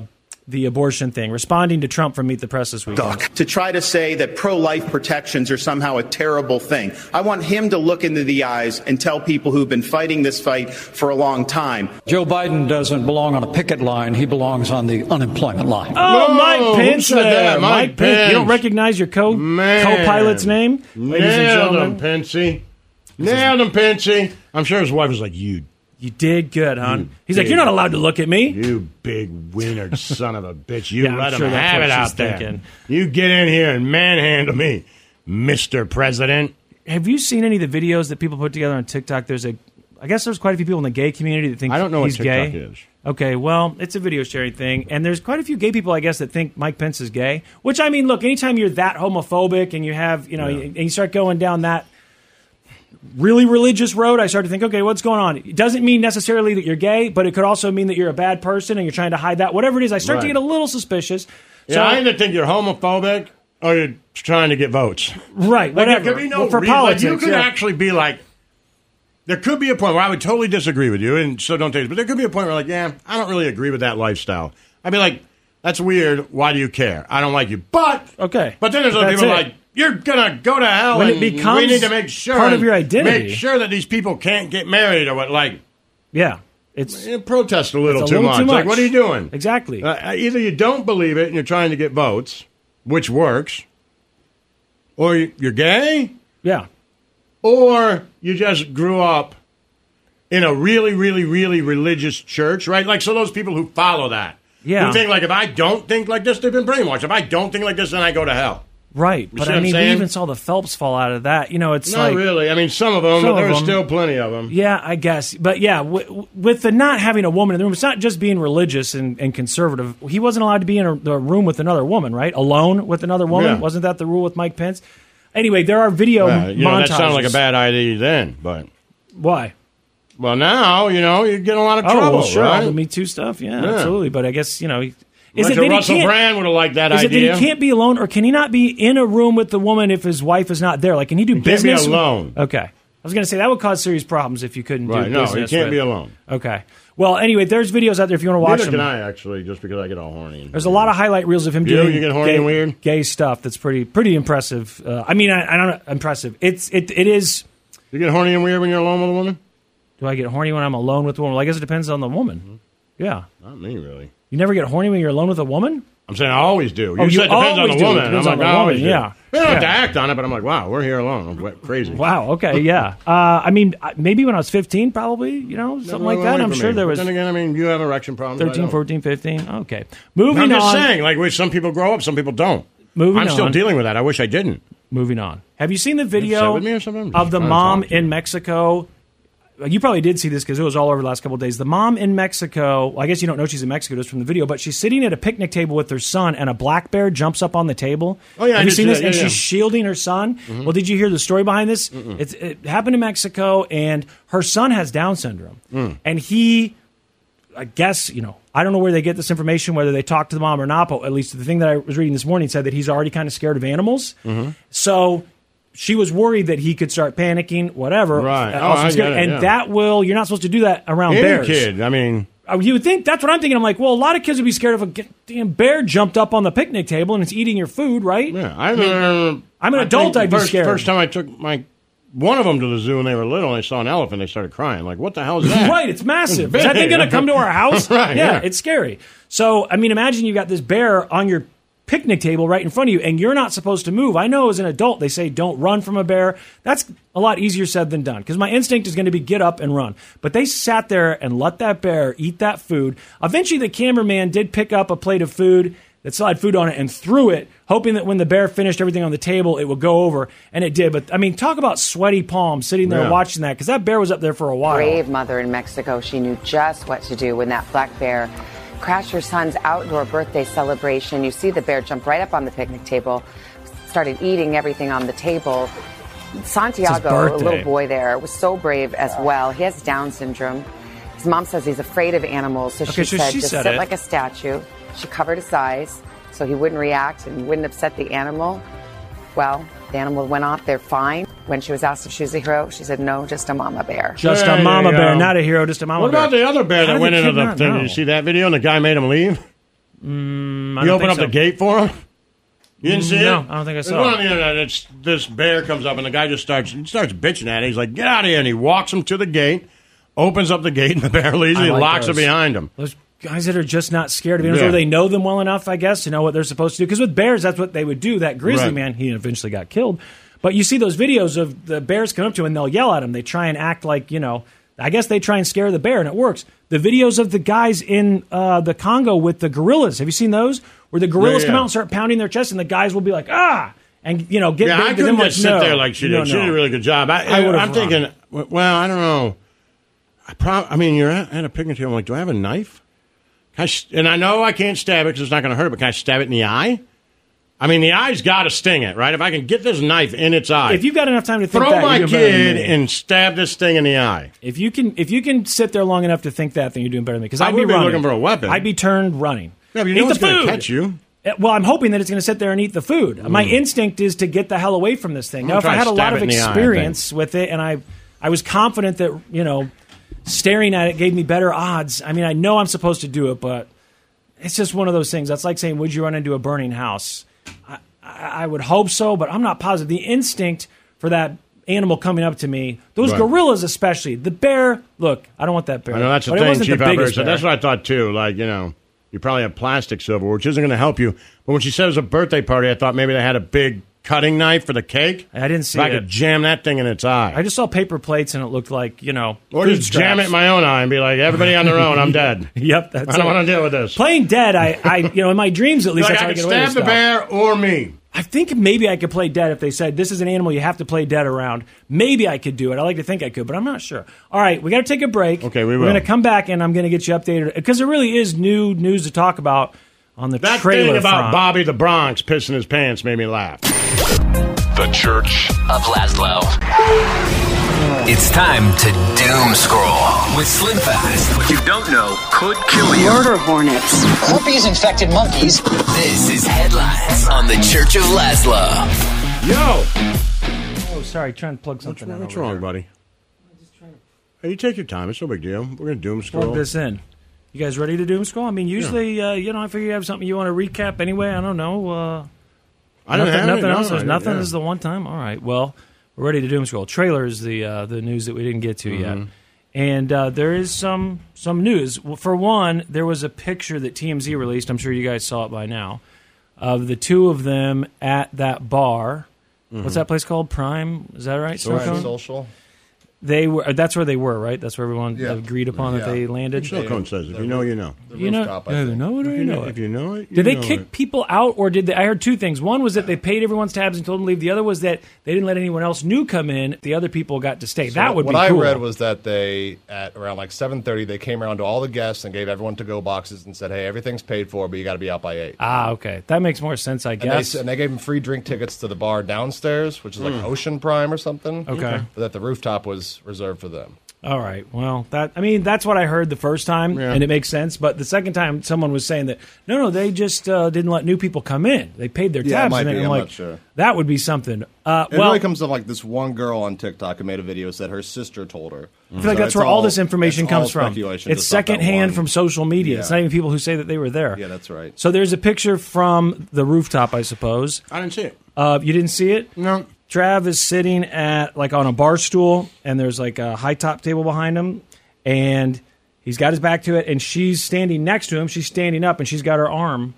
[SPEAKER 2] the abortion thing, responding to Trump from Meet the Press this weekend.
[SPEAKER 8] to try to say that pro life protections are somehow a terrible thing. I want him to look into the eyes and tell people who've been fighting this fight for a long time.
[SPEAKER 10] Joe Biden doesn't belong on a picket line. He belongs on the unemployment line.
[SPEAKER 2] Oh,
[SPEAKER 1] No,
[SPEAKER 2] Mike
[SPEAKER 1] who
[SPEAKER 2] Pence
[SPEAKER 1] said
[SPEAKER 2] there.
[SPEAKER 1] that? Mike Pence.
[SPEAKER 2] You don't recognize your co co-pilot's name, ladies and
[SPEAKER 1] Nailed
[SPEAKER 2] gentlemen.
[SPEAKER 1] him, Pensy. Nailed him, Pensy. I'm sure his wife was like, "You,
[SPEAKER 2] you did good, hon." He's like, "You're not allowed to look at me."
[SPEAKER 1] You big wiener son of a bitch. You
[SPEAKER 2] Yeah, I'm
[SPEAKER 1] let
[SPEAKER 2] sure
[SPEAKER 1] him
[SPEAKER 2] that's
[SPEAKER 1] have
[SPEAKER 2] what
[SPEAKER 1] it
[SPEAKER 2] she's
[SPEAKER 1] out there.
[SPEAKER 2] thinking.
[SPEAKER 1] You get in here and manhandle me, Mister President.
[SPEAKER 2] Have you seen any of the videos that people put together on TikTok? There's a I guess there's quite a few people in the gay community that think
[SPEAKER 1] I don't know what
[SPEAKER 2] he's
[SPEAKER 1] TikTok
[SPEAKER 2] gay.
[SPEAKER 1] is.
[SPEAKER 2] Okay, well, it's a video sharing thing, and there's quite a few gay people, I guess, that think Mike Pence is gay. Which I mean, look, anytime you're that homophobic and you have, you know,
[SPEAKER 11] Yeah.
[SPEAKER 2] and you start going down that really religious road, I start to think, okay, what's going on? It doesn't mean necessarily that you're gay, but it could also mean that you're a bad person and you're trying to hide that. Whatever it is, I start to
[SPEAKER 1] Right.
[SPEAKER 2] get a little suspicious.
[SPEAKER 1] Yeah, I either think you're homophobic or you're trying to get votes.
[SPEAKER 2] Right,
[SPEAKER 1] Like,
[SPEAKER 2] whatever.
[SPEAKER 1] there could be no
[SPEAKER 2] Well, for
[SPEAKER 1] reason- like, you
[SPEAKER 2] politics,
[SPEAKER 1] could
[SPEAKER 2] yeah.
[SPEAKER 1] actually be like, there could be a point where I would totally disagree with you, and so don't take it. But there could be a point where, like, yeah, I don't really agree with that lifestyle. I'd be like, that's weird. Why do you care? I don't like you. But
[SPEAKER 2] okay,
[SPEAKER 1] but then there's other
[SPEAKER 2] That's
[SPEAKER 1] people
[SPEAKER 2] it.
[SPEAKER 1] like. You're gonna go to hell,
[SPEAKER 2] When it
[SPEAKER 1] and
[SPEAKER 2] becomes
[SPEAKER 1] we need to make sure
[SPEAKER 2] part of your identity.
[SPEAKER 1] Make sure that these people can't get married or what. Like,
[SPEAKER 2] yeah, it's
[SPEAKER 1] protest a little,
[SPEAKER 2] It's a
[SPEAKER 1] too,
[SPEAKER 2] little
[SPEAKER 1] much.
[SPEAKER 2] too
[SPEAKER 1] Like,
[SPEAKER 2] much.
[SPEAKER 1] what are you doing?
[SPEAKER 2] Exactly.
[SPEAKER 1] Uh, either you don't believe it and you're trying to get votes, which works, or you- you're gay.
[SPEAKER 2] Yeah.
[SPEAKER 1] Or you just grew up in a really, really, really religious church, right? Like, so those people who follow that.
[SPEAKER 2] Yeah.
[SPEAKER 1] Who think, like, if I don't think like this, they've been brainwashed. If I don't think like this, then I go to hell.
[SPEAKER 2] Right,
[SPEAKER 1] You
[SPEAKER 2] but
[SPEAKER 1] see what
[SPEAKER 2] I
[SPEAKER 1] I'm
[SPEAKER 2] mean, we
[SPEAKER 1] saying?
[SPEAKER 2] even saw the Phelps fall out of that. You know, it's
[SPEAKER 1] Not
[SPEAKER 2] like
[SPEAKER 1] really. I mean, some of them,
[SPEAKER 2] Some
[SPEAKER 1] but there
[SPEAKER 2] of
[SPEAKER 1] are
[SPEAKER 2] them.
[SPEAKER 1] still plenty of them.
[SPEAKER 2] yeah, I guess, but yeah, w- w- with the not having a woman in the room, it's not just being religious and, and conservative. He wasn't allowed to be in a, the room with another woman, right? Alone with another woman,
[SPEAKER 1] Yeah.
[SPEAKER 2] wasn't that the rule with Mike Pence? Anyway, there are video
[SPEAKER 1] Uh, you know,
[SPEAKER 2] montages.
[SPEAKER 1] that sounded like a bad idea then, but.
[SPEAKER 2] Why?
[SPEAKER 1] Well, now, you know, you're getting a lot of
[SPEAKER 2] Oh, well,
[SPEAKER 1] trouble.
[SPEAKER 2] sure, all
[SPEAKER 1] right?
[SPEAKER 2] the Me Too stuff. Yeah,
[SPEAKER 1] Yeah.
[SPEAKER 2] absolutely. But I guess you know, he- is
[SPEAKER 1] Richard
[SPEAKER 2] it that
[SPEAKER 1] Russell
[SPEAKER 2] he can't?
[SPEAKER 1] Brand would have liked that
[SPEAKER 2] is it
[SPEAKER 1] idea.
[SPEAKER 2] that he can't be alone, or can he not be in a room with the woman if his wife is not there? Like, can he do
[SPEAKER 1] be
[SPEAKER 2] business
[SPEAKER 1] alone.
[SPEAKER 2] Okay, I was going to say that would cause serious problems if you couldn't
[SPEAKER 1] Right,
[SPEAKER 2] do
[SPEAKER 1] no,
[SPEAKER 2] business.
[SPEAKER 1] he can't
[SPEAKER 2] with-
[SPEAKER 1] be alone.
[SPEAKER 2] Okay. Well, anyway, there's videos out there if you want to watch
[SPEAKER 1] Neither
[SPEAKER 2] them.
[SPEAKER 1] can I actually, just because I get all horny. and-
[SPEAKER 2] There's a lot of highlight reels of him
[SPEAKER 1] You-
[SPEAKER 2] doing
[SPEAKER 1] you get horny
[SPEAKER 2] gay,
[SPEAKER 1] and weird?
[SPEAKER 2] gay stuff. That's pretty pretty impressive. Uh, I mean, I, I don't know, impressive. It's it it is.
[SPEAKER 1] You get horny and weird when you're alone with a woman.
[SPEAKER 2] Do I get horny when I'm alone with a woman? Well, I guess it depends on the woman.
[SPEAKER 1] Mm-hmm.
[SPEAKER 2] Yeah,
[SPEAKER 1] Not me, really.
[SPEAKER 2] you never get horny when you're alone with a woman.
[SPEAKER 1] I'm saying I always do.
[SPEAKER 2] Oh,
[SPEAKER 1] you
[SPEAKER 2] you
[SPEAKER 1] said depends on
[SPEAKER 2] always
[SPEAKER 1] the
[SPEAKER 2] do.
[SPEAKER 1] woman.
[SPEAKER 2] Depends
[SPEAKER 1] I'm
[SPEAKER 2] on
[SPEAKER 1] like,
[SPEAKER 2] the
[SPEAKER 1] I always
[SPEAKER 2] woman,
[SPEAKER 1] do.
[SPEAKER 2] yeah.
[SPEAKER 1] We don't have to
[SPEAKER 2] Yeah.
[SPEAKER 1] act on it, but I'm like, wow, we're here alone. I'm wet- crazy.
[SPEAKER 2] Wow. Okay. Yeah. Uh, I mean, I- maybe when I was 15, probably, you know, something like that. I'm sure there was
[SPEAKER 1] Then again, I mean, you have erection problems. I
[SPEAKER 2] 13,
[SPEAKER 1] don't.
[SPEAKER 2] 14, 15. Okay. Moving
[SPEAKER 1] I'm just
[SPEAKER 2] on.
[SPEAKER 1] saying, like, we- some people grow up, some people don't.
[SPEAKER 2] Moving
[SPEAKER 1] I'm still
[SPEAKER 2] on.
[SPEAKER 1] dealing with that. I wish I didn't.
[SPEAKER 2] Moving on. Have you seen the
[SPEAKER 1] upset
[SPEAKER 2] video
[SPEAKER 1] with me or something?
[SPEAKER 2] of the
[SPEAKER 1] Trying to
[SPEAKER 2] mom
[SPEAKER 1] talk to
[SPEAKER 2] in Mexico? Uh, You probably did see this because it was all over the last couple of days. The mom in Mexico, well, I guess you don't know she's in Mexico just from the video, but she's sitting at a picnic table with her son, and a black bear jumps up on the table.
[SPEAKER 1] Oh, yeah, I
[SPEAKER 2] have you
[SPEAKER 1] did
[SPEAKER 2] seen
[SPEAKER 1] see
[SPEAKER 2] this?
[SPEAKER 1] that.
[SPEAKER 2] and
[SPEAKER 1] Yeah,
[SPEAKER 2] she's
[SPEAKER 1] yeah.
[SPEAKER 2] shielding her son.
[SPEAKER 1] Mhm.
[SPEAKER 2] Well, did you hear the story behind this?
[SPEAKER 1] Mm-mm.
[SPEAKER 2] It's, it happened in Mexico, and her son has Down syndrome,
[SPEAKER 1] Mm.
[SPEAKER 2] and he I guess, you know, I don't know where they get this information, whether they talk to the mom or not, but at least the thing that I was reading this morning said that he's already kind of scared of animals.
[SPEAKER 1] Mhm.
[SPEAKER 2] So she was worried that he could start panicking, whatever.
[SPEAKER 1] Right.
[SPEAKER 2] Uh,
[SPEAKER 1] Oh,
[SPEAKER 2] also
[SPEAKER 1] I
[SPEAKER 2] scared-
[SPEAKER 1] get it,
[SPEAKER 2] and
[SPEAKER 1] yeah.
[SPEAKER 2] that will, you're not supposed to do that around
[SPEAKER 1] Any
[SPEAKER 2] bears.
[SPEAKER 1] kid, I mean,
[SPEAKER 2] Uh, You would think that's what I'm thinking. I'm like, well, a lot of kids would be scared if a g- damn bear jumped up on the picnic table and it's eating your food, right? Yeah,
[SPEAKER 1] I remember.
[SPEAKER 2] I'm an
[SPEAKER 1] I
[SPEAKER 2] adult.
[SPEAKER 1] think
[SPEAKER 2] I'd
[SPEAKER 1] the
[SPEAKER 2] be
[SPEAKER 1] first,
[SPEAKER 2] scared.
[SPEAKER 1] First time I took my one of them to the zoo and they were little and they saw an elephant, they started crying. Like, what the hell is that?
[SPEAKER 2] Right, it's massive. Is
[SPEAKER 1] It's
[SPEAKER 2] that thing
[SPEAKER 1] big.
[SPEAKER 2] going to come to our house?
[SPEAKER 1] Right,
[SPEAKER 2] yeah,
[SPEAKER 1] yeah.
[SPEAKER 2] it's scary. So, I mean, imagine you got this bear on your picnic table right in front of you, and you're not supposed to move. I know as an adult, they say don't run from a bear. That's a lot easier said than done because my instinct is going to be get up and run. But they sat there and let that bear eat that food. Eventually, the cameraman did pick up a plate of food. That still had food on it and threw it, hoping that when the bear finished everything on the table, it would go over, and it did. But I mean, talk about sweaty palms sitting there
[SPEAKER 12] Yeah.
[SPEAKER 2] watching that because that bear was up there for a while.
[SPEAKER 12] brave mother in Mexico. She knew just what to do when that black bear crashed her son's outdoor birthday celebration. You see the bear jump right up on the picnic table, started eating everything on the table. Santiago, a
[SPEAKER 13] birthday.
[SPEAKER 12] little boy there, was so brave as well. He has Down syndrome. His mom says he's afraid of animals, so
[SPEAKER 13] Okay,
[SPEAKER 12] she
[SPEAKER 13] so
[SPEAKER 12] said
[SPEAKER 13] she
[SPEAKER 12] just
[SPEAKER 13] said
[SPEAKER 12] sit
[SPEAKER 13] it."
[SPEAKER 12] like a statue. She covered his eyes so he wouldn't react and wouldn't upset the animal. Well, the animal went off. They're fine. When she was asked if she was a hero, she said, no, just a mama bear.
[SPEAKER 2] Just
[SPEAKER 1] There
[SPEAKER 2] a
[SPEAKER 1] you
[SPEAKER 2] mama
[SPEAKER 1] go.
[SPEAKER 2] bear, not a hero, just a mama
[SPEAKER 1] What
[SPEAKER 2] bear.
[SPEAKER 1] about the other
[SPEAKER 2] How
[SPEAKER 1] bear that
[SPEAKER 2] did
[SPEAKER 1] went
[SPEAKER 2] the
[SPEAKER 1] into
[SPEAKER 2] kid
[SPEAKER 1] the
[SPEAKER 2] not
[SPEAKER 1] thing? Did
[SPEAKER 2] know?
[SPEAKER 1] you see that video and the guy made him leave?
[SPEAKER 2] Mm, I
[SPEAKER 1] You
[SPEAKER 2] don't
[SPEAKER 1] open
[SPEAKER 2] think
[SPEAKER 1] up
[SPEAKER 2] so.
[SPEAKER 1] the gate for him? You didn't see it?
[SPEAKER 2] No, I don't think I
[SPEAKER 1] There's
[SPEAKER 2] saw
[SPEAKER 1] one
[SPEAKER 2] it.
[SPEAKER 1] on the internet. It's this bear comes up and the guy just starts he starts bitching at him. He's like, "Get out of here!" And he walks him to the gate, opens up the gate, and the bear leaves.
[SPEAKER 2] I
[SPEAKER 1] and he
[SPEAKER 2] like
[SPEAKER 1] locks
[SPEAKER 2] those.
[SPEAKER 1] it behind him.
[SPEAKER 2] Those guys that are just not scared of animals,
[SPEAKER 1] Yeah.
[SPEAKER 2] or they know them well enough, I guess, to know what they're supposed to do. Because with bears, that's what they would do. That grizzly
[SPEAKER 1] Right.
[SPEAKER 2] man, he eventually got killed. But you see those videos of the bears come up to him and they'll yell at him. They try and act like, you know, I guess they try and scare the bear and it works. The videos of the guys in uh, the Congo with the gorillas, have you seen those? Where the gorillas
[SPEAKER 1] Yeah,
[SPEAKER 2] come
[SPEAKER 1] yeah.
[SPEAKER 2] out and start pounding their chest and the guys will be like, ah, and, you know, get
[SPEAKER 1] yeah,
[SPEAKER 2] big
[SPEAKER 1] I
[SPEAKER 2] to them
[SPEAKER 1] couldn't
[SPEAKER 2] like,
[SPEAKER 1] just sit
[SPEAKER 2] no,
[SPEAKER 1] there like she did.
[SPEAKER 2] no,
[SPEAKER 1] She
[SPEAKER 2] no.
[SPEAKER 1] did a really good job. I,
[SPEAKER 2] I would've
[SPEAKER 1] am
[SPEAKER 2] run.
[SPEAKER 1] thinking, well, I don't know. I, prob- I mean, you're at, at a picnic table. I'm like, do I have a knife? Can I s- and I know I can't stab it because it's not going to hurt, but can I stab it in the eye? I mean, the eye's got to sting it, right? If I can get this knife in its eye,
[SPEAKER 2] If you've got enough time to think
[SPEAKER 1] throw
[SPEAKER 2] that,
[SPEAKER 1] my
[SPEAKER 2] you're doing better than
[SPEAKER 1] kid
[SPEAKER 2] me.
[SPEAKER 1] and stab this thing in the eye.
[SPEAKER 2] If you can, if you can sit there long enough to think that, then you're doing better than me. Because
[SPEAKER 1] I
[SPEAKER 2] I'd
[SPEAKER 1] would
[SPEAKER 2] be,
[SPEAKER 1] be
[SPEAKER 2] running.
[SPEAKER 1] looking for a weapon.
[SPEAKER 2] I'd be turned running.
[SPEAKER 1] Yeah, but you
[SPEAKER 2] eat
[SPEAKER 1] know it's
[SPEAKER 2] the
[SPEAKER 1] going
[SPEAKER 2] food.
[SPEAKER 1] to catch you.
[SPEAKER 2] Uh, Well, I'm hoping that it's going to sit there and eat the food. My instinct is to get the hell away from this thing.
[SPEAKER 1] Hmm. I'm
[SPEAKER 2] Now,
[SPEAKER 1] gonna
[SPEAKER 2] if I had
[SPEAKER 1] try to
[SPEAKER 2] a
[SPEAKER 1] stab
[SPEAKER 2] lot of
[SPEAKER 1] it in the eye, I think.
[SPEAKER 2] experience with it, and I, I was confident that you know, staring at it gave me better odds. I mean, I know I'm supposed to do it, but it's just one of those things. That's like saying, would you run into a burning house? I, I would hope so, but I'm not positive. The instinct for that animal coming up to me, those
[SPEAKER 1] Right.
[SPEAKER 2] gorillas especially, the bear. Look, I don't want that bear.
[SPEAKER 1] I know that's the
[SPEAKER 2] but it
[SPEAKER 1] thing,
[SPEAKER 2] wasn't
[SPEAKER 1] Chief
[SPEAKER 2] the
[SPEAKER 1] Albert.
[SPEAKER 2] biggest
[SPEAKER 1] So
[SPEAKER 2] bear.
[SPEAKER 1] that's what I thought too. Like you know, you probably have plastic silverware, which isn't going to help you. But when she said it was a birthday party, I thought maybe they had a big cutting knife for the cake.
[SPEAKER 2] I didn't see
[SPEAKER 1] if I
[SPEAKER 2] it.
[SPEAKER 1] could jam that thing in its eye,
[SPEAKER 2] I just saw paper plates and it looked like you know,
[SPEAKER 1] or
[SPEAKER 2] food
[SPEAKER 1] just jam
[SPEAKER 2] scraps.
[SPEAKER 1] it in my own eye and be like, "Everybody on their own. I'm dead.
[SPEAKER 2] yep, that's
[SPEAKER 1] I don't
[SPEAKER 2] it.
[SPEAKER 1] want to deal with this."
[SPEAKER 2] Playing dead, I, I, you know, in my dreams at least,
[SPEAKER 1] Like,
[SPEAKER 2] that's
[SPEAKER 1] I
[SPEAKER 2] how I
[SPEAKER 1] could
[SPEAKER 2] get away with
[SPEAKER 1] stab the
[SPEAKER 2] stuff.
[SPEAKER 1] bear or me.
[SPEAKER 2] I think maybe I could play dead if they said this is an animal you have to play dead around. Maybe I could do it. I like to think I could, but I'm not sure. All right, we got to take a break. Okay, we
[SPEAKER 1] will.
[SPEAKER 2] We're going to come back and I'm going to get you updated because there really is new news to talk about on the
[SPEAKER 1] That
[SPEAKER 2] trailer
[SPEAKER 1] thing about
[SPEAKER 2] front.
[SPEAKER 1] Bobby the Bronx pissing his pants made me laugh.
[SPEAKER 6] The Church of Laszlo. It's time to doom scroll with Slim Fast. What you don't know could kill you.
[SPEAKER 7] Murder hornets. Herpes infected monkeys.
[SPEAKER 6] This is headlines on the Church of Laszlo.
[SPEAKER 1] Yo,
[SPEAKER 2] Oh, sorry, trying to plug something. in
[SPEAKER 1] what's
[SPEAKER 2] over
[SPEAKER 1] wrong, buddy? Hey, you take your time. It's no big deal. We're gonna doom
[SPEAKER 2] here.
[SPEAKER 1] scroll.
[SPEAKER 2] Plug this in. You guys ready to doom scroll? I mean, usually, uh, you know, I figure you have something you want to recap anyway. I don't know. Uh,
[SPEAKER 1] I don't
[SPEAKER 2] nothing,
[SPEAKER 1] have
[SPEAKER 2] nothing
[SPEAKER 1] any, no,
[SPEAKER 2] else. There's
[SPEAKER 1] I-
[SPEAKER 2] nothing.
[SPEAKER 1] yeah.
[SPEAKER 2] This is the one time. All right. Well, we're ready to doom scroll. Trailer is the uh, the news that we didn't get
[SPEAKER 1] Mm-hmm.
[SPEAKER 2] to yet, and uh, there is some some news. Well, For one, there was a picture that TMZ released. I'm sure you guys saw it by now, of the two of them at that
[SPEAKER 11] Mhm.
[SPEAKER 2] bar.
[SPEAKER 1] Mm-hmm.
[SPEAKER 2] What's that place called? Prime? Is that right?
[SPEAKER 11] Social.
[SPEAKER 2] Silicone?
[SPEAKER 11] Social.
[SPEAKER 2] They were. uh, That's where they were. Right. That's where everyone
[SPEAKER 11] Yeah.
[SPEAKER 2] agreed upon that
[SPEAKER 11] Yeah.
[SPEAKER 2] they landed.
[SPEAKER 1] Silicone says, if you know, you know. The
[SPEAKER 2] You know,
[SPEAKER 1] rooftop, I
[SPEAKER 2] either
[SPEAKER 1] think.
[SPEAKER 2] know it or
[SPEAKER 1] If
[SPEAKER 2] you
[SPEAKER 1] you
[SPEAKER 2] know
[SPEAKER 1] know-
[SPEAKER 2] it.
[SPEAKER 1] if you know it, you
[SPEAKER 2] did they
[SPEAKER 1] know
[SPEAKER 2] kick
[SPEAKER 1] it.
[SPEAKER 2] people out or did they? I heard two things. One was that they paid everyone's tabs and told them to leave. The other was that they didn't let anyone else new come in. The other people got to stay. that would
[SPEAKER 11] what
[SPEAKER 2] be
[SPEAKER 11] I
[SPEAKER 2] cool.
[SPEAKER 11] read was that they at around like seven thirty they came around to all the guests and gave everyone to go boxes and said, "Hey, everything's paid for, but you got to be out by eight.
[SPEAKER 2] ah, okay, that makes more sense, I
[SPEAKER 11] And they,
[SPEAKER 2] guess.
[SPEAKER 11] s- and they gave them free drink tickets to the bar downstairs, which is like
[SPEAKER 2] Mm.
[SPEAKER 11] Ocean Prime or something.
[SPEAKER 2] Okay.
[SPEAKER 11] But that the rooftop was reserved for them.
[SPEAKER 2] All right. Well, that I mean, that's what I heard the first time, and it makes sense. But the second time, someone was saying that no, no, they just uh, didn't let new people come in. They paid their
[SPEAKER 13] Yeah, it
[SPEAKER 2] tabs,
[SPEAKER 13] might
[SPEAKER 2] and
[SPEAKER 13] be.
[SPEAKER 2] I'm
[SPEAKER 13] I'm
[SPEAKER 2] like,
[SPEAKER 13] not sure.
[SPEAKER 2] that would be something. Uh,
[SPEAKER 13] it
[SPEAKER 2] well,
[SPEAKER 13] really comes up like this one girl on TikTok who made a video said her sister told her.
[SPEAKER 2] I feel like that's where all, this information comes from. It's secondhand from social media. It's
[SPEAKER 13] Yeah.
[SPEAKER 2] not even people who say that they were there.
[SPEAKER 13] Yeah, that's right.
[SPEAKER 2] So there's a picture from the rooftop, I suppose.
[SPEAKER 1] I didn't see it.
[SPEAKER 2] Uh, you didn't see it?
[SPEAKER 1] No.
[SPEAKER 2] Trav is sitting at like on a bar stool, and there's like a high top table behind him, and he's got his back to it, and she's standing next to him. She's standing up, and she's got her arm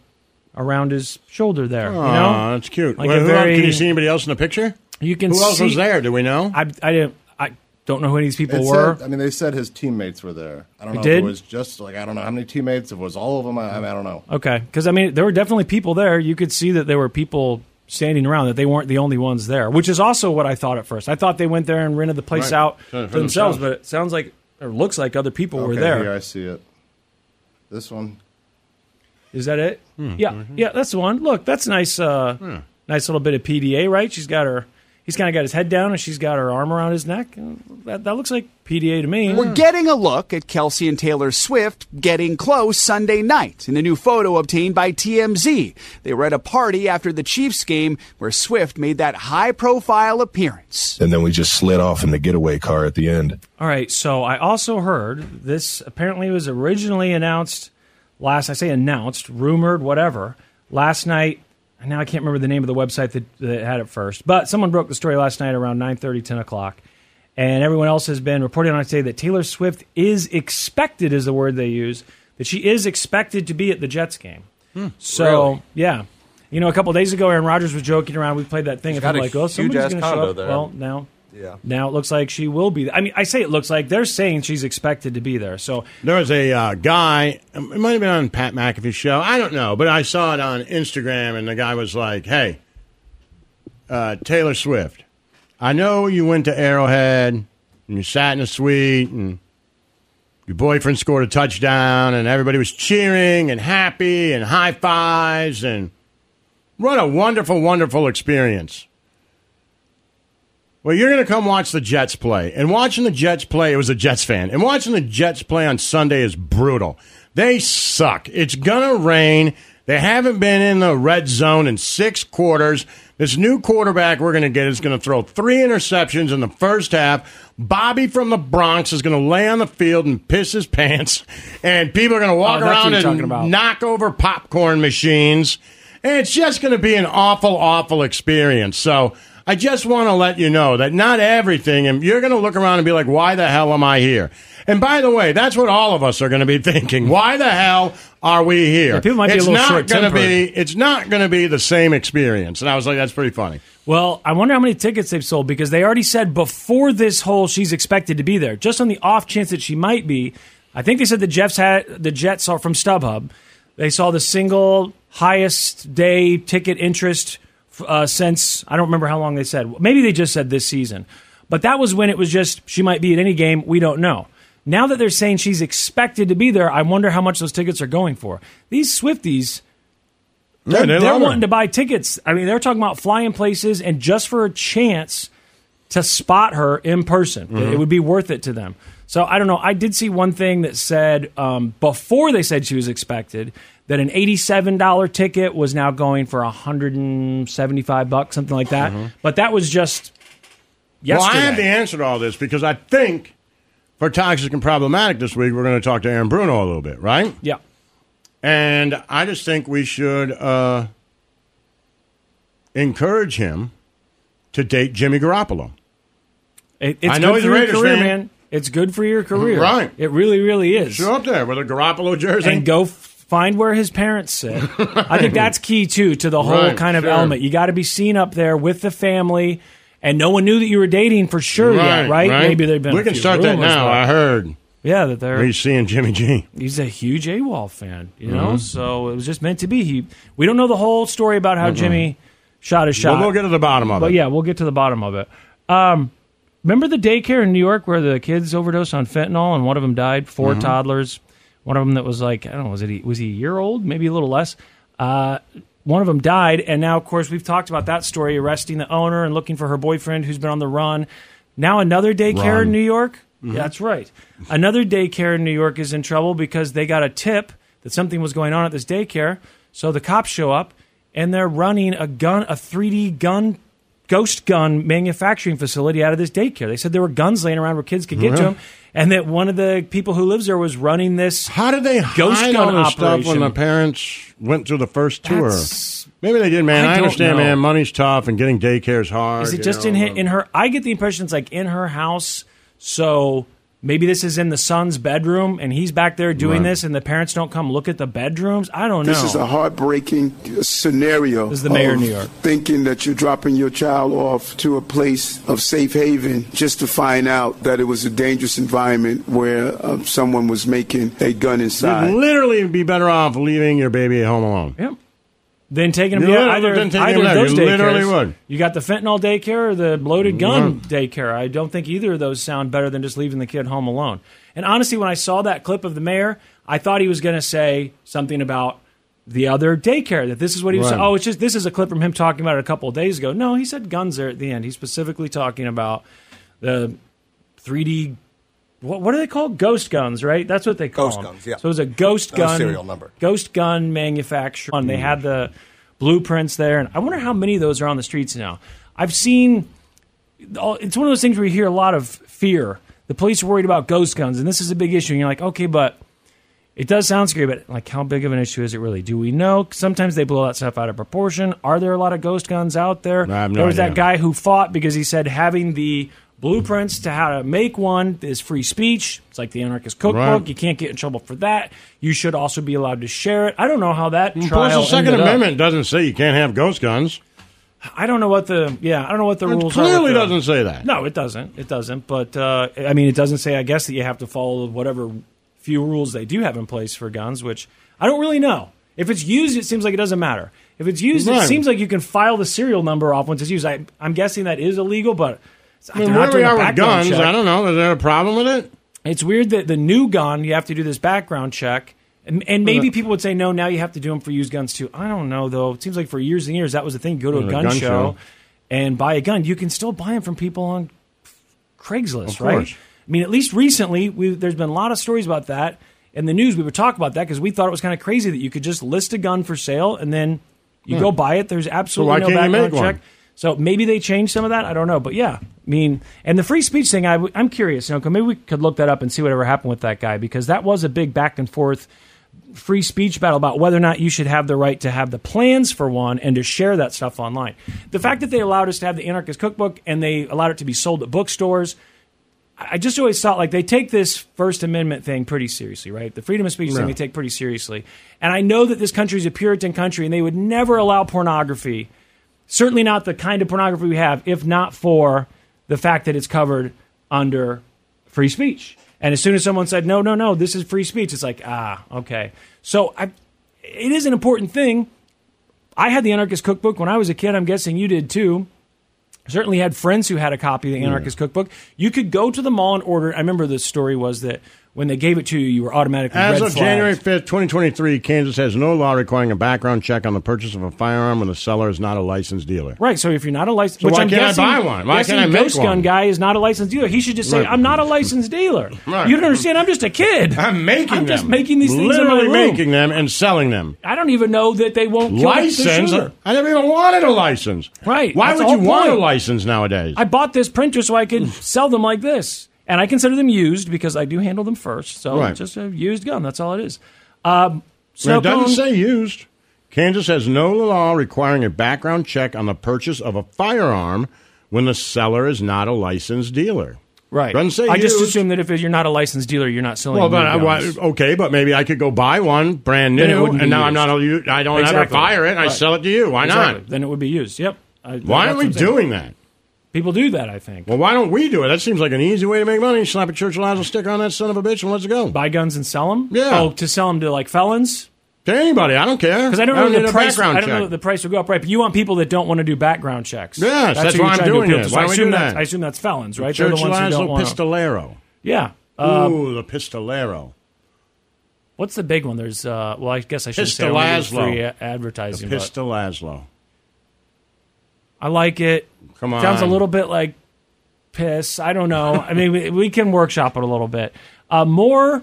[SPEAKER 2] around his shoulder there. you
[SPEAKER 1] Aw,
[SPEAKER 2] know,
[SPEAKER 1] that's cute.
[SPEAKER 2] Like
[SPEAKER 1] Well,
[SPEAKER 2] a
[SPEAKER 1] who else-
[SPEAKER 2] very.
[SPEAKER 1] can you see anybody else in the picture?
[SPEAKER 2] You can.
[SPEAKER 1] Who else was
[SPEAKER 2] see-
[SPEAKER 1] there? Do we know?
[SPEAKER 2] I, I didn't. I don't know who any of these people
[SPEAKER 11] It
[SPEAKER 2] were.
[SPEAKER 11] said- I mean, they said his teammates were there. I don't
[SPEAKER 2] They
[SPEAKER 11] know
[SPEAKER 2] did?
[SPEAKER 11] if it was just like I don't know how many teammates. If it was all of them, I, I mean, I don't know.
[SPEAKER 2] Okay, because I mean, there were definitely people there. You could see that there were people standing around; that they weren't the only ones there, which is also what I thought at first. I thought they went there and rented the place
[SPEAKER 11] Right.
[SPEAKER 2] out
[SPEAKER 11] For- for
[SPEAKER 2] for themselves,
[SPEAKER 11] themselves.
[SPEAKER 2] but it sounds like or looks like other people were
[SPEAKER 11] Okay,
[SPEAKER 2] there.
[SPEAKER 11] Here I see it. This one.
[SPEAKER 2] Is that it?
[SPEAKER 11] Hmm,
[SPEAKER 2] Yeah,
[SPEAKER 11] mm-hmm.
[SPEAKER 2] yeah, that's the one. Look, that's nice. Uh, Nice little bit of PDA, right? She's got her. He's kind of got his head down, and she's got her arm around his neck. Uh, That, that looks like PDA to me.
[SPEAKER 14] We're getting a look at Kelsey and Taylor Swift getting close Sunday night in a new photo obtained by TMZ. They were at a party after the Chiefs game where Swift made that high profile appearance.
[SPEAKER 15] and then we just slid off in the getaway car at the end.
[SPEAKER 2] All right. So I also heard this apparently was originally announced last, I say announced, rumored, whatever, last night. And now I can't remember the name of the website that, that had it first, but someone broke the story last night around 9.30, 10 o'clock. And everyone else has been reporting on it today that Taylor Swift is expected, is the word they use, that she is expected to be at the Jets game.
[SPEAKER 16] Hmm,
[SPEAKER 2] So,
[SPEAKER 16] Really?
[SPEAKER 2] yeah. You know, a couple days ago, Aaron Rodgers was joking around. We played that thing.
[SPEAKER 16] She's
[SPEAKER 2] If I'm
[SPEAKER 16] got a
[SPEAKER 2] like, oh, somebody's
[SPEAKER 16] huge-ass
[SPEAKER 2] going to show
[SPEAKER 16] condo
[SPEAKER 2] up.
[SPEAKER 16] there.
[SPEAKER 2] Well, now
[SPEAKER 16] Yeah.
[SPEAKER 2] now it looks like she will be. I mean, I say it looks like they're saying she's expected to be there. So
[SPEAKER 1] There was a uh, guy. It might have been on Pat McAfee's show. I don't know, but I saw it on Instagram, and the guy was like, "Hey, uh, Taylor Swift, I know you went to Arrowhead and you sat in a suite and Your boyfriend scored a touchdown, and everybody was cheering and happy and high fives, and what a wonderful, wonderful experience. Well, you're going to come watch the Jets play. And watching the Jets play, it was a Jets fan. And watching the Jets play on Sunday is brutal. They suck. It's going to rain. They haven't been in the red zone in six quarters. This new quarterback we're going to get is going to throw three interceptions in the first half. Bobby from the Bronx is going to lay on the field and piss his pants. And people are going to walk
[SPEAKER 2] Oh, that's what
[SPEAKER 1] around
[SPEAKER 2] you're talking
[SPEAKER 1] and
[SPEAKER 2] about.
[SPEAKER 1] knock over popcorn machines. And it's just going to be an awful, awful experience. So I just want to let you know that not everything, and you're going to look around and be like, why the hell am I here? And by the way, that's what all of us are going to be thinking. Why the hell are we here?
[SPEAKER 2] Yeah, people might be a
[SPEAKER 1] it's
[SPEAKER 2] little
[SPEAKER 1] not gonna
[SPEAKER 2] short-tempered.
[SPEAKER 1] be. It's not going to be the same experience. And I was like, that's pretty funny.
[SPEAKER 2] Well, I wonder how many tickets they've sold because they already said before this whole she's expected to be there, just on the off chance that she might be. I think they said the Jets had the Jets saw from StubHub. They saw the single highest day ticket interest f- uh, since I don't remember how long they said. Maybe they just said this season, but that was when it was just she might be at any game. We don't know. Now that they're saying she's expected to be there, I wonder how much those tickets are going for. These Swifties.
[SPEAKER 1] Yeah,
[SPEAKER 2] They're,
[SPEAKER 1] they
[SPEAKER 2] they're
[SPEAKER 1] love her.
[SPEAKER 2] wanting to buy tickets. I mean, they're talking about flying places and just for a chance to spot her in person.
[SPEAKER 16] Mhm.
[SPEAKER 1] Mm-hmm.
[SPEAKER 2] It would be worth it to them. So I don't know. I did see one thing that said um, before they said she was expected that an eighty-seven dollar ticket was now going for hundred and seventy-five bucks, something like that. But that was just yesterday.
[SPEAKER 1] Mm-hmm. Well, I have the answer to all this because I think for toxic and problematic this week, we're going to talk to Aaron Bruno a little bit, right?
[SPEAKER 2] Yeah.
[SPEAKER 1] And I just think we should uh, encourage him to date Jimmy Garoppolo.
[SPEAKER 2] It- it's
[SPEAKER 1] I know
[SPEAKER 2] good
[SPEAKER 1] he's
[SPEAKER 2] for
[SPEAKER 1] a
[SPEAKER 2] your
[SPEAKER 1] Raiders
[SPEAKER 2] career,
[SPEAKER 1] fan.
[SPEAKER 2] man. It's good for your career,
[SPEAKER 1] Right.
[SPEAKER 2] It really, really is.
[SPEAKER 1] Show up there with a Garoppolo jersey
[SPEAKER 2] and go f- find where his parents sit. I think that's key too to the whole
[SPEAKER 1] Right,
[SPEAKER 2] kind of
[SPEAKER 1] sure.
[SPEAKER 2] element. You got to be seen up there with the family, and no one knew that you were dating for sure yet, right? Maybe they've been.
[SPEAKER 1] We
[SPEAKER 2] a
[SPEAKER 1] can
[SPEAKER 2] few
[SPEAKER 1] start that
[SPEAKER 2] rumors,
[SPEAKER 1] now.
[SPEAKER 2] but
[SPEAKER 1] I heard.
[SPEAKER 2] Yeah, that they're-
[SPEAKER 1] He's seeing Jimmy G.
[SPEAKER 2] He's a huge AWOL fan, you know.
[SPEAKER 1] Mhm.
[SPEAKER 2] So it was just meant to be. He. We don't know the whole story about how
[SPEAKER 1] Mhm.
[SPEAKER 2] Jimmy shot his
[SPEAKER 1] But
[SPEAKER 2] shot.
[SPEAKER 1] we'll get to the bottom of
[SPEAKER 2] But
[SPEAKER 1] it.
[SPEAKER 2] yeah, we'll get to the bottom of it. Um, remember the daycare in New York where the kids overdosed on fentanyl and one of them died? 4
[SPEAKER 1] Mm-hmm.
[SPEAKER 16] Mhm.
[SPEAKER 2] toddlers. One of them that was like, I don't know, was, it, was he a year old? Maybe a little less. Uh, one of them died. And now, of course, we've talked about that story arresting the owner and looking for her boyfriend who's been on the run. Now, another daycare
[SPEAKER 16] Run.
[SPEAKER 2] in New York.
[SPEAKER 16] Mhm.
[SPEAKER 1] Mm-hmm.
[SPEAKER 2] That's right. Another daycare in New York is in trouble because they got a tip that something was going on at this daycare. So the cops show up and they're running a gun, a 3D gun, ghost gun manufacturing facility out of this daycare. They said there were guns laying around where kids could get to 'em, to
[SPEAKER 1] Yeah.
[SPEAKER 2] them, and that one of the people who lives there was running this.
[SPEAKER 1] How did they
[SPEAKER 2] ghost
[SPEAKER 1] hide
[SPEAKER 2] gun
[SPEAKER 1] all this
[SPEAKER 2] operation?
[SPEAKER 1] stuff when the parents went through the first tour.
[SPEAKER 2] That's-
[SPEAKER 1] Maybe they did, man.
[SPEAKER 2] I
[SPEAKER 1] I,
[SPEAKER 2] don't
[SPEAKER 1] understand,
[SPEAKER 2] know.
[SPEAKER 1] man. Money's tough and getting daycare is hard.
[SPEAKER 2] Is
[SPEAKER 1] you
[SPEAKER 2] it just
[SPEAKER 1] know,
[SPEAKER 2] in
[SPEAKER 1] but-
[SPEAKER 2] hit, in her? I get the impression it's like in her house. So maybe this is in the son's bedroom, and he's back there doing
[SPEAKER 17] Right.
[SPEAKER 2] this, and the parents don't come look at the bedrooms. I don't know.
[SPEAKER 17] This is a Oh. heartbreaking scenario.
[SPEAKER 2] This is the mayor
[SPEAKER 17] of
[SPEAKER 2] of New York.
[SPEAKER 17] Thinking that you're dropping your child off to a place of safe haven just to find out that it was a dangerous environment where uh, someone was making a gun inside.
[SPEAKER 1] You'd literally be better off leaving your baby at home alone.
[SPEAKER 2] Yep. Then taking them
[SPEAKER 1] You
[SPEAKER 2] to
[SPEAKER 1] literally-
[SPEAKER 2] either,
[SPEAKER 1] then taking
[SPEAKER 2] either
[SPEAKER 1] them
[SPEAKER 2] of
[SPEAKER 1] there.
[SPEAKER 2] those
[SPEAKER 1] You
[SPEAKER 2] daycares.
[SPEAKER 1] literally would.
[SPEAKER 2] You got the fentanyl daycare or the loaded gun
[SPEAKER 1] Mhm.
[SPEAKER 2] daycare. I don't think either of those sound better than just leaving the kid home alone. And honestly, when I saw that clip of the mayor, I thought he was going to say something about the other daycare. That this is what he was.
[SPEAKER 16] Right.
[SPEAKER 2] Oh, it's just this is a clip from him talking about it a couple of days ago. No, he said guns there at the end. He's specifically talking about the 3D. What, what are they called? Ghost guns, right? That's what they call
[SPEAKER 3] Ghost
[SPEAKER 2] them.
[SPEAKER 3] guns, yeah.
[SPEAKER 2] So it was a ghost
[SPEAKER 3] Uh,
[SPEAKER 2] gun
[SPEAKER 3] serial number.
[SPEAKER 2] ghost gun manufacturer. And they had the blueprints there, and I wonder how many of those are on the streets now. I've seen. It's one of those things where you hear a lot of fear. The police are worried about ghost guns, and this is a big issue. And you're like, okay, but it does sound scary, but like, how big of an issue is it really? Do we know? Sometimes they blow that stuff out of proportion. Are there a lot of ghost guns out there?
[SPEAKER 1] I have no
[SPEAKER 2] there was that
[SPEAKER 1] idea.
[SPEAKER 2] guy who fought because he said having the blueprints to how to make one is free speech. It's like the anarchist cookbook.
[SPEAKER 1] Right.
[SPEAKER 2] You can't get in trouble for that. You should also be allowed to share it. I don't know how that
[SPEAKER 1] Plus,
[SPEAKER 2] trial
[SPEAKER 1] the Second
[SPEAKER 2] ended up.
[SPEAKER 1] Amendment doesn't say you can't have ghost guns.
[SPEAKER 2] I don't know what the yeah. I don't know what the
[SPEAKER 1] It
[SPEAKER 2] rules. are
[SPEAKER 1] clearly
[SPEAKER 2] with the-
[SPEAKER 1] doesn't say that.
[SPEAKER 2] No, it doesn't. It doesn't. But uh, I mean, it doesn't say. I guess that you have to follow whatever few rules they do have in place for guns, which I don't really know. If it's used, it seems like it doesn't matter. If it's used, it
[SPEAKER 1] Right.
[SPEAKER 2] seems like you can file the serial number off once it's used. I, I'm guessing that is illegal, but
[SPEAKER 1] I mean,
[SPEAKER 2] they're not
[SPEAKER 1] where we
[SPEAKER 2] doing a
[SPEAKER 1] are with
[SPEAKER 2] background
[SPEAKER 1] guns,
[SPEAKER 2] check.
[SPEAKER 1] I don't know. Is there a problem with it?
[SPEAKER 2] It's weird that the new gun you have to do this background check, and, and maybe people would say no. Now you have to do them for used guns too. I don't know though. It seems like for years and years that was the thing. Go to a
[SPEAKER 1] Mm, a
[SPEAKER 2] gun,
[SPEAKER 1] gun
[SPEAKER 2] show,
[SPEAKER 1] show.
[SPEAKER 2] and buy a gun. You can still buy them from people on Craigslist,
[SPEAKER 1] Of
[SPEAKER 2] right?
[SPEAKER 1] course.
[SPEAKER 2] I mean, at least recently, we, there's been a lot of stories about that in the news. We would talk about that because we thought it was kind of crazy that you could just list a gun for sale and then you
[SPEAKER 1] Hmm.
[SPEAKER 2] go buy it. There's absolutely
[SPEAKER 1] why
[SPEAKER 2] no
[SPEAKER 1] can't you
[SPEAKER 2] background
[SPEAKER 1] make one?
[SPEAKER 2] check. So maybe they changed some of that. I don't know, but yeah, I mean, and the free speech thing, I, am curious. You know, 'cause maybe we could look that up and see whatever happened with that guy because that was a big back and forth free speech battle about whether or not you should have the right to have the plans for one and to share that stuff online. The fact that they allowed us to have the Anarchist Cookbook and they allowed it to be sold at bookstores, I I just always thought like they take this First Amendment thing pretty seriously, right? The freedom of speech thing
[SPEAKER 16] No.
[SPEAKER 2] they take pretty seriously. And I know that this country is a Puritan country and they would never allow pornography, certainly not the kind of pornography we have, if not for the fact that it's covered under free speech. And as soon as someone said, no, no, no, this is free speech, it's like, ah, okay. So I, it is an important thing. I had the Anarchist Cookbook when I was a kid. I'm guessing you did too. Certainly had friends who had a copy of the Anarchist Cookbook. You could go to the mall and order. I remember the story was that when they gave it to you, you were automatically
[SPEAKER 1] As
[SPEAKER 2] red
[SPEAKER 1] of
[SPEAKER 2] flagged.
[SPEAKER 1] January 5th, 2023, Kansas has no law requiring a background check on the purchase of a firearm when the seller is not a licensed dealer.
[SPEAKER 2] Right, so if you're not a licensed,
[SPEAKER 1] So
[SPEAKER 2] which
[SPEAKER 1] why
[SPEAKER 2] I'm
[SPEAKER 1] can't I
[SPEAKER 2] guessing,
[SPEAKER 1] buy one? Why
[SPEAKER 2] guessing
[SPEAKER 1] can't I make
[SPEAKER 2] Ghost Gun
[SPEAKER 1] one?
[SPEAKER 2] guy is not a licensed dealer. He should just say,
[SPEAKER 1] Right.
[SPEAKER 2] "I'm not a licensed dealer."
[SPEAKER 1] Right.
[SPEAKER 2] You don't understand. I'm just a kid.
[SPEAKER 1] I'm making
[SPEAKER 2] I'm just
[SPEAKER 1] them.
[SPEAKER 2] making these things in my
[SPEAKER 1] Literally
[SPEAKER 2] room.
[SPEAKER 1] making them and selling them.
[SPEAKER 2] I don't even know that they won't kill The
[SPEAKER 1] License?
[SPEAKER 2] shooter.
[SPEAKER 1] I never even wanted a license.
[SPEAKER 2] Right.
[SPEAKER 1] Why
[SPEAKER 2] That's
[SPEAKER 1] would
[SPEAKER 2] the
[SPEAKER 1] you
[SPEAKER 2] whole
[SPEAKER 1] want a
[SPEAKER 2] point.
[SPEAKER 1] license nowadays?
[SPEAKER 2] I bought this printer so I could
[SPEAKER 1] Mm.
[SPEAKER 2] sell them like this, and I consider them used because I do handle them first. So
[SPEAKER 1] Right.
[SPEAKER 2] it's just a used gun. That's all it is. Um,
[SPEAKER 1] Now,
[SPEAKER 2] snow
[SPEAKER 1] it doesn't
[SPEAKER 2] cone-
[SPEAKER 1] say used. Kansas has no law requiring a background check on the purchase of a firearm when the seller is not a licensed dealer.
[SPEAKER 2] Right.
[SPEAKER 1] Doesn't say
[SPEAKER 2] I just
[SPEAKER 1] used.
[SPEAKER 2] assume that if you're not a licensed dealer, you're not selling.
[SPEAKER 1] Well, but I,
[SPEAKER 2] new
[SPEAKER 1] why-
[SPEAKER 2] guns.
[SPEAKER 1] okay, but maybe I could go buy one brand
[SPEAKER 2] Then it
[SPEAKER 1] new,
[SPEAKER 2] wouldn't be
[SPEAKER 1] and now I'm
[SPEAKER 2] used.
[SPEAKER 1] not. A, u- I don't ever
[SPEAKER 2] Exactly.
[SPEAKER 1] fire it. I
[SPEAKER 2] Right.
[SPEAKER 1] sell it to you. Why
[SPEAKER 2] Exactly.
[SPEAKER 1] not?
[SPEAKER 2] Then it would be used. Yep. I,
[SPEAKER 1] Why
[SPEAKER 2] that's
[SPEAKER 1] aren't we
[SPEAKER 2] what I'm saying.
[SPEAKER 1] doing that?
[SPEAKER 2] People do that, I think.
[SPEAKER 1] Well, why don't we do it? That seems like an easy way to make money. Slap a church license sticker on that son of a bitch, and let's go.
[SPEAKER 2] Buy guns and sell them.
[SPEAKER 1] Yeah.
[SPEAKER 2] Oh, to sell them to like felons.
[SPEAKER 1] To anybody, I don't care.
[SPEAKER 2] Because I don't
[SPEAKER 1] I
[SPEAKER 2] know
[SPEAKER 1] don't
[SPEAKER 2] that
[SPEAKER 1] need
[SPEAKER 2] the
[SPEAKER 1] a
[SPEAKER 2] price.
[SPEAKER 1] background
[SPEAKER 2] I don't know
[SPEAKER 1] check.
[SPEAKER 2] that the price will go up, right? But you want people that don't want to do background checks.
[SPEAKER 1] Yes, that's
[SPEAKER 2] who you're
[SPEAKER 1] why I'm
[SPEAKER 2] trying to
[SPEAKER 1] doing
[SPEAKER 2] appeal
[SPEAKER 1] this.
[SPEAKER 2] to. So
[SPEAKER 1] Why
[SPEAKER 2] I
[SPEAKER 1] don't we
[SPEAKER 2] assume
[SPEAKER 1] do
[SPEAKER 2] that's-
[SPEAKER 1] that?
[SPEAKER 2] I assume that's felons, right? They're
[SPEAKER 1] Church
[SPEAKER 2] the ones who
[SPEAKER 1] Laszlo
[SPEAKER 2] don't want 'em.
[SPEAKER 1] Pistolero.
[SPEAKER 2] Yeah. Uh,
[SPEAKER 1] Ooh, the Pistolero.
[SPEAKER 2] what's the big one? There's. Uh, well, I guess I should say I don't wanna do
[SPEAKER 1] Pistolaslo.
[SPEAKER 2] free uh, advertising.
[SPEAKER 1] The
[SPEAKER 2] but
[SPEAKER 1] Pistolaslo.
[SPEAKER 2] I like it.
[SPEAKER 1] Come on.
[SPEAKER 2] Sounds a little bit like piss. I don't know. I mean, we, we can workshop it a little bit. Uh, more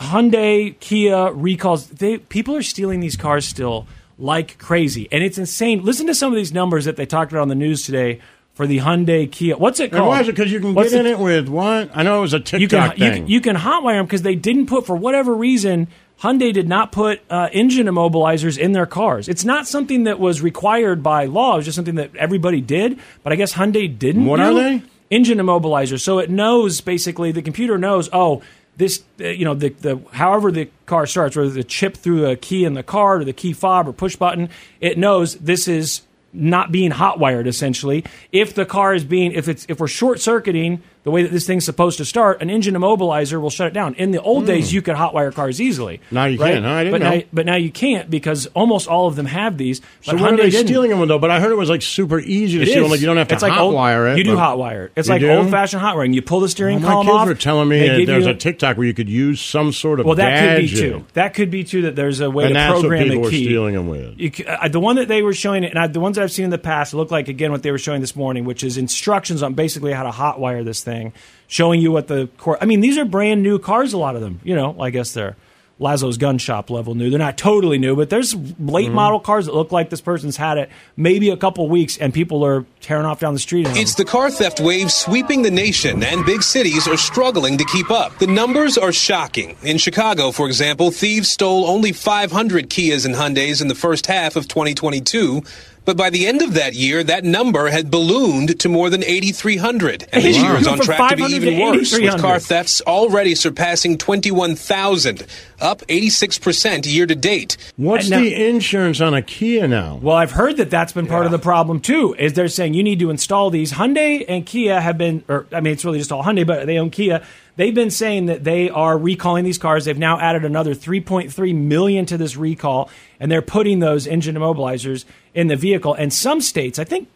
[SPEAKER 2] Hyundai, Kia recalls. They people are stealing these cars still like crazy, and it's insane. Listen to some of these numbers that they talked about on the news today for the Hyundai, Kia. What's it
[SPEAKER 1] And
[SPEAKER 2] called?
[SPEAKER 1] why is it? Because you can
[SPEAKER 2] What's
[SPEAKER 1] get in
[SPEAKER 2] the-
[SPEAKER 1] it with what? I know it was a TikTok
[SPEAKER 2] you can, you
[SPEAKER 1] thing.
[SPEAKER 2] can you can hotwire them because they didn't put for whatever reason Hyundai did not put uh, engine immobilizers in their cars. It's not something that was required by law. It was just something that everybody did, but I guess Hyundai didn't.
[SPEAKER 1] What
[SPEAKER 2] do.
[SPEAKER 1] are they?
[SPEAKER 2] Engine immobilizers. So it knows basically the computer knows. Oh, this uh, you know the the however the car starts, whether the chip through a key in the card or the key fob or push button, it knows this is not being hotwired essentially if the car is being if it's if we're short circuiting the way that this thing's supposed to start an engine immobilizer will shut it down in the old days you could hotwire cars easily
[SPEAKER 1] Hmm. Now you
[SPEAKER 2] right?
[SPEAKER 1] can. All right, I didn't
[SPEAKER 2] but
[SPEAKER 1] know.
[SPEAKER 2] now but now you can't because almost all of them have these
[SPEAKER 1] so
[SPEAKER 2] but
[SPEAKER 1] what are
[SPEAKER 2] Hyundai
[SPEAKER 1] they
[SPEAKER 2] didn't.
[SPEAKER 1] stealing them though? But I heard it was like super easy to
[SPEAKER 2] It
[SPEAKER 1] steal.
[SPEAKER 2] is.
[SPEAKER 1] Like you don't have to
[SPEAKER 2] It's like
[SPEAKER 1] hot
[SPEAKER 2] old-
[SPEAKER 1] wire it.
[SPEAKER 2] You do
[SPEAKER 1] but-
[SPEAKER 2] hot wire it. It's
[SPEAKER 1] You
[SPEAKER 2] like
[SPEAKER 1] do?
[SPEAKER 2] old fashioned hot wiring. You pull the steering
[SPEAKER 1] My
[SPEAKER 2] column
[SPEAKER 1] kids
[SPEAKER 2] off.
[SPEAKER 1] were telling me
[SPEAKER 2] they
[SPEAKER 1] that
[SPEAKER 2] give
[SPEAKER 1] there was
[SPEAKER 2] you-
[SPEAKER 1] a TikTok where you could use some sort of
[SPEAKER 2] well, that
[SPEAKER 1] gadget.
[SPEAKER 2] could be too. That could be too that there's a way
[SPEAKER 1] and
[SPEAKER 2] to
[SPEAKER 1] that's what
[SPEAKER 2] program
[SPEAKER 1] people
[SPEAKER 2] the
[SPEAKER 1] were
[SPEAKER 2] key.
[SPEAKER 1] stealing them with.
[SPEAKER 2] You, c- uh, the one that they were showing, and I, the ones I've seen in the past, look like again what they were showing this morning, which is instructions on basically how to hotwire this thing, showing you what the core. I mean, these are brand new cars. A lot of them, you know. I guess they're Lazo's gun shop level new. They're not totally new, but there's late
[SPEAKER 1] Mm-hmm.
[SPEAKER 18] Mhm.
[SPEAKER 2] model cars that look like this person's had it maybe a couple weeks, and people are tearing off down the street. in them.
[SPEAKER 18] It's the car theft wave sweeping the nation, and big cities are struggling to keep up. The numbers are shocking. In Chicago, for example, thieves stole only 500 Kias and Hyundais in the first half of 2022. But by the end of that year, that number had ballooned to more than 8,300. And this
[SPEAKER 19] Wow.
[SPEAKER 18] year is on
[SPEAKER 19] From
[SPEAKER 18] track to be
[SPEAKER 19] 500
[SPEAKER 18] even
[SPEAKER 19] to
[SPEAKER 18] worse, with
[SPEAKER 19] 8,300.
[SPEAKER 18] car thefts already surpassing 21,000, up 86% year to date.
[SPEAKER 1] What's
[SPEAKER 18] And now-
[SPEAKER 1] the insurance on a Kia now?
[SPEAKER 2] Well, I've heard that that's been part of the problem too. Is they're saying you need to install these. Hyundai and Kia have been, or I mean, it's really just all Hyundai, but they own Kia. They've been saying that they are recalling these cars. They've now added another 3.3 million to this recall, and they're putting those engine immobilizers in the vehicle. And some states, I think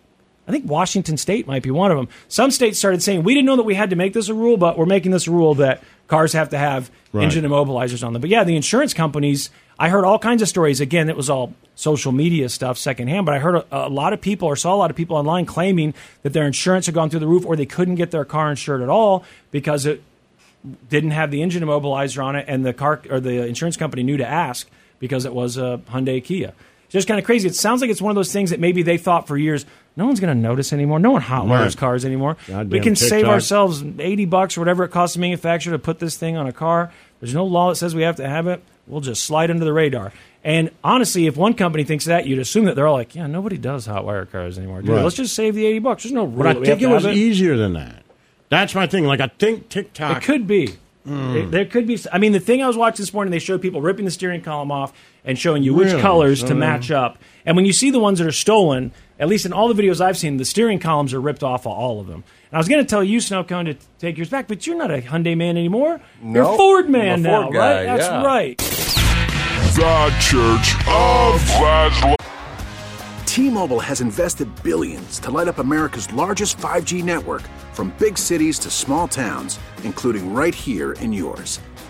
[SPEAKER 2] I think Washington State might be one of them. Some states started saying, we didn't know that we had to make this a rule, but we're making this a rule that cars have to have
[SPEAKER 20] Right.
[SPEAKER 2] engine immobilizers on them. But yeah, the insurance companies, I heard all kinds of stories. Again, it was all social media stuff secondhand, but I heard a, a lot of people or saw a lot of people online claiming that their insurance had gone through the roof or they couldn't get their car insured at all because it didn't have the engine immobilizer on it, and the car or the insurance company knew to ask because it was a Hyundai Kia. It's just kind of crazy. It sounds like it's one of those things that maybe they thought for years. No one's going to notice anymore. No one hot wires
[SPEAKER 1] Right.
[SPEAKER 2] cars anymore.
[SPEAKER 1] Goddamn
[SPEAKER 2] we can save
[SPEAKER 1] TikTok.
[SPEAKER 2] ourselves eighty bucks or whatever it costs the manufacturer to put this thing on a car. There's no law that says we have to have it. We'll just slide under the radar. And honestly, if one company thinks that, you'd assume that they're all like, "Yeah, nobody does hot wire cars anymore. Dude,
[SPEAKER 1] Right.
[SPEAKER 2] Let's just save the eighty bucks. There's no rule."
[SPEAKER 1] But I
[SPEAKER 2] that we
[SPEAKER 1] think it
[SPEAKER 2] have to
[SPEAKER 1] was
[SPEAKER 2] have
[SPEAKER 1] easier than that. That's my thing. Like I think TikTok.
[SPEAKER 2] It could be.
[SPEAKER 1] Mm.
[SPEAKER 2] There- There could be. I mean, the thing I was watching this morning, they showed people ripping the steering column off and showing you which
[SPEAKER 1] Really?
[SPEAKER 2] colors
[SPEAKER 1] So-
[SPEAKER 2] to match up. And when you see the ones that are stolen, at least in all the videos I've seen, the steering columns are ripped off of all of them. And I was going to tell you, Snowcone, to take yours back, but you're not a Hyundai man anymore. You're a
[SPEAKER 16] Nope.
[SPEAKER 2] Ford
[SPEAKER 16] I'm
[SPEAKER 2] man
[SPEAKER 16] a
[SPEAKER 2] now,
[SPEAKER 16] Ford guy,
[SPEAKER 2] right? That's
[SPEAKER 16] yeah.
[SPEAKER 2] right.
[SPEAKER 16] The Church of Laszlo.
[SPEAKER 19] T-Mobile has invested billions to light up America's largest 5G network from big cities to small towns, including right here in yours.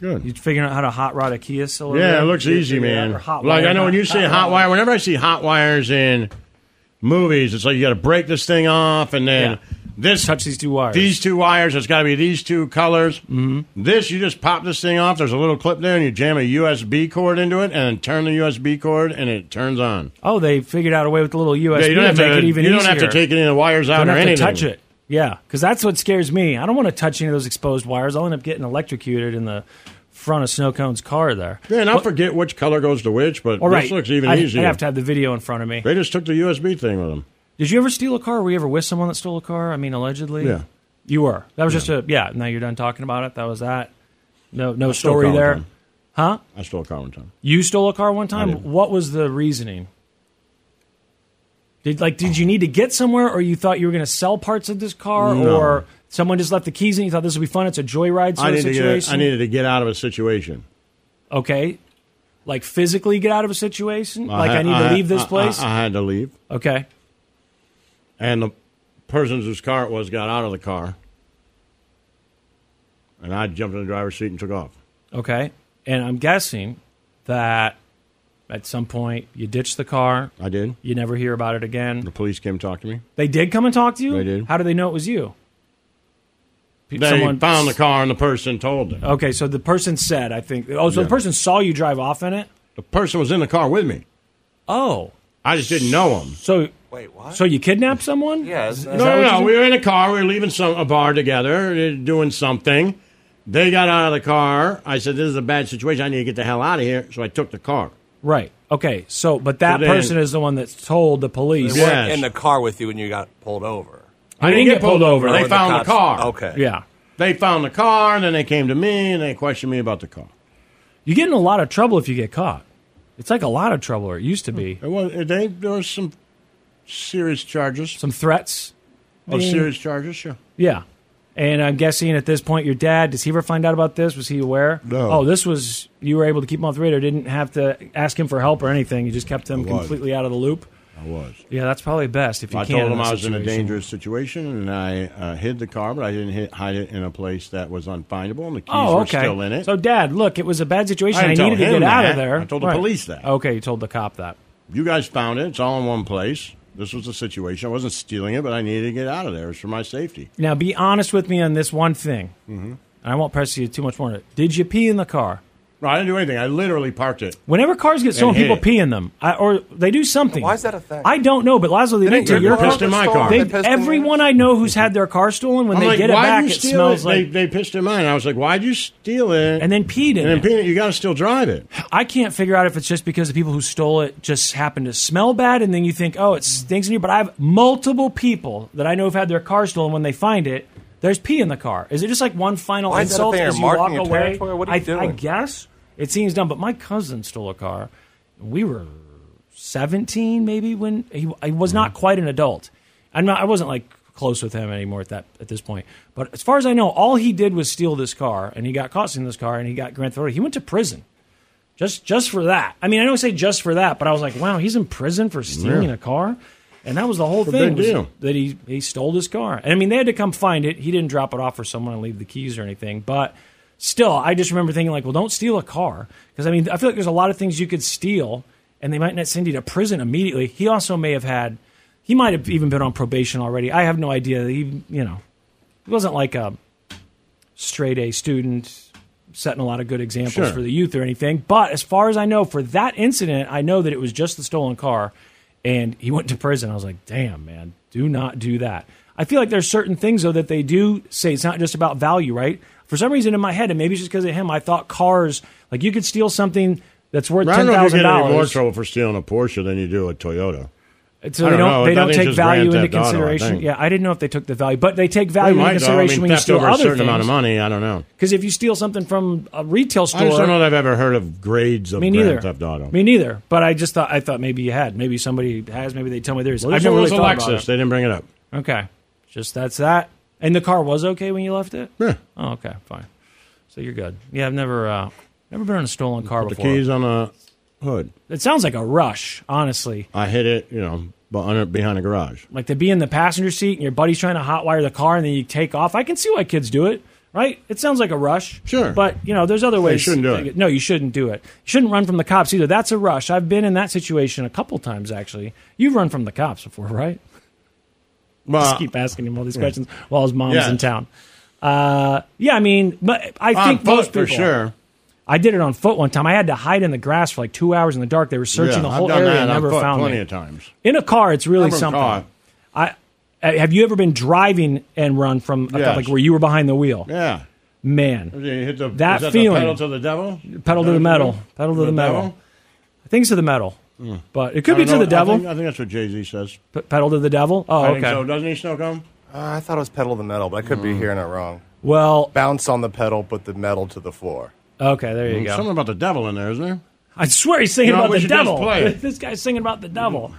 [SPEAKER 1] Good.
[SPEAKER 2] You figuring out how to hot rod a Kia cylinder?
[SPEAKER 1] Yeah, it looks
[SPEAKER 2] Figure
[SPEAKER 1] easy,
[SPEAKER 2] out-
[SPEAKER 1] man.
[SPEAKER 2] or hot wire
[SPEAKER 1] Like
[SPEAKER 2] Uh-huh.
[SPEAKER 1] I know when you say hot wire, whenever I see hot wires in movies, it's like you got to break this thing off, and then this
[SPEAKER 2] touch these two wires.
[SPEAKER 1] These two wires. It's got to be these two colors. Mm-hmm. This you just pop this thing off. There's a little clip there, and you jam a USB cord into it, and then turn the USB cord, and it turns on.
[SPEAKER 2] Oh, they figured out a way with the little USB
[SPEAKER 1] Yeah, you don't
[SPEAKER 2] to
[SPEAKER 1] have
[SPEAKER 2] make
[SPEAKER 1] to.
[SPEAKER 2] it even
[SPEAKER 1] you don't have to
[SPEAKER 2] easier.
[SPEAKER 1] take any of the wires out
[SPEAKER 2] Don't
[SPEAKER 1] or
[SPEAKER 2] have
[SPEAKER 1] anything.
[SPEAKER 2] To touch it. Yeah, because that's what scares me. I don't want to touch any of those exposed wires. I'll end up getting electrocuted in the front of Snowcone's car there.
[SPEAKER 1] Yeah, and I forget which color goes to which, but
[SPEAKER 2] All right,
[SPEAKER 1] this looks even
[SPEAKER 2] I,
[SPEAKER 1] easier.
[SPEAKER 2] I have to have the video in front of me.
[SPEAKER 1] They just took the USB thing with them.
[SPEAKER 2] Did you ever steal a car? Were you ever with someone that stole a car? I mean, allegedly.
[SPEAKER 1] Yeah.
[SPEAKER 2] You were. That was just a yeah. Now you're done talking about it. That was that. No, no
[SPEAKER 1] I stole a
[SPEAKER 2] story
[SPEAKER 1] car one
[SPEAKER 2] there.
[SPEAKER 1] time.
[SPEAKER 2] Huh?
[SPEAKER 1] I stole a car one time.
[SPEAKER 2] You stole a car one
[SPEAKER 1] I
[SPEAKER 2] time.
[SPEAKER 1] did.
[SPEAKER 2] What was the reasoning? Did like did you need to get somewhere, or you thought you were going to sell parts of this car,
[SPEAKER 1] No.
[SPEAKER 2] or someone just left the keys and you thought this would be fun? It's a joyride sort
[SPEAKER 1] I
[SPEAKER 2] of
[SPEAKER 1] needed, to get,
[SPEAKER 2] situation.
[SPEAKER 1] I needed to get out of a situation.
[SPEAKER 2] okay, like physically get out of a situation. like
[SPEAKER 1] had-
[SPEAKER 2] I need to
[SPEAKER 1] had-
[SPEAKER 2] leave this
[SPEAKER 1] I-
[SPEAKER 2] place.
[SPEAKER 1] I, I had to leave.
[SPEAKER 2] Okay.
[SPEAKER 1] And the person whose car it was got out of the car, and I jumped in the driver's seat and took off.
[SPEAKER 2] okay, and I'm guessing that at some point you ditched the car.
[SPEAKER 1] I did.
[SPEAKER 2] You never hear about it again.
[SPEAKER 1] The police came talk to me.
[SPEAKER 2] They did come and talk to you.
[SPEAKER 1] They did.
[SPEAKER 2] How do they know it was you? Pe-
[SPEAKER 1] They
[SPEAKER 2] someone-
[SPEAKER 1] found the car, and the person told them.
[SPEAKER 2] Okay, so the person said, I think. Oh, so
[SPEAKER 1] Yeah.
[SPEAKER 2] the person saw you drive off in it.
[SPEAKER 1] The person was in the car with me.
[SPEAKER 2] Oh,
[SPEAKER 1] I just didn't know him.
[SPEAKER 2] So wait, what? So you kidnapped someone? Yeah.
[SPEAKER 1] No, no, no. We were in a car. We were leaving some a bar together, uh, doing something. They got out of the car. I said, "This is a bad situation. I need to get the hell out of here." So I took the car.
[SPEAKER 2] Right. Okay. So, but that
[SPEAKER 1] So then-
[SPEAKER 2] person is the one that told the police.
[SPEAKER 3] They weren't in the car with you when you got pulled over.
[SPEAKER 2] I didn't get pulled over.
[SPEAKER 1] They
[SPEAKER 3] Or
[SPEAKER 1] found the
[SPEAKER 3] cops-
[SPEAKER 1] car.
[SPEAKER 3] Okay.
[SPEAKER 2] Yeah.
[SPEAKER 1] They found the car, and then they came to me and they questioned me about the car.
[SPEAKER 2] You get in a lot of trouble if you get caught. It's like a lot of trouble, or it used to be.
[SPEAKER 1] It was, it ain't- there was some serious charges.
[SPEAKER 2] Some threats.
[SPEAKER 1] Oh,
[SPEAKER 2] being-
[SPEAKER 1] serious charges, sure.
[SPEAKER 2] Yeah. And I'm guessing at this point, your dad, does he ever find out about this? Was he aware?
[SPEAKER 1] No.
[SPEAKER 2] Oh, this was, you were able to keep him off the radar. Didn't have to ask him for help or anything. You just kept him
[SPEAKER 1] I was.
[SPEAKER 2] completely out of the loop.
[SPEAKER 1] I was.
[SPEAKER 2] Yeah, that's probably best if you
[SPEAKER 1] I
[SPEAKER 2] can.
[SPEAKER 1] told
[SPEAKER 2] in
[SPEAKER 1] them
[SPEAKER 2] that
[SPEAKER 1] I was in a
[SPEAKER 2] situation.
[SPEAKER 1] dangerous situation, and I uh, hid the car, but I didn't hit, hide it in a place that was unfindable, and the keys
[SPEAKER 2] Oh,
[SPEAKER 1] were
[SPEAKER 2] okay.
[SPEAKER 1] still in it.
[SPEAKER 2] So, Dad, look, it was a bad situation.
[SPEAKER 1] I
[SPEAKER 2] I,
[SPEAKER 1] didn't
[SPEAKER 2] needed to
[SPEAKER 1] tell
[SPEAKER 2] get
[SPEAKER 1] him
[SPEAKER 2] out
[SPEAKER 1] that.
[SPEAKER 2] of there.
[SPEAKER 1] I told the police that.
[SPEAKER 2] Okay, you told the cop that.
[SPEAKER 1] you guys found it. It's all in one place. This was the situation. I wasn't stealing it, but I needed to get out of there. It was for my safety.
[SPEAKER 2] Now, be honest with me on this one thing.
[SPEAKER 1] Mm-hmm.
[SPEAKER 2] and I won't press you too much more on it. Did you pee in the car?
[SPEAKER 1] No, I didn't do anything. I literally parked it.
[SPEAKER 2] Whenever cars get
[SPEAKER 1] And
[SPEAKER 2] stolen,
[SPEAKER 1] hit
[SPEAKER 2] people
[SPEAKER 1] it.
[SPEAKER 2] pee in them, I, or they do something.
[SPEAKER 1] Why is that a thing?
[SPEAKER 2] I don't know, but Lazlo, they,
[SPEAKER 1] They
[SPEAKER 2] need to.
[SPEAKER 1] didn't
[SPEAKER 2] Your
[SPEAKER 1] get pissed in my car.
[SPEAKER 2] They,
[SPEAKER 1] They pissed in
[SPEAKER 2] everyone I know who's had their car stolen, when
[SPEAKER 1] I'm
[SPEAKER 2] they
[SPEAKER 1] like,
[SPEAKER 2] get it
[SPEAKER 1] "Why'd
[SPEAKER 2] back,
[SPEAKER 1] you
[SPEAKER 2] it
[SPEAKER 1] steal
[SPEAKER 2] smells
[SPEAKER 1] it?"
[SPEAKER 2] like
[SPEAKER 1] they, they pissed in mine. I was like, "Why'd you steal it?"
[SPEAKER 2] And then peed in
[SPEAKER 1] And then
[SPEAKER 2] it.
[SPEAKER 1] peed in it. You got to still drive it.
[SPEAKER 2] I can't figure out if it's just because the people who stole it just happen to smell bad, and then you think, oh, it stinks in here. But I have multiple people that I know have had their car stolen. When they find it, there's pee in the car. Is it just like one final
[SPEAKER 3] Why is that a
[SPEAKER 2] insult
[SPEAKER 3] thing?
[SPEAKER 2] as
[SPEAKER 3] You're
[SPEAKER 2] you walk
[SPEAKER 3] marking your
[SPEAKER 2] away?
[SPEAKER 3] territory? What are you
[SPEAKER 2] I, I
[SPEAKER 3] doing?
[SPEAKER 2] guess it seems dumb. But my cousin stole a car. We were 17, maybe when he, he was
[SPEAKER 3] Mm.
[SPEAKER 2] not quite an adult. I'm not. I wasn't like close with him anymore at that at this point. But as far as I know, all he did was steal this car, and he got caught stealing this car, and he got Grand Theft Auto. He went to prison just just for that. I mean, I don't say just for that, but I was like, wow, he's in prison for stealing
[SPEAKER 1] Yeah.
[SPEAKER 2] a car, and that was the whole
[SPEAKER 1] It's a
[SPEAKER 2] thing
[SPEAKER 1] big
[SPEAKER 2] was
[SPEAKER 1] deal.
[SPEAKER 2] that he he stole his car. And I mean, they had to come find it. He didn't drop it off for someone and leave the keys or anything, but. Still, I just remember thinking like, well, don't steal a car because I mean, I feel like there's a lot of things you could steal, and they might not send you to prison immediately. He also may have had, he might have even been on probation already. I have no idea. He, you know, he wasn't like a straight A student setting a lot of good examples
[SPEAKER 1] Sure.
[SPEAKER 2] for the youth or anything. But as far as I know, for that incident, I know that it was just the stolen car and he went to prison. I was like, damn, man, do not do that. I feel like there's certain things, though, that they do say it's not just about value, right? For some reason in my head, and maybe it's just because of him, I thought cars, like you could steal something that's worth
[SPEAKER 1] I don't know if you get any more
[SPEAKER 2] $10,000.
[SPEAKER 1] trouble for stealing a Porsche than you do a Toyota.
[SPEAKER 2] So
[SPEAKER 1] I
[SPEAKER 2] they don't,
[SPEAKER 1] know.
[SPEAKER 2] they
[SPEAKER 1] I
[SPEAKER 2] don't
[SPEAKER 1] think
[SPEAKER 2] take
[SPEAKER 1] it's
[SPEAKER 2] value
[SPEAKER 1] Grand
[SPEAKER 2] into
[SPEAKER 1] Theft Auto, I
[SPEAKER 2] consideration.
[SPEAKER 1] think.
[SPEAKER 2] yeah, I didn't know if they took the value, but they take value
[SPEAKER 1] They might,
[SPEAKER 2] into
[SPEAKER 1] though. I
[SPEAKER 2] consideration
[SPEAKER 1] mean,
[SPEAKER 2] when you
[SPEAKER 1] theft
[SPEAKER 2] steal
[SPEAKER 1] over
[SPEAKER 2] other
[SPEAKER 1] a certain
[SPEAKER 2] things.
[SPEAKER 1] amount of money. I don't know.
[SPEAKER 2] Because if you steal something from a retail store,
[SPEAKER 1] I just don't know that I've ever heard of grades of
[SPEAKER 2] me
[SPEAKER 1] Grand
[SPEAKER 2] neither.
[SPEAKER 1] Theft Auto.
[SPEAKER 2] Me neither. But I just thought I thought maybe you had. Maybe somebody has. Maybe they tell me there is.
[SPEAKER 1] Well,
[SPEAKER 2] I've
[SPEAKER 1] this
[SPEAKER 2] never
[SPEAKER 1] one
[SPEAKER 2] really
[SPEAKER 1] was a
[SPEAKER 2] thought
[SPEAKER 1] Lexus.
[SPEAKER 2] about
[SPEAKER 1] They
[SPEAKER 2] it.
[SPEAKER 1] didn't bring it up.
[SPEAKER 2] Okay, just that's that. And the car was okay when you left it.
[SPEAKER 1] Yeah.
[SPEAKER 2] Oh, okay, fine. So you're good. Yeah, I've never uh, never been in a stolen car
[SPEAKER 1] Put the
[SPEAKER 2] before.
[SPEAKER 1] keys on the hood.
[SPEAKER 2] It sounds like a rush, honestly.
[SPEAKER 1] I hid it, you know, bu- under, behind a garage.
[SPEAKER 2] Like to be in the passenger seat and your buddy's trying to hotwire the car and then you take off. I can see why kids do it, right? It sounds like a rush. Sure. But, you know, there's other ways.
[SPEAKER 1] shouldn't do
[SPEAKER 2] to-
[SPEAKER 1] it.
[SPEAKER 2] No, you shouldn't do it. You shouldn't run from the cops either. That's a rush. I've been in that situation a couple times, actually. You've run from the cops before, right? Just keep asking him all these
[SPEAKER 1] Uh, yeah.
[SPEAKER 2] questions while his mom's
[SPEAKER 1] Yeah.
[SPEAKER 2] in town. Uh, yeah, I mean, but I
[SPEAKER 1] On
[SPEAKER 2] think most
[SPEAKER 1] foot, for
[SPEAKER 2] people-
[SPEAKER 1] sure.
[SPEAKER 2] I did it on foot one time. I had to hide in the grass for like two hours in the dark. They were searching
[SPEAKER 1] Yeah,
[SPEAKER 2] the whole
[SPEAKER 1] I've done
[SPEAKER 2] area
[SPEAKER 1] that
[SPEAKER 2] and
[SPEAKER 1] on
[SPEAKER 2] never
[SPEAKER 1] foot
[SPEAKER 2] found
[SPEAKER 1] plenty
[SPEAKER 2] me.
[SPEAKER 1] of times.
[SPEAKER 2] In a car, it's really
[SPEAKER 1] Never in a
[SPEAKER 2] something.
[SPEAKER 1] car.
[SPEAKER 2] I uh, have you ever been driving and run from a cop,
[SPEAKER 1] Yes.
[SPEAKER 2] like where you were behind the wheel?
[SPEAKER 1] Yeah.
[SPEAKER 2] Man,
[SPEAKER 1] You hit the,
[SPEAKER 2] That
[SPEAKER 1] is that
[SPEAKER 2] feeling.
[SPEAKER 1] The pedal to the devil.
[SPEAKER 2] pedal to the metal. Pedal to the metal. I think it's to the metal, but it could be to the
[SPEAKER 1] Hmm. I
[SPEAKER 2] devil.
[SPEAKER 1] think, I think that's what Jay Z says.
[SPEAKER 2] P- pedal to the devil. Oh,
[SPEAKER 1] I
[SPEAKER 2] okay.
[SPEAKER 1] think so. Doesn't he snow cone?
[SPEAKER 3] Uh, I thought it was pedal to the metal, but I could be hearing it wrong.
[SPEAKER 2] Well,
[SPEAKER 3] bounce on the pedal, but the metal to the floor.
[SPEAKER 2] Okay, there you go.
[SPEAKER 1] Something about the devil in there, isn't there?
[SPEAKER 2] I swear he's singing
[SPEAKER 1] No,
[SPEAKER 2] about
[SPEAKER 1] we
[SPEAKER 2] the
[SPEAKER 1] should just
[SPEAKER 2] devil.
[SPEAKER 1] play it.
[SPEAKER 2] this guy's singing about the devil.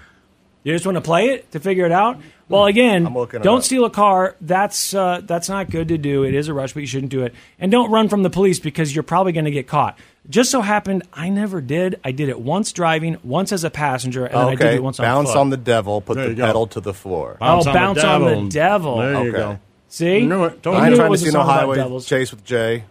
[SPEAKER 2] You just want to play it to figure it out. Well, again,
[SPEAKER 3] Hmm. looking it
[SPEAKER 2] don't
[SPEAKER 3] up.
[SPEAKER 2] steal a car. That's uh, that's not good to do. It is a rush, but you shouldn't do it. And don't run from the police because you're probably going to get caught. Just so happened, I never did. I did it once driving, once as a passenger, and then I did
[SPEAKER 3] okay,
[SPEAKER 2] it once
[SPEAKER 3] bounce
[SPEAKER 2] on, foot.
[SPEAKER 3] on the devil, put
[SPEAKER 2] There
[SPEAKER 3] the
[SPEAKER 2] you go.
[SPEAKER 3] pedal to the floor.
[SPEAKER 2] oh, bounce on the devil.
[SPEAKER 3] There you
[SPEAKER 2] okay.
[SPEAKER 3] go.
[SPEAKER 2] See,
[SPEAKER 1] You knew it. Told
[SPEAKER 2] I
[SPEAKER 3] I
[SPEAKER 2] knew
[SPEAKER 3] ain't
[SPEAKER 2] it
[SPEAKER 3] trying to
[SPEAKER 2] was a
[SPEAKER 3] see no
[SPEAKER 2] song about
[SPEAKER 3] highway
[SPEAKER 2] devils.
[SPEAKER 3] chase with Jay.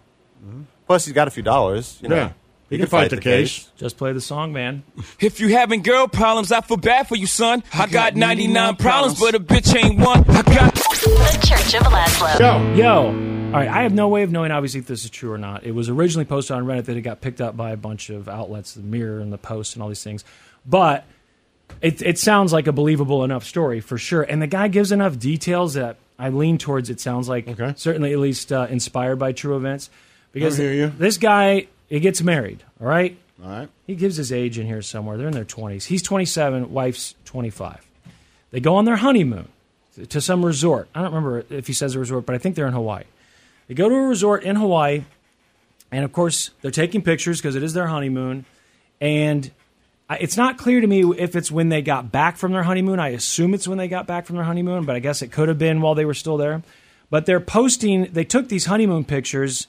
[SPEAKER 3] Plus, he's got a few dollars. You know,
[SPEAKER 2] Yeah.
[SPEAKER 3] Mm-hmm. he,
[SPEAKER 2] You
[SPEAKER 3] can, fight, the case.
[SPEAKER 2] Just play the song, man.
[SPEAKER 21] If you having girl problems, I feel bad for you, son. I got 99 problems, but a bitch ain't one. I got
[SPEAKER 4] The Church of Laszlo.
[SPEAKER 2] Yo. All right, I have no way of knowing obviously if this is true or not. It was originally posted on Reddit that it got picked up by a bunch of outlets, the Mirror and the Post and all these things. But it it sounds like a believable enough story for sure. And the guy gives enough details that I lean towards it sounds like certainly at least uh, inspired by true events because
[SPEAKER 1] I hear you.
[SPEAKER 2] this guy he gets married, all right?
[SPEAKER 1] All right.
[SPEAKER 2] He gives his age in here somewhere. They're in their 20s. He's 27, wife's 25. They go on their honeymoon to some resort. I don't remember if he says a resort, but I think they're in Hawaii. They go to a resort in Hawaii, and of course, they're taking pictures because it is their honeymoon. And I, it's not clear to me if it's when they got back from their honeymoon. I assume it's when they got back from their honeymoon, but I guess it could have been while they were still there. But they're posting, they took these honeymoon pictures,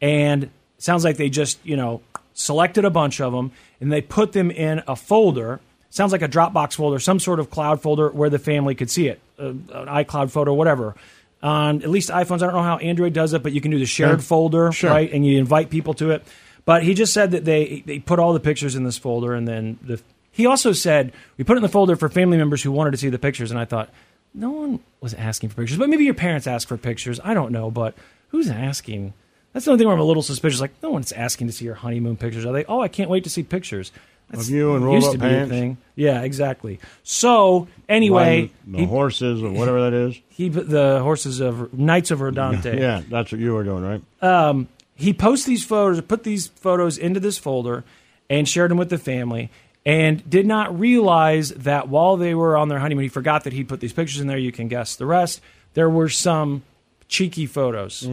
[SPEAKER 2] and it sounds like they just, you know, selected a bunch of them and they put them in a folder. Sounds like a Dropbox folder, some sort of cloud folder where the family could see it, uh, an iCloud photo, whatever. On at least iPhones, I don't know how Android does it, but you can do the shared
[SPEAKER 1] Yeah.
[SPEAKER 2] folder,
[SPEAKER 1] Sure.
[SPEAKER 2] right? and you invite people to it. But he just said that they they put all the pictures in this folder, and then the he also said we put it in the folder for family members who wanted to see the pictures. And I thought no one was asking for pictures, but maybe your parents asked for pictures. I don't know, but who's asking That's the only thing where I'm a little suspicious. Like, no one's asking to see your honeymoon pictures, are they? Oh, I can't wait to see pictures. That's
[SPEAKER 1] Of you in
[SPEAKER 2] used
[SPEAKER 1] roll-up
[SPEAKER 2] to be a
[SPEAKER 1] pants?
[SPEAKER 2] thing. Yeah, exactly. So anyway,
[SPEAKER 1] Riding the horses or whatever that is.
[SPEAKER 2] He the horses of Knights of Rodante.
[SPEAKER 1] Yeah, that's what you were doing, right?
[SPEAKER 2] um, he posts these photos, put these photos into this folder, and shared them with the family. And did not realize that while they were on their honeymoon, he forgot that he put these pictures in there. You can guess the rest. There were some cheeky photos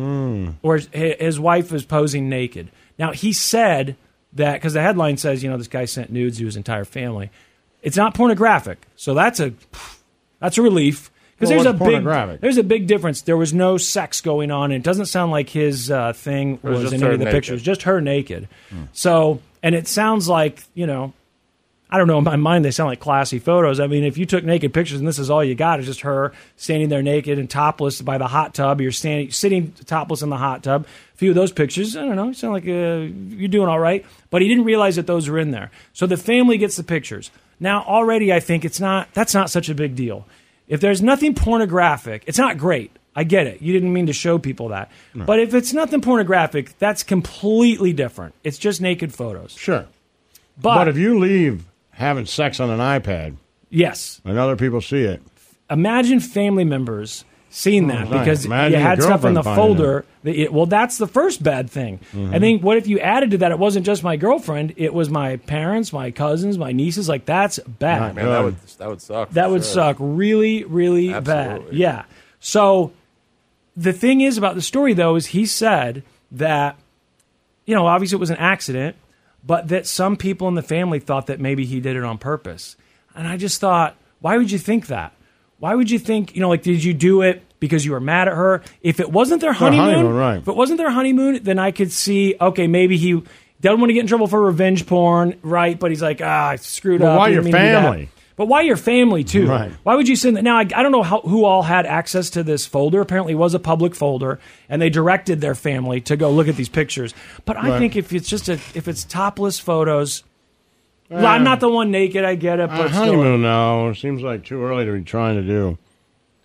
[SPEAKER 2] where his- his wife was posing naked. Now he said that because the headline says, you know, this guy sent nudes to his entire family. It's not pornographic, so that's a that's a relief because
[SPEAKER 1] Well,
[SPEAKER 2] there's
[SPEAKER 1] what's
[SPEAKER 2] a big
[SPEAKER 1] pornographic?
[SPEAKER 2] there's a big difference. There was no sex going on. and It doesn't sound like his uh, thing
[SPEAKER 1] It was
[SPEAKER 2] was,
[SPEAKER 1] just
[SPEAKER 2] in any
[SPEAKER 1] her
[SPEAKER 2] of the
[SPEAKER 1] naked. Hmm.
[SPEAKER 2] pictures. Just her naked. So, and it sounds like you know, I don't know. In my mind, they sound like classy photos. I mean, if you took naked pictures and this is all you got is just her standing there naked and topless by the hot tub, you're standing sitting topless in the hot tub. A few of those pictures, I don't know, sound like uh, you're doing all right. But he didn't realize that those were in there. So the family gets the pictures. Now already, I think it's not that's not such a big deal. If there's nothing pornographic, it's not great. I get it. You didn't mean to show people that. But if it's nothing pornographic, that's completely different. It's just naked photos.
[SPEAKER 1] Sure.
[SPEAKER 2] But,
[SPEAKER 1] if you leave having sex on an iPad
[SPEAKER 2] yes,
[SPEAKER 1] and other people see it,
[SPEAKER 2] imagine family members seeing that
[SPEAKER 1] Oh, nice.
[SPEAKER 2] because
[SPEAKER 1] Imagine
[SPEAKER 2] you
[SPEAKER 1] your
[SPEAKER 2] had stuff in
[SPEAKER 1] girlfriend
[SPEAKER 2] the
[SPEAKER 1] finding Mm-hmm.
[SPEAKER 2] folder. that you- well, that's the first bad thing. I think what if you added to that? It wasn't just my girlfriend; it was my parents, my cousins, my nieces. Like that's bad.
[SPEAKER 1] Not
[SPEAKER 3] Man, that would Um, that would suck. for
[SPEAKER 2] That would
[SPEAKER 3] sure.
[SPEAKER 2] suck really, really bad.
[SPEAKER 3] Absolutely.
[SPEAKER 2] Yeah. So the thing is about the story, though, is he said that, you know, obviously it was an accident, but that some people in the family thought that maybe he did it on purpose. And I just thought, why would you think that? Why would you think, you know, like, did you do it because you were mad at her? If it wasn't their
[SPEAKER 1] Their
[SPEAKER 2] honeymoon,
[SPEAKER 1] honeymoon, right.
[SPEAKER 2] if it wasn't their honeymoon, then I could see, okay, maybe he doesn't want to get in trouble for revenge porn, right? But he's like, ah, I screwed
[SPEAKER 1] But
[SPEAKER 2] up.
[SPEAKER 1] why
[SPEAKER 2] I
[SPEAKER 1] your
[SPEAKER 2] didn't mean to do that.
[SPEAKER 1] family?
[SPEAKER 2] But why your family too?
[SPEAKER 1] Right.
[SPEAKER 2] Why would you send that? Now I, I don't know how, who all had access to this folder. Apparently, it was a public folder, and they directed their family to go look at these pictures. But I
[SPEAKER 1] Right.
[SPEAKER 2] think if it's just a if it's topless photos, well, I'm not the one naked. I get it,
[SPEAKER 1] a
[SPEAKER 2] but still.
[SPEAKER 1] honeymoon, no, seems like too early to be trying to do.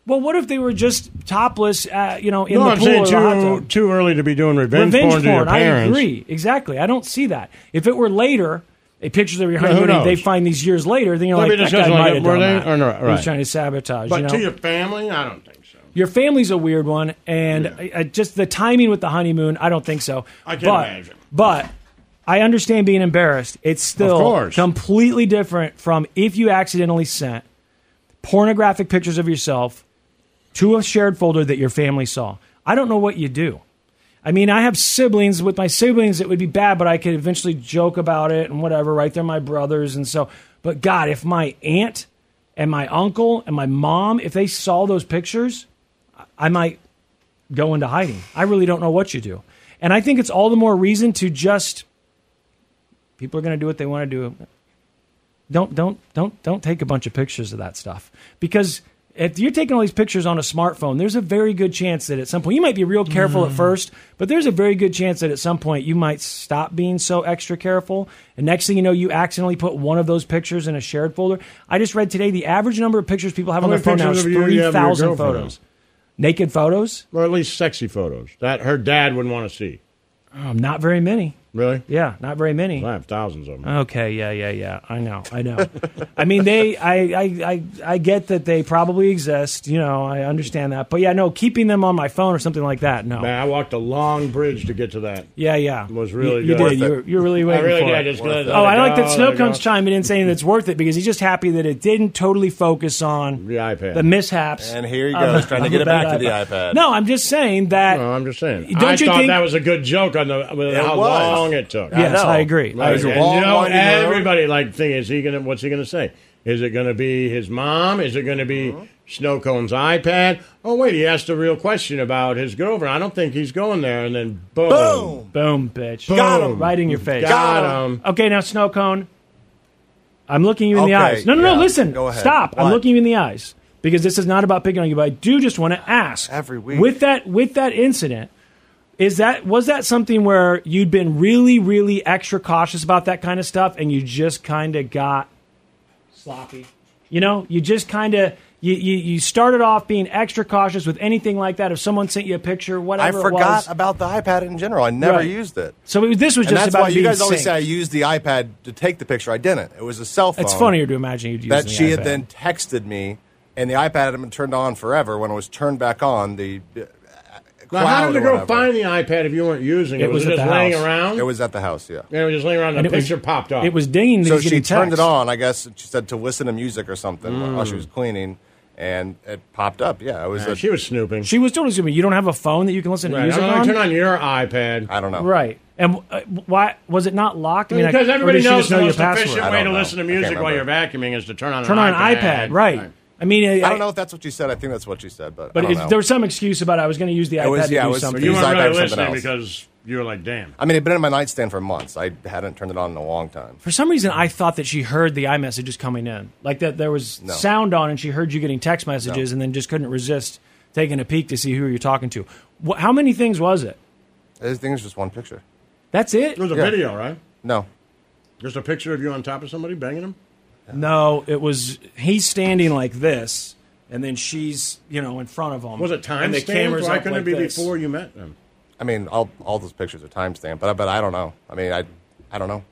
[SPEAKER 2] Well, what if they were just topless? Uh, you know, in
[SPEAKER 1] no,
[SPEAKER 2] the
[SPEAKER 1] I'm
[SPEAKER 2] pool
[SPEAKER 1] saying
[SPEAKER 2] or the hot tub?
[SPEAKER 1] too, too early to be doing revenge, porn, to your
[SPEAKER 2] I
[SPEAKER 1] parents.
[SPEAKER 2] agree exactly. I don't see that. If it were later, a pictures of your
[SPEAKER 1] Yeah, who
[SPEAKER 2] honeymoon
[SPEAKER 1] knows?
[SPEAKER 2] they find these years later, then you're
[SPEAKER 1] Maybe
[SPEAKER 2] like,
[SPEAKER 1] this
[SPEAKER 2] that guy
[SPEAKER 1] doesn't like
[SPEAKER 2] might
[SPEAKER 1] it,
[SPEAKER 2] have
[SPEAKER 1] were
[SPEAKER 2] done
[SPEAKER 1] they?
[SPEAKER 2] that.
[SPEAKER 1] Or no,
[SPEAKER 2] He was
[SPEAKER 1] right.
[SPEAKER 2] trying to sabotage.
[SPEAKER 1] But
[SPEAKER 2] you know?
[SPEAKER 1] to your family, I don't think so.
[SPEAKER 2] Your family's a weird one, and I, I just the timing with the honeymoon, I don't think so.
[SPEAKER 1] I can
[SPEAKER 2] but,
[SPEAKER 1] imagine.
[SPEAKER 2] But I understand being embarrassed. It's still
[SPEAKER 1] course.
[SPEAKER 2] completely different from if you accidentally sent pornographic pictures of yourself to a shared folder that your family saw. I don't know what you do. I mean, I have siblings. With my siblings, it would be bad, but I could eventually joke about it and whatever, right? They're my brothers. And so, but God, if my aunt and my uncle and my mom, if they saw those pictures, I might go into hiding. I really don't know what you do. And I think it's all the more reason to just people are going to do what they want to do. Don't don't don't don't take a bunch of pictures of that stuff because if you're taking all these pictures on a smartphone, there's a very good chance that at some point you might be real careful
[SPEAKER 1] Mm.
[SPEAKER 2] at first, but there's a very good chance that at some point you might stop being so extra careful. And next thing you know, you accidentally put one of those pictures in a shared folder. I just read today the average number of pictures people have on
[SPEAKER 1] How
[SPEAKER 2] their phone
[SPEAKER 1] many
[SPEAKER 2] now is
[SPEAKER 1] pictures of you do you have of your
[SPEAKER 2] three thousand
[SPEAKER 1] girlfriend?
[SPEAKER 2] photos. Naked photos?
[SPEAKER 1] Or at least sexy photos that her dad wouldn't want to see.
[SPEAKER 2] Um, not very many.
[SPEAKER 1] Really?
[SPEAKER 2] Yeah, not very many.
[SPEAKER 1] I have thousands of them.
[SPEAKER 2] Okay, yeah, yeah, yeah. I know, I know. I mean, they, I, I, I, I get that they probably exist. You know, I understand that. But yeah, no, keeping them on my phone or something like that, no.
[SPEAKER 1] Man, I walked a long bridge to get to that.
[SPEAKER 2] Yeah, yeah.
[SPEAKER 1] Was really
[SPEAKER 2] you, you
[SPEAKER 1] good.
[SPEAKER 2] did.
[SPEAKER 1] Worth it.
[SPEAKER 2] You were, you were really
[SPEAKER 1] I
[SPEAKER 2] waiting
[SPEAKER 1] really
[SPEAKER 2] for
[SPEAKER 1] did.
[SPEAKER 2] it.
[SPEAKER 1] Just let it
[SPEAKER 2] oh, I like
[SPEAKER 1] go,
[SPEAKER 2] that
[SPEAKER 1] let it go.
[SPEAKER 2] Snowcone's chiming in saying that's worth it because he's just happy that it didn't totally focus on the
[SPEAKER 1] iPad,
[SPEAKER 2] the mishaps.
[SPEAKER 3] And here he
[SPEAKER 2] of-
[SPEAKER 3] goes, trying to
[SPEAKER 2] of
[SPEAKER 3] get
[SPEAKER 2] a
[SPEAKER 3] it back to
[SPEAKER 2] bad
[SPEAKER 3] the iPad.
[SPEAKER 2] No, I'm just saying that.
[SPEAKER 1] No, I'm just saying.
[SPEAKER 2] Don't
[SPEAKER 1] I
[SPEAKER 2] you
[SPEAKER 1] thought
[SPEAKER 2] think-
[SPEAKER 1] that was a good joke on the with
[SPEAKER 2] It
[SPEAKER 1] how
[SPEAKER 2] was.
[SPEAKER 1] long it took.
[SPEAKER 2] Yes, I I know. agree.
[SPEAKER 1] Right.
[SPEAKER 2] It was a
[SPEAKER 1] And
[SPEAKER 2] long,
[SPEAKER 1] you know,
[SPEAKER 2] winding road.
[SPEAKER 1] everybody like thing is he gonna what's he gonna say? Is it gonna be his mom? Is it gonna be Snowcone's iPad? Oh wait, he asked a real question about his girlfriend. I don't think he's going there. And then boom, boom,
[SPEAKER 2] boom, bitch,
[SPEAKER 3] Got him.
[SPEAKER 2] right in your face.
[SPEAKER 1] got him.
[SPEAKER 2] Okay, now snow cone. I'm looking you in the
[SPEAKER 3] Okay,
[SPEAKER 2] eyes. No, no,
[SPEAKER 3] yeah,
[SPEAKER 2] no. Listen,
[SPEAKER 3] go ahead.
[SPEAKER 2] stop. I'm
[SPEAKER 3] What?
[SPEAKER 2] looking you in the eyes because this is not about picking on you, but I do just want to ask. Every week with that with that incident, is that was that something where you'd been really, really extra cautious about that kind of stuff, and you just kind of got sloppy? You know, you just kind of You, you, you started off being extra cautious with anything like that. If someone sent you a picture,
[SPEAKER 13] I
[SPEAKER 2] whatever it
[SPEAKER 13] forgot
[SPEAKER 2] was.
[SPEAKER 13] about the iPad in general. I never
[SPEAKER 2] Right.
[SPEAKER 13] used it.
[SPEAKER 2] So it was- this was
[SPEAKER 13] And
[SPEAKER 2] just
[SPEAKER 13] that's
[SPEAKER 2] about
[SPEAKER 13] why you
[SPEAKER 2] being
[SPEAKER 13] guys always
[SPEAKER 2] synced.
[SPEAKER 13] say I used the iPad to take the picture. I didn't. It was a cell phone.
[SPEAKER 2] It's funnier to imagine you'd use
[SPEAKER 13] that
[SPEAKER 2] the
[SPEAKER 13] she
[SPEAKER 2] iPad.
[SPEAKER 13] had then texted me, and the iPad had been turned on forever. When it was turned back on, the uh,
[SPEAKER 1] Now, how
[SPEAKER 13] cloud
[SPEAKER 1] did the
[SPEAKER 13] or
[SPEAKER 1] girl
[SPEAKER 13] whatever-
[SPEAKER 1] find the iPad if you weren't using it?
[SPEAKER 13] It was
[SPEAKER 1] it
[SPEAKER 13] at
[SPEAKER 1] just
[SPEAKER 13] the
[SPEAKER 1] laying
[SPEAKER 13] house.
[SPEAKER 1] around?
[SPEAKER 13] It was at the house. Yeah,
[SPEAKER 1] it was just laying around.
[SPEAKER 13] And
[SPEAKER 1] The
[SPEAKER 13] it was-
[SPEAKER 1] picture popped up.
[SPEAKER 13] So she turned it on, I guess. and She said to listen to music or something while she was cleaning, and it popped up. Yeah, it was.
[SPEAKER 1] Nah,
[SPEAKER 13] a,
[SPEAKER 1] she was snooping.
[SPEAKER 2] Mm. She was totally assuming you don't have a phone that you can listen to
[SPEAKER 1] Right.
[SPEAKER 2] music
[SPEAKER 1] I'm
[SPEAKER 2] on.
[SPEAKER 1] turn on your iPad.
[SPEAKER 13] I don't know.
[SPEAKER 2] Right. And uh, why was it not locked? I mean, I-
[SPEAKER 1] because
[SPEAKER 2] or
[SPEAKER 1] everybody
[SPEAKER 2] did she
[SPEAKER 1] knows
[SPEAKER 2] just
[SPEAKER 1] the
[SPEAKER 2] know your
[SPEAKER 1] most
[SPEAKER 2] password.
[SPEAKER 1] efficient way to listen to music while you're vacuuming is to turn on
[SPEAKER 2] Turn
[SPEAKER 1] an
[SPEAKER 2] on an iPad, right? I mean,
[SPEAKER 13] I,
[SPEAKER 2] I,
[SPEAKER 13] don't know if that's what she said. I think that's what she said, but I
[SPEAKER 2] But
[SPEAKER 13] don't
[SPEAKER 2] if,
[SPEAKER 13] know.
[SPEAKER 2] there was some excuse about I was going to use the
[SPEAKER 13] It
[SPEAKER 2] iPad
[SPEAKER 13] was-
[SPEAKER 2] to
[SPEAKER 13] yeah,
[SPEAKER 2] do
[SPEAKER 13] it was-
[SPEAKER 2] something.
[SPEAKER 1] But you
[SPEAKER 13] Use
[SPEAKER 1] weren't
[SPEAKER 13] iPad
[SPEAKER 1] really
[SPEAKER 13] or something
[SPEAKER 1] listening
[SPEAKER 13] else.
[SPEAKER 1] because you were like, damn.
[SPEAKER 13] I mean, it'd been in my nightstand for months. I hadn't turned it on in a long time.
[SPEAKER 2] For some reason, I thought that she heard the iMessages coming in, like that there was
[SPEAKER 13] No.
[SPEAKER 2] sound on, and she heard you getting text messages, and then just couldn't resist taking a peek to see who you're talking to. Wh- how many things was it?
[SPEAKER 13] I think it's just one picture.
[SPEAKER 2] That's it.
[SPEAKER 1] It was a video, right?
[SPEAKER 13] No,
[SPEAKER 1] Just a picture of you on top of somebody banging them.
[SPEAKER 2] no, it was he's standing like this, and then she's you know in front of him.
[SPEAKER 1] Was it time
[SPEAKER 2] And the cameras
[SPEAKER 1] Why
[SPEAKER 2] up
[SPEAKER 1] couldn't
[SPEAKER 2] like
[SPEAKER 1] it be
[SPEAKER 2] this.
[SPEAKER 1] before you met them?
[SPEAKER 13] I mean, all all those pictures are timestamped, but I- but I don't know. I mean, I I don't know.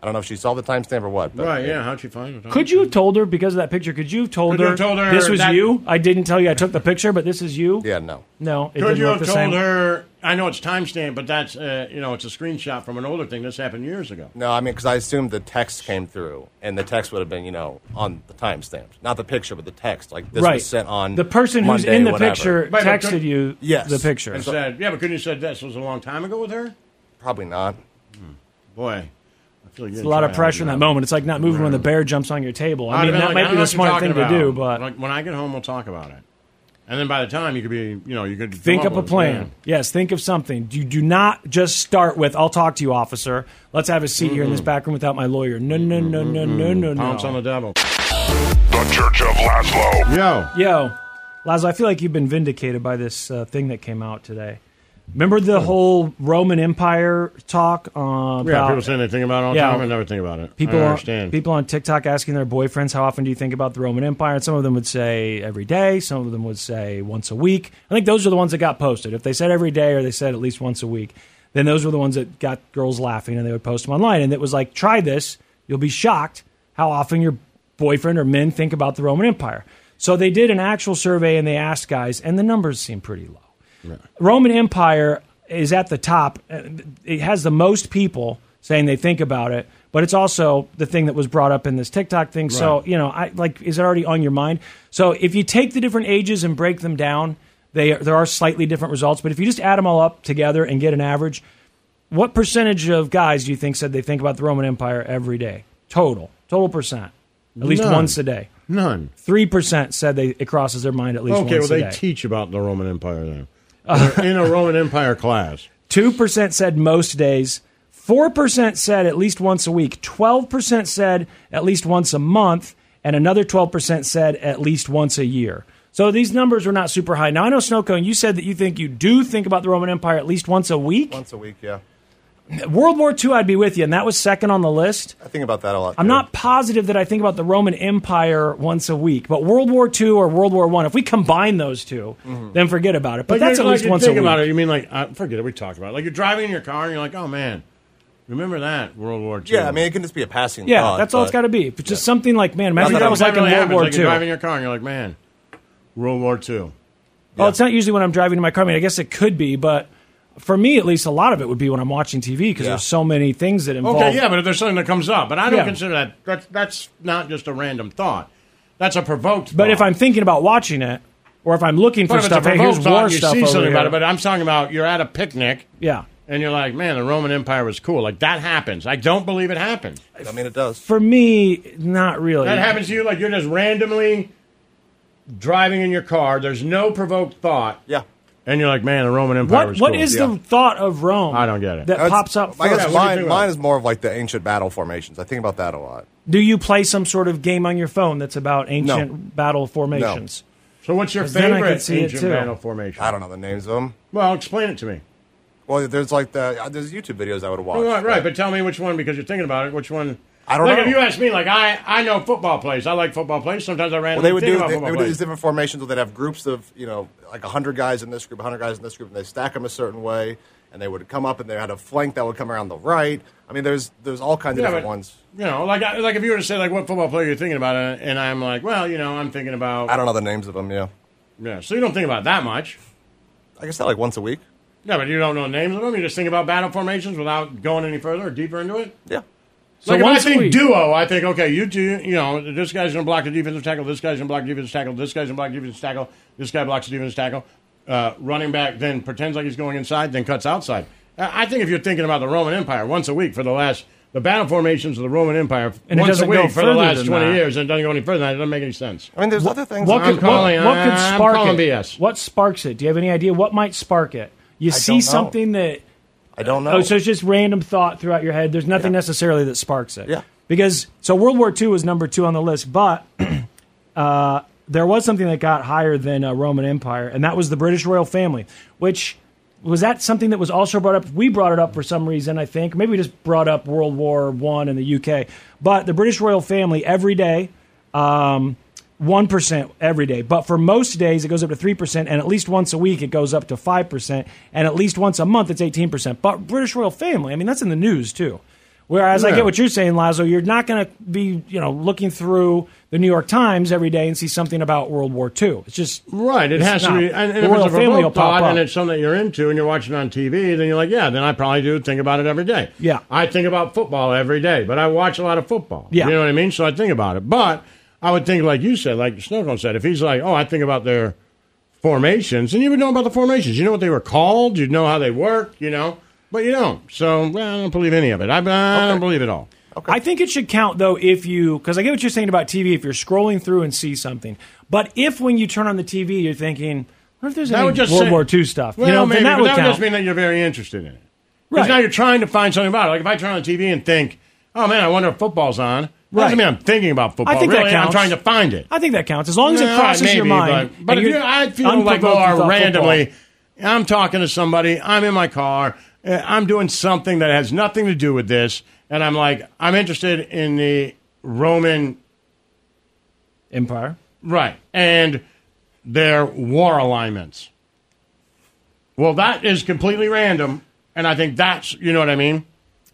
[SPEAKER 13] I don't know if she saw the timestamp or what. But,
[SPEAKER 1] Right? Yeah. How'd you find it?
[SPEAKER 2] Could you have told her because of that picture? Could you have told,
[SPEAKER 1] Could you have told her
[SPEAKER 2] this was
[SPEAKER 1] that-
[SPEAKER 2] you? I didn't tell you I took the picture, but this is you.
[SPEAKER 13] Yeah, no,
[SPEAKER 2] no. It
[SPEAKER 1] Could
[SPEAKER 2] didn't
[SPEAKER 1] you
[SPEAKER 2] look
[SPEAKER 1] have
[SPEAKER 2] the
[SPEAKER 1] told
[SPEAKER 2] same.
[SPEAKER 1] her? I know it's timestamped, but that's uh, you know it's a screenshot from an older thing. This happened years ago.
[SPEAKER 13] No, I mean, because I assumed the text came through, and the text would have been, you know, on the timestamp, not the picture, but the text. Like this
[SPEAKER 2] Right.
[SPEAKER 13] was sent on
[SPEAKER 2] The person who's
[SPEAKER 13] Monday,
[SPEAKER 2] in the
[SPEAKER 13] whatever.
[SPEAKER 2] picture
[SPEAKER 1] Right, but
[SPEAKER 2] texted
[SPEAKER 1] could-
[SPEAKER 2] you
[SPEAKER 13] Yes.
[SPEAKER 2] the picture.
[SPEAKER 1] And said, yeah, but couldn't you said this was a long time ago with her?
[SPEAKER 13] Probably not.
[SPEAKER 1] Boy, I feel like
[SPEAKER 2] It's a lot of pressure in that moment. It's like not moving when the bear jumps on your table. I mean, that might be the smart thing to do, but
[SPEAKER 1] like, when I get home, we'll talk about it. And then by the time you could be, you know, you could
[SPEAKER 2] think up
[SPEAKER 1] come
[SPEAKER 2] a
[SPEAKER 1] with
[SPEAKER 2] plan. Yes, think of something. You do not just start with "I'll talk to you, officer." Let's have a seat here in this back room without my lawyer. No, no, no, no, no, no, no.
[SPEAKER 1] Pounce on the devil.
[SPEAKER 16] The Church of Laszlo.
[SPEAKER 1] Yo.
[SPEAKER 2] Yo, Lazo, I feel like you've been vindicated by this uh, thing that came out today. Remember the whole Roman Empire talk? Uh, about,
[SPEAKER 1] Yeah, people say they think about it all the
[SPEAKER 2] Yeah.
[SPEAKER 1] time and never think about it.
[SPEAKER 2] People
[SPEAKER 1] I
[SPEAKER 2] on-
[SPEAKER 1] understand.
[SPEAKER 2] people on TikTok asking their boyfriends how often do you think about the Roman Empire, and some of them would say every day. Some of them would say once a week. I think those are the ones that got posted. If they said every day or they said at least once a week, then those were the ones that got girls laughing, and they would post them online. And it was like, try this, you'll be shocked how often your boyfriend or men think about the Roman Empire. So they did an actual survey and they asked guys, and the numbers seem pretty low. Roman Empire is at the top. Uh, It has the most people saying they think about it, but it's also the thing that was brought up in this TikTok thing. So,
[SPEAKER 22] Right.
[SPEAKER 2] you know, I like is it already on your mind? So, if you take the different ages and break them down, they there are slightly different results, but if you just add them all up together and get an average, what percentage of guys do you think said they think about the Roman Empire every day? Total. Total percent. At least
[SPEAKER 1] None.
[SPEAKER 2] once a day.
[SPEAKER 1] None.
[SPEAKER 2] 3% said they it crosses their mind at least
[SPEAKER 1] okay, well,
[SPEAKER 2] once
[SPEAKER 1] they
[SPEAKER 2] a day.
[SPEAKER 1] teach about the Roman Empire then. They're in a Roman Empire class.
[SPEAKER 2] Two percent said most days. Four percent said at least once a week. Twelve percent said at least once a month, and another twelve percent said at least once a year. So these numbers were not super high. Now I know Snowcone, you said that you think you do think about the Roman Empire at least once a week.
[SPEAKER 13] Once a week, yeah.
[SPEAKER 2] World War II, I'd be with you, and that was second on the list.
[SPEAKER 13] I think about that a lot.
[SPEAKER 2] I'm not positive that I think about the Roman Empire once a week, but World War II or World War One. If we combine those 2 then forget about it. But
[SPEAKER 1] Mm-hmm. Like,
[SPEAKER 2] that's at
[SPEAKER 1] you're-
[SPEAKER 2] least
[SPEAKER 1] like, you
[SPEAKER 2] once a
[SPEAKER 1] think
[SPEAKER 2] week.
[SPEAKER 1] about it. You mean like I forget it? We talked about it. Like you're driving in your car and you're like, oh man, remember that World War II?
[SPEAKER 13] Yeah, I mean, it can just be a passing.
[SPEAKER 2] Yeah,
[SPEAKER 1] Oh,
[SPEAKER 13] thought,
[SPEAKER 2] that's all
[SPEAKER 13] but-
[SPEAKER 2] it's got to be. If It's just something like, man, imagine
[SPEAKER 1] Nothing
[SPEAKER 2] what that was like in
[SPEAKER 1] really
[SPEAKER 2] World
[SPEAKER 1] happens.
[SPEAKER 2] War
[SPEAKER 1] Like, you're driving
[SPEAKER 2] II.
[SPEAKER 1] in your car and you're like, man, World War II.
[SPEAKER 2] Well, it's not usually when I'm driving in my car. I mean, I guess it could be, but for me, at least, a lot of it would be when I'm watching TV because there's so many things that involve.
[SPEAKER 1] Okay, yeah, but if there's something that comes up, but I don't
[SPEAKER 2] Yeah.
[SPEAKER 1] consider that. That's that's not just a random thought. That's a provoked.
[SPEAKER 2] But if I'm thinking about watching it, or if I'm looking
[SPEAKER 1] But
[SPEAKER 2] for
[SPEAKER 1] if it's a
[SPEAKER 2] stuff, hey, here's
[SPEAKER 1] provoked
[SPEAKER 2] war
[SPEAKER 1] thought, you
[SPEAKER 2] stuff
[SPEAKER 1] see
[SPEAKER 2] over
[SPEAKER 1] something
[SPEAKER 2] here.
[SPEAKER 1] about it. But I'm talking about you're at a picnic.
[SPEAKER 2] Yeah.
[SPEAKER 1] And you're like, man, the Roman Empire was cool. Like that happens. I don't believe it happens.
[SPEAKER 13] I mean, it does.
[SPEAKER 2] for me, not really.
[SPEAKER 1] That happens to you, like you're just randomly driving in your car. There's no provoked thought.
[SPEAKER 13] Yeah.
[SPEAKER 1] And you're like, man, the Roman Empire
[SPEAKER 2] What
[SPEAKER 1] was
[SPEAKER 2] What
[SPEAKER 1] cool.
[SPEAKER 2] is the thought of Rome?
[SPEAKER 1] I don't get it.
[SPEAKER 2] That
[SPEAKER 13] That's-
[SPEAKER 2] pops up.
[SPEAKER 13] I
[SPEAKER 2] first?
[SPEAKER 13] guess mine, mine is more of like the ancient battle formations. I think about that a lot.
[SPEAKER 2] Do you play some sort of game on your phone that's about ancient battle formations?
[SPEAKER 1] So what's your
[SPEAKER 2] 'Cause then I could
[SPEAKER 1] favorite
[SPEAKER 2] see it
[SPEAKER 1] ancient
[SPEAKER 2] too.
[SPEAKER 1] battle formation?
[SPEAKER 13] I don't know the names of them.
[SPEAKER 1] Well, explain it to me.
[SPEAKER 13] Well, there's like the uh, there's YouTube videos I would watch.
[SPEAKER 1] Well, right, right, but tell me which one because you're thinking about it. Which one?
[SPEAKER 13] I don't
[SPEAKER 1] like
[SPEAKER 13] know.
[SPEAKER 1] if you ask me, like I, I know football plays. I like football plays. Sometimes I ran.
[SPEAKER 13] Well, they would do
[SPEAKER 1] about
[SPEAKER 13] they,
[SPEAKER 1] football
[SPEAKER 13] they would do
[SPEAKER 1] plays.
[SPEAKER 13] these different formations where they'd have groups of you know like hundred guys in this group, hundred guys in this group, and they stack them a certain way, and they would come up and they had a flank that would come around the right. I mean, there's there's all kinds of
[SPEAKER 1] Yeah,
[SPEAKER 13] different
[SPEAKER 1] but,
[SPEAKER 13] ones.
[SPEAKER 1] You know, like I- like if you were to say like what football player you're thinking about, and and I'm like, well, you know, I'm thinking about.
[SPEAKER 13] I don't know the names of them. Yeah,
[SPEAKER 1] Yeah, so you don't think about that much.
[SPEAKER 13] I guess that like once a week.
[SPEAKER 1] Yeah, but you don't know the names of them. You just think about battle formations without going any further or deeper into it.
[SPEAKER 13] Yeah.
[SPEAKER 1] like if I
[SPEAKER 2] once a
[SPEAKER 1] think
[SPEAKER 2] week-
[SPEAKER 1] duo, I think okay, you two, you know, this guy's gonna block the defensive tackle, this guy's gonna block the defensive tackle, this guy's gonna block the defensive tackle, this guy blocks the defensive tackle. Uh, running back then pretends like he's going inside, then cuts outside. I I think if you're thinking about the Roman Empire once a week for the last the battle formations of the Roman Empire
[SPEAKER 2] And it
[SPEAKER 1] once a
[SPEAKER 2] doesn't go
[SPEAKER 1] week for the
[SPEAKER 2] further
[SPEAKER 1] last
[SPEAKER 2] than
[SPEAKER 1] twenty
[SPEAKER 2] that.
[SPEAKER 1] years and it doesn't go any further than that, it doesn't make any sense.
[SPEAKER 13] I mean, there's other things.
[SPEAKER 2] What
[SPEAKER 1] I'm
[SPEAKER 2] could,
[SPEAKER 1] calling-
[SPEAKER 2] what, what could
[SPEAKER 1] I'm
[SPEAKER 2] spark
[SPEAKER 1] calling
[SPEAKER 2] it?
[SPEAKER 1] BS.
[SPEAKER 2] What sparks it? Do you have any idea what might spark it? You
[SPEAKER 13] I
[SPEAKER 2] see
[SPEAKER 13] don't know.
[SPEAKER 2] something that
[SPEAKER 13] I don't know.
[SPEAKER 2] Oh, so it's just random thought throughout your head. There's nothing necessarily that sparks it.
[SPEAKER 13] Yeah.
[SPEAKER 2] Because so World War II was number two on the list, but uh, there was something that got higher than uh, Roman Empire, and that was the British royal family. Which was that something that was also brought up? We brought it up for some reason, I think. Maybe we just brought up World War One in the UK, but the British royal family every day. Um, 1% every day. But for most days, it goes up to 3%, and at least once a week, it goes up to 5%, and at least once a month, it's 18%. But British royal family, I mean, that's in the news too. Whereas I
[SPEAKER 22] Yeah.
[SPEAKER 2] get what you're saying, Lazo, you're not going to be, you know, looking through the New York Times every day and see something about World War II. It's just
[SPEAKER 1] Right, it
[SPEAKER 2] it's
[SPEAKER 1] has to
[SPEAKER 2] not.
[SPEAKER 1] be. And, and
[SPEAKER 2] the
[SPEAKER 1] if
[SPEAKER 2] royal
[SPEAKER 1] it's a
[SPEAKER 2] family will
[SPEAKER 1] remote
[SPEAKER 2] pop
[SPEAKER 1] thought
[SPEAKER 2] up.
[SPEAKER 1] and it's something that you're into and you're watching it on TV, then you're like, yeah, then I probably do think about it every day.
[SPEAKER 2] Yeah.
[SPEAKER 1] I think about football every day, but I watch a lot of football.
[SPEAKER 2] Yeah.
[SPEAKER 1] You know what I mean? So I think about it. But I would think, like you said, like Snowcone said, if he's like, oh, I think about their formations, and you would know about the formations. You know what they were called, you'd know how they work, you know, but you don't. So well, I don't believe any of it. I, I don't believe it all.
[SPEAKER 2] I think it should count though if you because I get what you're saying about TV if you're scrolling through and see something, but if when you turn on the TV you're thinking, what if there's
[SPEAKER 1] That
[SPEAKER 2] any
[SPEAKER 1] would just
[SPEAKER 2] World
[SPEAKER 1] say-
[SPEAKER 2] War II stuff?
[SPEAKER 1] Well,
[SPEAKER 2] you know,
[SPEAKER 1] maybe,
[SPEAKER 2] then that
[SPEAKER 1] but
[SPEAKER 2] would
[SPEAKER 1] that would
[SPEAKER 2] count.
[SPEAKER 1] just mean that you're very interested in it.
[SPEAKER 2] Right.
[SPEAKER 1] Because now you're trying to find something about it. Like if I turn on the TV and think, oh man, I wonder if football's on. That doesn't
[SPEAKER 2] Right.
[SPEAKER 1] mean I'm thinking about football.
[SPEAKER 2] I think that
[SPEAKER 1] really, I'm
[SPEAKER 2] counts.
[SPEAKER 1] trying to find it.
[SPEAKER 2] I think that counts as long as it
[SPEAKER 1] Nah,
[SPEAKER 2] crosses your
[SPEAKER 1] maybe,
[SPEAKER 2] mind.
[SPEAKER 1] But, but
[SPEAKER 2] and
[SPEAKER 1] if
[SPEAKER 2] you're
[SPEAKER 1] you I feel like
[SPEAKER 2] unprovoked, you
[SPEAKER 1] more
[SPEAKER 2] thought
[SPEAKER 1] randomly,
[SPEAKER 2] football.
[SPEAKER 1] I'm talking to somebody, I'm in my car, uh, I'm doing something that has nothing to do with this, and I'm like, I'm interested in the Roman
[SPEAKER 2] Empire.
[SPEAKER 1] Right. And their war alignments. Well, that is completely random, and I think that's you know what I mean?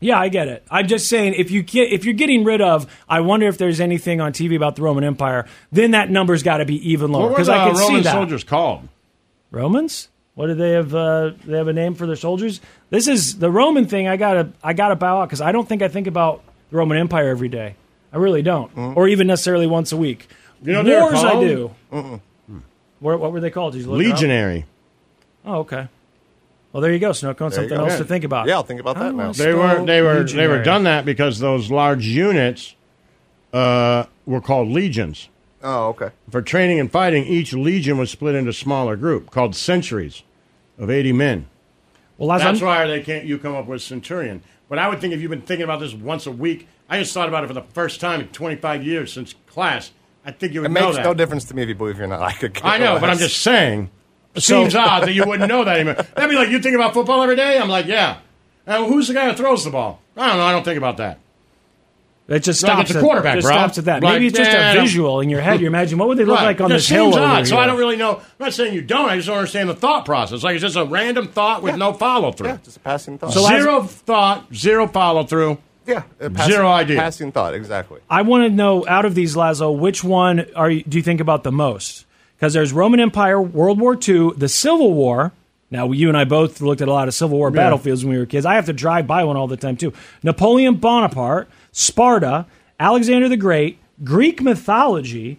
[SPEAKER 2] Yeah, I get it. I'm just saying if you get if you're getting rid of, I wonder if there's anything on TV about the Roman Empire, then that number's got to be even lower
[SPEAKER 1] What were
[SPEAKER 2] because
[SPEAKER 1] the
[SPEAKER 2] I can
[SPEAKER 1] Roman
[SPEAKER 2] see that.
[SPEAKER 1] soldiers called?
[SPEAKER 2] Romans? What do they have? Uh, they have a name for their soldiers. This is the Roman thing. I gotta, I gotta bow out because I don't think I think about the Roman Empire every day. I really don't,
[SPEAKER 13] Mm-hmm.
[SPEAKER 2] or even necessarily once a week.
[SPEAKER 1] You know what they were
[SPEAKER 2] Wars, I
[SPEAKER 1] called?
[SPEAKER 2] do. What, what were they called? Did you look it up?
[SPEAKER 1] Legionary.
[SPEAKER 2] Oh, okay. Well, there you go, Snow Cone.
[SPEAKER 1] There you
[SPEAKER 2] Something
[SPEAKER 1] go.
[SPEAKER 2] else
[SPEAKER 1] Yeah.
[SPEAKER 2] to think about.
[SPEAKER 13] Yeah, I'll think about
[SPEAKER 2] How
[SPEAKER 13] that
[SPEAKER 2] do
[SPEAKER 13] now.
[SPEAKER 2] I
[SPEAKER 1] They
[SPEAKER 2] spell
[SPEAKER 1] were they were they were
[SPEAKER 2] legionary?
[SPEAKER 1] done that because those large units uh, were called legions.
[SPEAKER 13] Oh, okay.
[SPEAKER 1] For training and fighting, each legion was split into smaller group called centuries of eighty men.
[SPEAKER 2] Well, as
[SPEAKER 1] that's
[SPEAKER 2] I'm-
[SPEAKER 1] why they can't. You come up with centurion. But I would think if you've been thinking about this once a week, I just thought about it for the first time in 25 years since class. I think you would
[SPEAKER 13] It
[SPEAKER 1] know
[SPEAKER 13] makes
[SPEAKER 1] that.
[SPEAKER 13] no difference to me if you believe it or not. I could. care
[SPEAKER 1] I know, but I'm
[SPEAKER 13] less.
[SPEAKER 1] just saying. It
[SPEAKER 13] So-
[SPEAKER 1] seems odd that you wouldn't know that anymore. That'd be like you think about football every day. I'm like, yeah. Uh, who's the guy that throws the ball? I don't know. I don't think about that.
[SPEAKER 2] It just
[SPEAKER 1] Like,
[SPEAKER 2] stops.
[SPEAKER 1] it's a
[SPEAKER 2] at-
[SPEAKER 1] quarterback,
[SPEAKER 2] just
[SPEAKER 1] bro.
[SPEAKER 2] stops at that.
[SPEAKER 1] Like,
[SPEAKER 2] Maybe it's just
[SPEAKER 1] yeah, I
[SPEAKER 2] a
[SPEAKER 1] don't-
[SPEAKER 2] visual in your head. You imagine what would they look
[SPEAKER 1] Right.
[SPEAKER 2] like on
[SPEAKER 1] It
[SPEAKER 2] this
[SPEAKER 1] seems
[SPEAKER 2] hill over
[SPEAKER 1] odd,
[SPEAKER 2] here?
[SPEAKER 1] So I don't really know. I'm not saying you don't. I just don't understand the thought process. Like it's just a random thought with no follow through.
[SPEAKER 13] yeah, just a passing thought.
[SPEAKER 1] zero thought, zero follow through.
[SPEAKER 13] Yeah, a passing-
[SPEAKER 1] zero idea.
[SPEAKER 13] Passing thought, exactly.
[SPEAKER 2] I want to know out of these, Lazo, which one are you, do you think about the most? Because there's Roman Empire, World War II, the Civil War. Now you and I both looked at a lot of Civil War
[SPEAKER 22] Yeah.
[SPEAKER 2] battlefields when we were kids. I have to drive by one all the time too. Napoleon Bonaparte, Sparta, Alexander the Great, Greek mythology,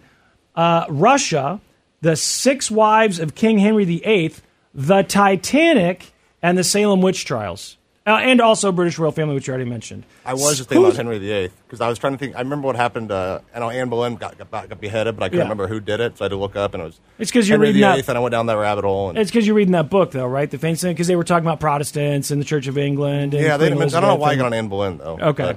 [SPEAKER 2] uh, Russia, the Six Wives of King Henry VIII, the Titanic, and the Salem witch trials, uh, and also British royal family, which you already mentioned.
[SPEAKER 13] I was just thinking about Henry VIII because I was trying to think. I remember what happened. Uh, I know Anne Boleyn got, got, got beheaded, but I couldn't
[SPEAKER 2] Yeah.
[SPEAKER 13] remember who did it, so I had to look up, and it was
[SPEAKER 2] It's 'cause you're
[SPEAKER 13] Henry
[SPEAKER 2] reading that-
[SPEAKER 13] VIII, and I went down that rabbit hole. And,
[SPEAKER 2] It's because you're reading that book, though, right? The famous thing because they were talking about Protestants and the Church of England. And
[SPEAKER 13] yeah, they
[SPEAKER 2] Queen
[SPEAKER 13] didn't mention, I don't know
[SPEAKER 2] Elizabeth
[SPEAKER 13] why I got
[SPEAKER 2] and-
[SPEAKER 13] on Anne Boleyn though.
[SPEAKER 2] Okay.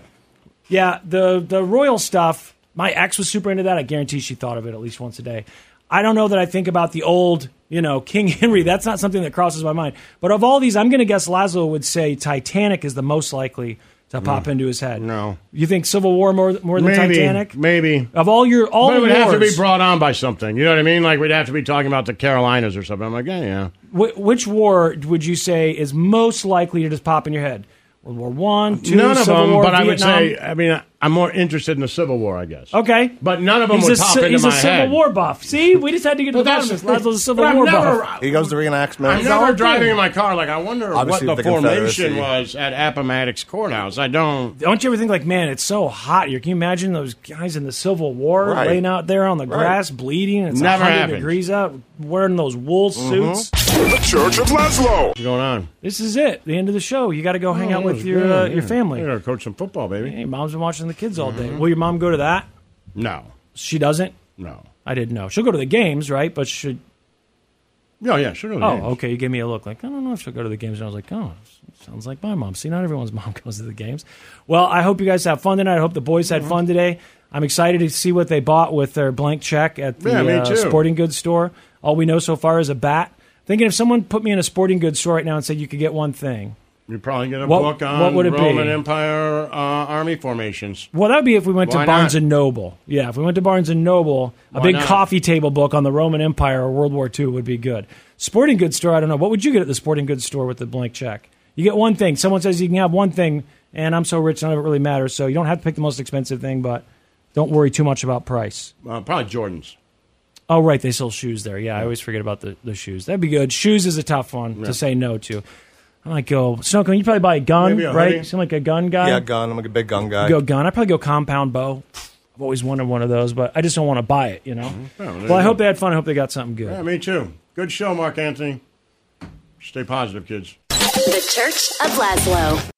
[SPEAKER 2] Yeah, the the royal stuff. My ex was super into that. I guarantee she thought of it at least once a day. I don't know that I think about the old, you know, King Henry. That's not something that crosses my mind. But of all these, I'm going to guess Laszlo would say Titanic is the most likely to pop into his head.
[SPEAKER 1] No.
[SPEAKER 2] You think Civil War more more than
[SPEAKER 1] Maybe,
[SPEAKER 2] Titanic?
[SPEAKER 1] Maybe.
[SPEAKER 2] Of all your all
[SPEAKER 1] but it
[SPEAKER 2] the
[SPEAKER 1] would
[SPEAKER 2] wars,
[SPEAKER 1] have to be brought on by something. You know what I mean? Like we'd have to be talking about the Carolinas or something. I'm like, yeah, yeah.
[SPEAKER 2] wh- which war would you say is most likely to just pop in your head? World War One, two,
[SPEAKER 1] none of
[SPEAKER 2] Civil
[SPEAKER 1] them.
[SPEAKER 2] War,
[SPEAKER 1] but I would
[SPEAKER 2] Vietnam?
[SPEAKER 1] say, I mean, I'm more interested in the Civil War, I guess.
[SPEAKER 2] Okay,
[SPEAKER 1] but none of them
[SPEAKER 2] he's
[SPEAKER 1] would
[SPEAKER 2] a,
[SPEAKER 1] pop
[SPEAKER 2] ci-
[SPEAKER 1] into
[SPEAKER 2] he's a
[SPEAKER 1] my
[SPEAKER 2] Civil
[SPEAKER 1] head.
[SPEAKER 2] War buff. See, we just had to get to
[SPEAKER 1] But
[SPEAKER 2] the bottom of
[SPEAKER 1] that's-
[SPEAKER 2] this. Lazlo's a Civil
[SPEAKER 1] but I'm
[SPEAKER 2] War
[SPEAKER 1] never-
[SPEAKER 2] buff.
[SPEAKER 13] He goes to reenactment.
[SPEAKER 1] I'm never driving in my car. Like I wonder
[SPEAKER 13] Obviously,
[SPEAKER 1] what
[SPEAKER 13] with
[SPEAKER 1] the,
[SPEAKER 13] the
[SPEAKER 1] formation
[SPEAKER 13] Confederacy.
[SPEAKER 1] was at Appomattox Courthouse. I don't.
[SPEAKER 2] Don't you ever think like, man, it's so hot here? Can you imagine those guys in the Civil War
[SPEAKER 1] Right.
[SPEAKER 2] laying out there on the
[SPEAKER 1] Right.
[SPEAKER 2] grass, bleeding? It's
[SPEAKER 1] Never
[SPEAKER 2] 100
[SPEAKER 1] happened. Mm-hmm.
[SPEAKER 2] degrees out, wearing those wool suits.
[SPEAKER 16] The Church of Laszlo.
[SPEAKER 1] What's going on?
[SPEAKER 2] This is it. The end of the show. You got to go hang out with
[SPEAKER 1] it's
[SPEAKER 2] your
[SPEAKER 1] good,
[SPEAKER 2] uh,
[SPEAKER 1] Oh, yeah. Mm-hmm.
[SPEAKER 2] your family.
[SPEAKER 1] You gotta coach some football, baby.
[SPEAKER 2] Hey, mom's been watching the kids all day. Will your mom go to that?
[SPEAKER 1] No,
[SPEAKER 2] She doesn't.
[SPEAKER 1] no.
[SPEAKER 2] I didn't know. She'll go to the games, right? But should
[SPEAKER 1] Yeah, yeah, sure.
[SPEAKER 2] oh, okay. You gave me a look like I don't know if she'll go to the games, and I was like, oh, sounds like my mom. See, not everyone's mom goes to the games. Well, I hope you guys have fun tonight. I hope the boys
[SPEAKER 1] Mm-hmm.
[SPEAKER 2] had fun today. I'm excited to see what they bought with their blank check at the
[SPEAKER 1] Yeah, me
[SPEAKER 2] uh,
[SPEAKER 1] too.
[SPEAKER 2] sporting goods store. All we know so far is a bat. Thinking if someone put me in a sporting goods store right now and said you could get one thing,
[SPEAKER 1] You're probably gonna
[SPEAKER 2] What-
[SPEAKER 1] book on
[SPEAKER 2] what would it be?
[SPEAKER 1] Roman Empire uh, army formations.
[SPEAKER 2] Well, that'd be if we went
[SPEAKER 1] Why
[SPEAKER 2] to Barnes
[SPEAKER 1] not?
[SPEAKER 2] and Noble. Yeah, if we went to Barnes and Noble, a
[SPEAKER 1] Why
[SPEAKER 2] big
[SPEAKER 1] not?
[SPEAKER 2] coffee table book on the Roman Empire or World War II would be good. Sporting goods store, I don't know. What would you get at the sporting goods store with the blank check? You get one thing. Someone says you can have one thing, and I'm so rich, none of it really matters. So you don't have to pick the most expensive thing, but don't worry too much about price.
[SPEAKER 1] Uh, probably Jordans.
[SPEAKER 2] Oh, right. They sell shoes there. Yeah, I always forget about the, the shoes. That'd be good. Shoes is a tough one
[SPEAKER 13] Yeah.
[SPEAKER 2] to say no to. I might go, Snowcone, you probably buy a gun,
[SPEAKER 13] Maybe a
[SPEAKER 2] right?
[SPEAKER 13] hoodie.
[SPEAKER 2] Seem like a gun guy.
[SPEAKER 13] Yeah, gun. I'm a big gun guy.
[SPEAKER 2] Go gun. I'd probably go compound bow. I've always wanted one of those, but I just don't want to buy it, you know?
[SPEAKER 1] Oh, there
[SPEAKER 2] well, I
[SPEAKER 1] you
[SPEAKER 2] hope
[SPEAKER 1] go.
[SPEAKER 2] they had fun. I hope they got something good.
[SPEAKER 1] Yeah, me too. Good show, Mark Anthony. Stay positive, kids.
[SPEAKER 4] The Church of Laszlo.